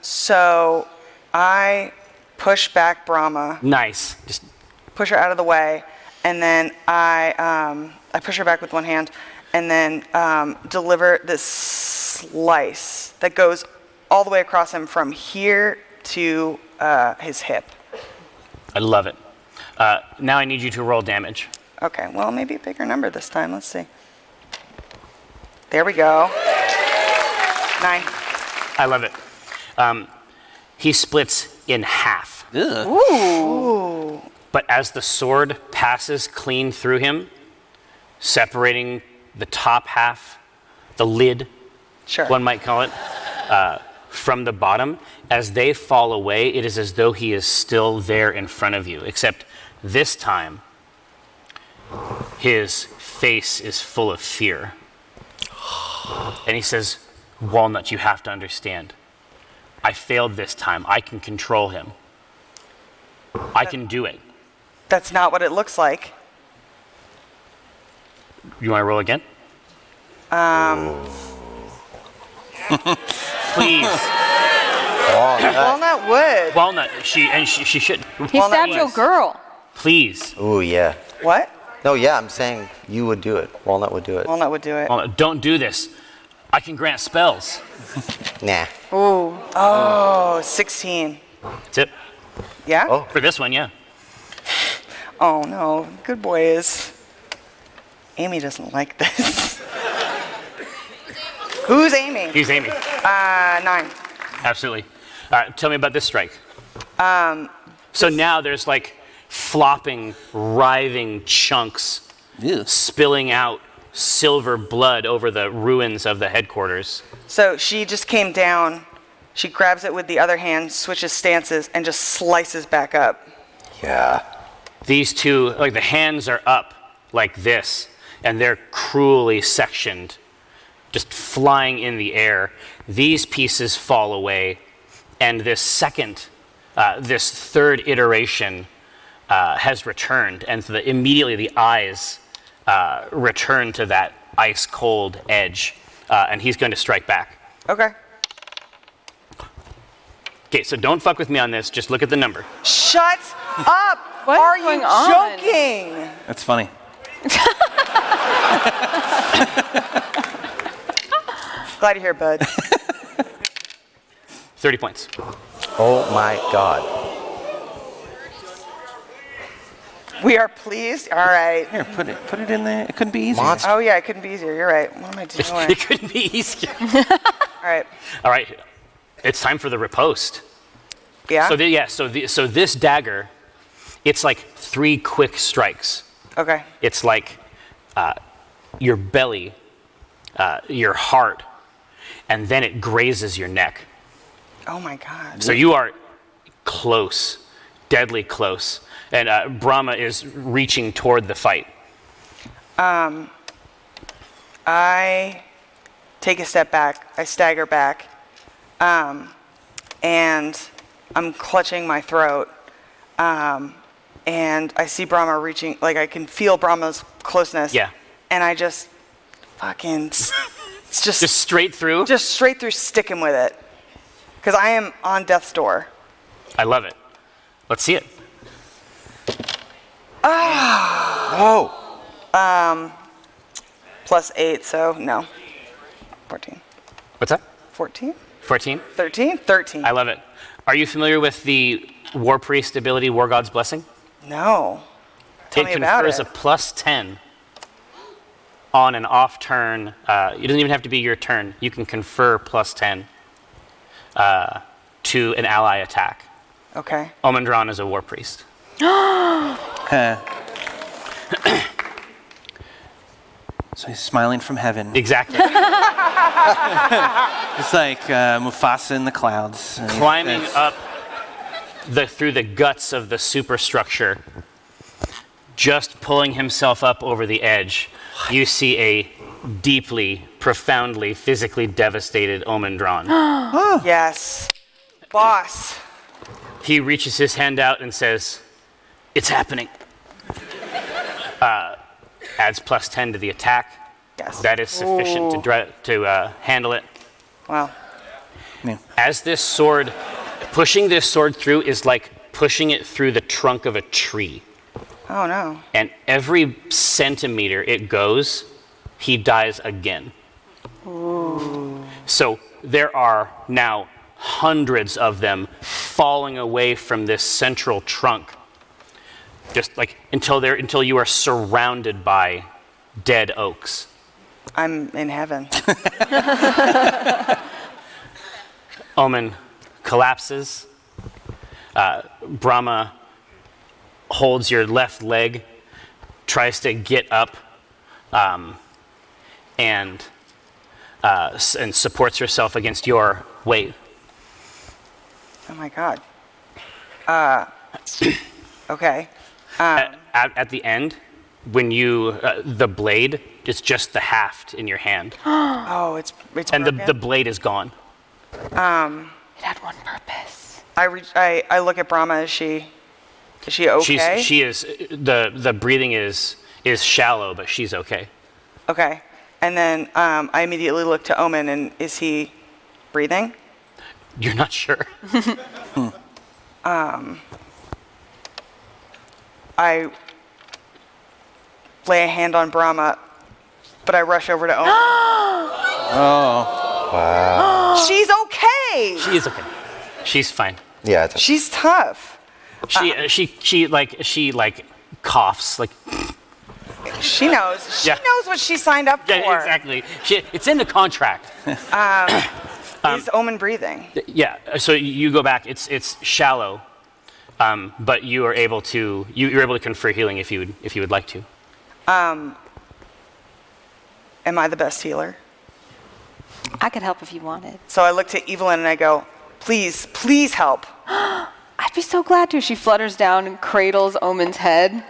S5: so I push back Brahma,
S2: Nice. Just
S5: push her out of the way, and then I, um, I push her back with one hand and then um, deliver this slice that goes all the way across him from here to uh, his hip.
S2: I love it. Uh, now I need you to roll damage.
S5: Okay, well, maybe a bigger number this time. Let's see. There we go. Nine.
S2: I love it. Um, he splits in half.
S3: Ugh.
S2: But as the sword passes clean through him, separating the top half, the lid,
S5: Sure.
S2: one might call it, uh, from the bottom, as they fall away, it is as though he is still there in front of you, except this time, his face is full of fear. And he says, Walnut, you have to understand. I failed this time. I can control him. I can do it.
S5: That's not what it looks like.
S2: You want to roll again? Um. Please,
S5: Walnut wood.
S2: walnut. She and she, she should.
S7: He
S5: Walnut
S7: stabbed your
S5: was-
S7: girl.
S2: Please,
S4: Ooh, yeah.
S5: What?
S4: No, yeah, I'm saying you would do it. Walnut would do it.
S5: Walnut would do it.
S2: walnut. Don't do this. I can grant spells.
S4: Nah.
S5: Oh, 16.
S2: That's it
S5: Yeah?
S4: Oh.
S2: for this one. Yeah.
S5: Oh, no. Good boy is. Amy doesn't like this. Who's Amy?
S2: He's Amy.
S5: Uh, nine.
S2: Absolutely. All right. Tell me about this strike. So now there's like flopping, writhing chunks
S3: Ugh.
S2: spilling out silver blood over the ruins of the headquarters.
S5: So she just came down. She grabs it with the other hand, switches stances, and just slices back up.
S4: Yeah.
S2: these two, like the hands are up like this, and they're cruelly sectioned, just flying in the air. These pieces fall away, and this second, uh, this third iteration uh, has returned, and so the, immediately the eyes uh, return to that ice cold edge, uh, and he's going to strike back.
S5: Okay.
S2: Okay, so don't fuck with me on this, just look at the number.
S5: Shut up!
S7: What is
S5: Are
S7: going
S5: you
S7: on?
S5: joking?
S3: That's funny.
S5: Glad you're here, bud.
S2: 30 points.
S4: Oh my God.
S5: We are pleased. All right.
S3: Here, put it, put it in there. It couldn't be easier.
S4: Monster.
S5: Oh yeah, it couldn't be easier. You're right. What am I doing?
S2: It couldn't be easier.
S5: All right.
S2: All right, it's time for the riposte.
S5: Yeah.
S2: So the, yeah, so the, so this dagger, it's like three quick strikes.
S5: okay.
S2: It's like uh, your belly, uh, your heart, and then it grazes your neck.
S5: Oh my God.
S2: So you are close, deadly close, and uh, Brahma is reaching toward the fight.
S5: I take a step back. I stagger back, um, and I'm clutching my throat. Um, and I see Brahma reaching. Like I can feel Brahma's closeness.
S2: Yeah.
S5: And I just fucking. It's just
S2: Just straight through.
S5: just straight through stick him with it. Because I am on death's door.
S2: I love it. Let's see it.
S4: Oh,
S5: Plus eight, so no. 14.
S2: What's that?
S5: 14?
S2: 14.
S5: 13? 13.
S2: I love it. Are you familiar with the War Priest ability, War God's Blessing?
S5: no. Tell
S2: it
S5: me about
S2: confers
S5: it.
S2: a plus 10 on an off turn. Uh, it doesn't even have to be your turn. You can confer plus 10 uh, to an ally attack.
S5: Okay.
S2: Omendron is a war priest.
S3: Huh. so he's smiling from heaven.
S2: Exactly.
S3: It's like uh, Mufasa in the clouds. And uh, he-
S2: Climbing
S3: it's-
S2: up the, through the guts of the superstructure, just pulling himself up over the edge, you see a deeply, profoundly, physically devastated Omendron.
S5: Yes. Boss.
S2: he reaches his hand out and says, It's happening. Uh, adds plus 10 to the attack.
S5: Yes.
S2: That is sufficient to, dra- to uh, handle it.
S5: Wow.
S3: Yeah.
S2: As this sword, pushing this sword through is like pushing it through the trunk of a tree.
S5: Oh no.
S2: And every centimeter it goes, he dies again. So there are now hundreds of them falling away from this central trunk. Just like until there until you are surrounded by dead oaks.
S5: I'm in heaven.
S2: Omen collapses. Uh, Brahma holds your left leg, tries to get up, um, and, uh, s- and supports herself against your weight.
S5: oh my God. Uh, okay.
S2: At, at the end, when you, uh, the blade, it's just the haft in your hand,
S5: Oh, it's it's
S2: and the,
S5: broken.
S2: the blade is gone.
S7: It had one purpose.
S5: I reach. I, I look at Brahma. Is she? Is she okay?
S2: She's, she is, the, the breathing is, is shallow, but she's okay.
S5: okay. And then um, I immediately look to Omen. And is he breathing?
S2: You're not sure.
S5: I lay a hand on Brahma, but I rush over to Owen. oh. Wow. She's okay.
S2: She is okay. She's fine.
S4: yeah. It's
S5: She's tough.
S2: She, uh, she, she, like, she, like, coughs, like,
S5: She knows. She
S2: Yeah.
S5: knows what she signed up for.
S2: yeah, exactly. She, it's in the contract.
S5: Is Omen breathing?
S2: um, Yeah. So you go back. It's, it's shallow, um, but you are able to, you, you're able to confer healing if you would, if you would like to.
S5: Am I the best healer?
S7: I could help if you wanted.
S5: So I look to Evelyn and I go, please, please help.
S7: I'd be so glad to. She flutters down and cradles Omen's head.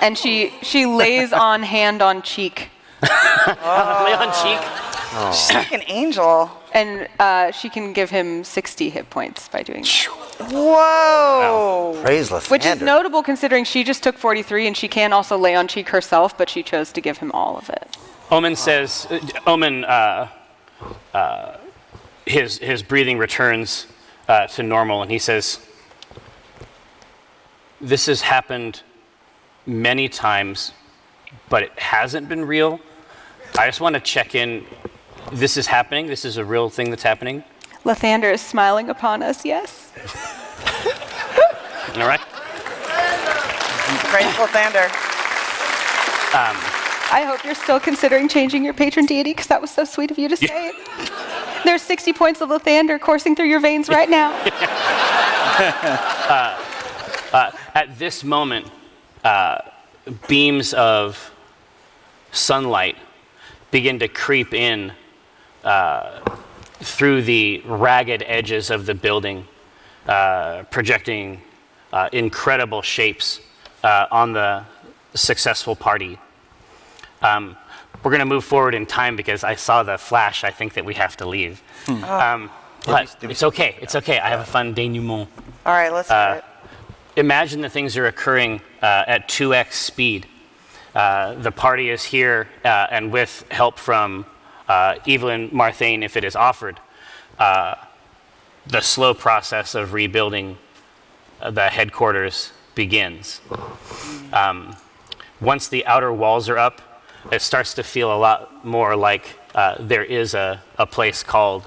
S7: and she she lays on hand on cheek.
S2: Lay on cheek.
S5: She's like an angel.
S7: And uh, she can give him 60 hit points by doing that.
S5: Whoa.
S4: praise Lathander.
S7: Which is notable considering she just took 43 and she can also lay on cheek herself, but she chose to give him all of it.
S2: Omen says, uh, Omen, uh, uh, his, his breathing returns uh, to normal, and he says, This has happened many times, but it hasn't been real. I just want to check in. This is happening. This is a real thing that's happening.
S7: Lathander is smiling upon us, yes?
S2: All right.
S5: Grateful Thunder.
S7: I hope you're still considering changing your patron deity because that was so sweet of you to say it. There's 60 points of Lathander coursing through your veins right now.
S2: At this moment, uh, beams of sunlight begin to creep in uh, through the ragged edges of the building, uh, projecting uh, incredible shapes uh, on the successful party. Um, we're going to move forward in time because I saw the flash. I think that we have to leave. Um, but it's okay. It's okay. I have a fun denouement
S5: All right, let's hear
S2: Uh,
S5: it.
S2: imagine that things are occurring uh, at 2x speed. Uh, the party is here, uh, and with help from uh, Evelyn Marthane, if it is offered, uh, the slow process of rebuilding uh, the headquarters begins. Um, once the outer walls are up, it starts to feel a lot more like uh, there is a, a place called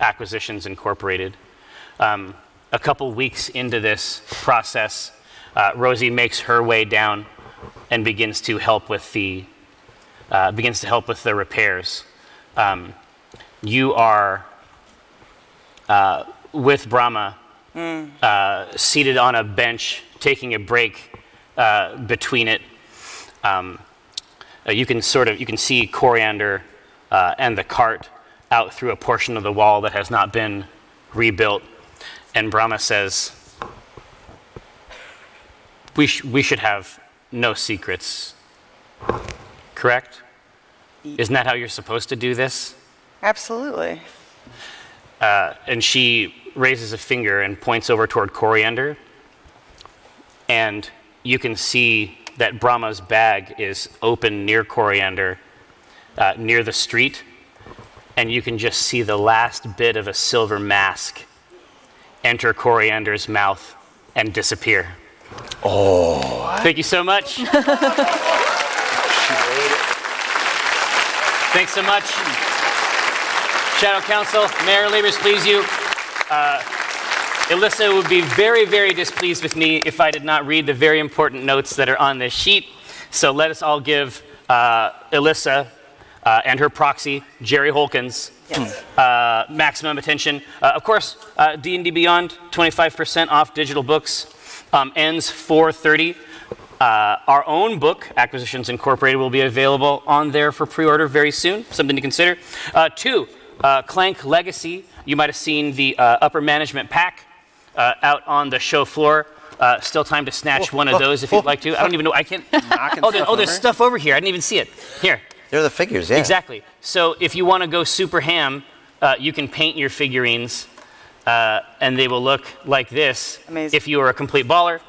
S2: Acquisitions Incorporated. Um, a couple weeks into this process, uh, Rosie makes her way down and begins to help with the uh, begins to help with the repairs. Um, you are uh, with Brahma uh, seated on a bench, taking a break uh, between it. Um, uh, you can sort of you can see coriander uh, and the cart out through a portion of the wall that has not been rebuilt. And Brahma says, "We sh- we should have no secrets, correct? Isn't that how you're supposed to do this?"
S5: Absolutely.
S2: and she raises a finger and points over toward Coriander. And you can see that Brahma's bag is open near Coriander, uh, near the street. And you can just see the last bit of a silver mask enter Coriander's mouth and disappear. Oh. Thank you so much. Thanks so much. Shadow Council, Mayor Labors, please you. Uh, Alyssa would be very, very displeased with me if I did not read the very important notes that are on this sheet. So let us all give uh, Alyssa uh, and her proxy, Jerry Holkins,
S5: Yes.
S2: uh, maximum attention. Uh, of course, uh, D&D Beyond, 25% off digital books, um, ends 4.30. Uh, our own book, Acquisitions Incorporated, will be available on there for pre-order very soon. Something to consider. Uh, two, uh, Clank Legacy. You might have seen the uh, upper management pack uh, out on the show floor. Uh, still time to snatch one of those if you'd like to. I don't even know. I can't.
S3: Knocking
S2: oh, there-
S3: stuff
S2: oh, there's
S3: over.
S2: stuff over here. I didn't even see it. Here.
S4: They're the figures, yeah.
S2: Exactly. So if you want to go super ham, uh, you can paint your figurines, uh, and they will look like this.
S5: Amazing.
S2: If you are a complete baller.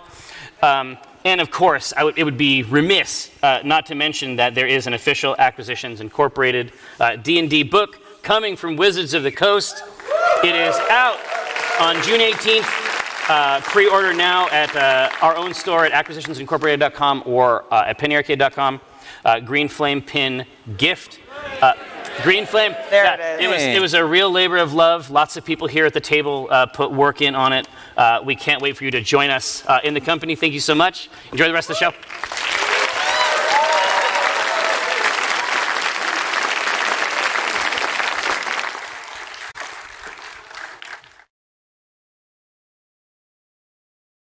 S2: Um, and of course, I would it would be remiss uh, not to mention that there is an official Acquisitions Incorporated uh, D&D book coming from Wizards of the Coast. It is out on June 18th. Uh, pre-order now at uh, our own store at acquisitionsincorporated.com or uh, at pennyarcade.com. Uh, Green Flame pin gift. Uh, Green Flame.
S5: There
S2: yeah,
S5: it is.
S2: was, it was a real labor of love. Lots of people here at the table uh, put work in on it. Uh, we can't wait for you to join us uh, in the company. Thank you so much. Enjoy the rest of the show.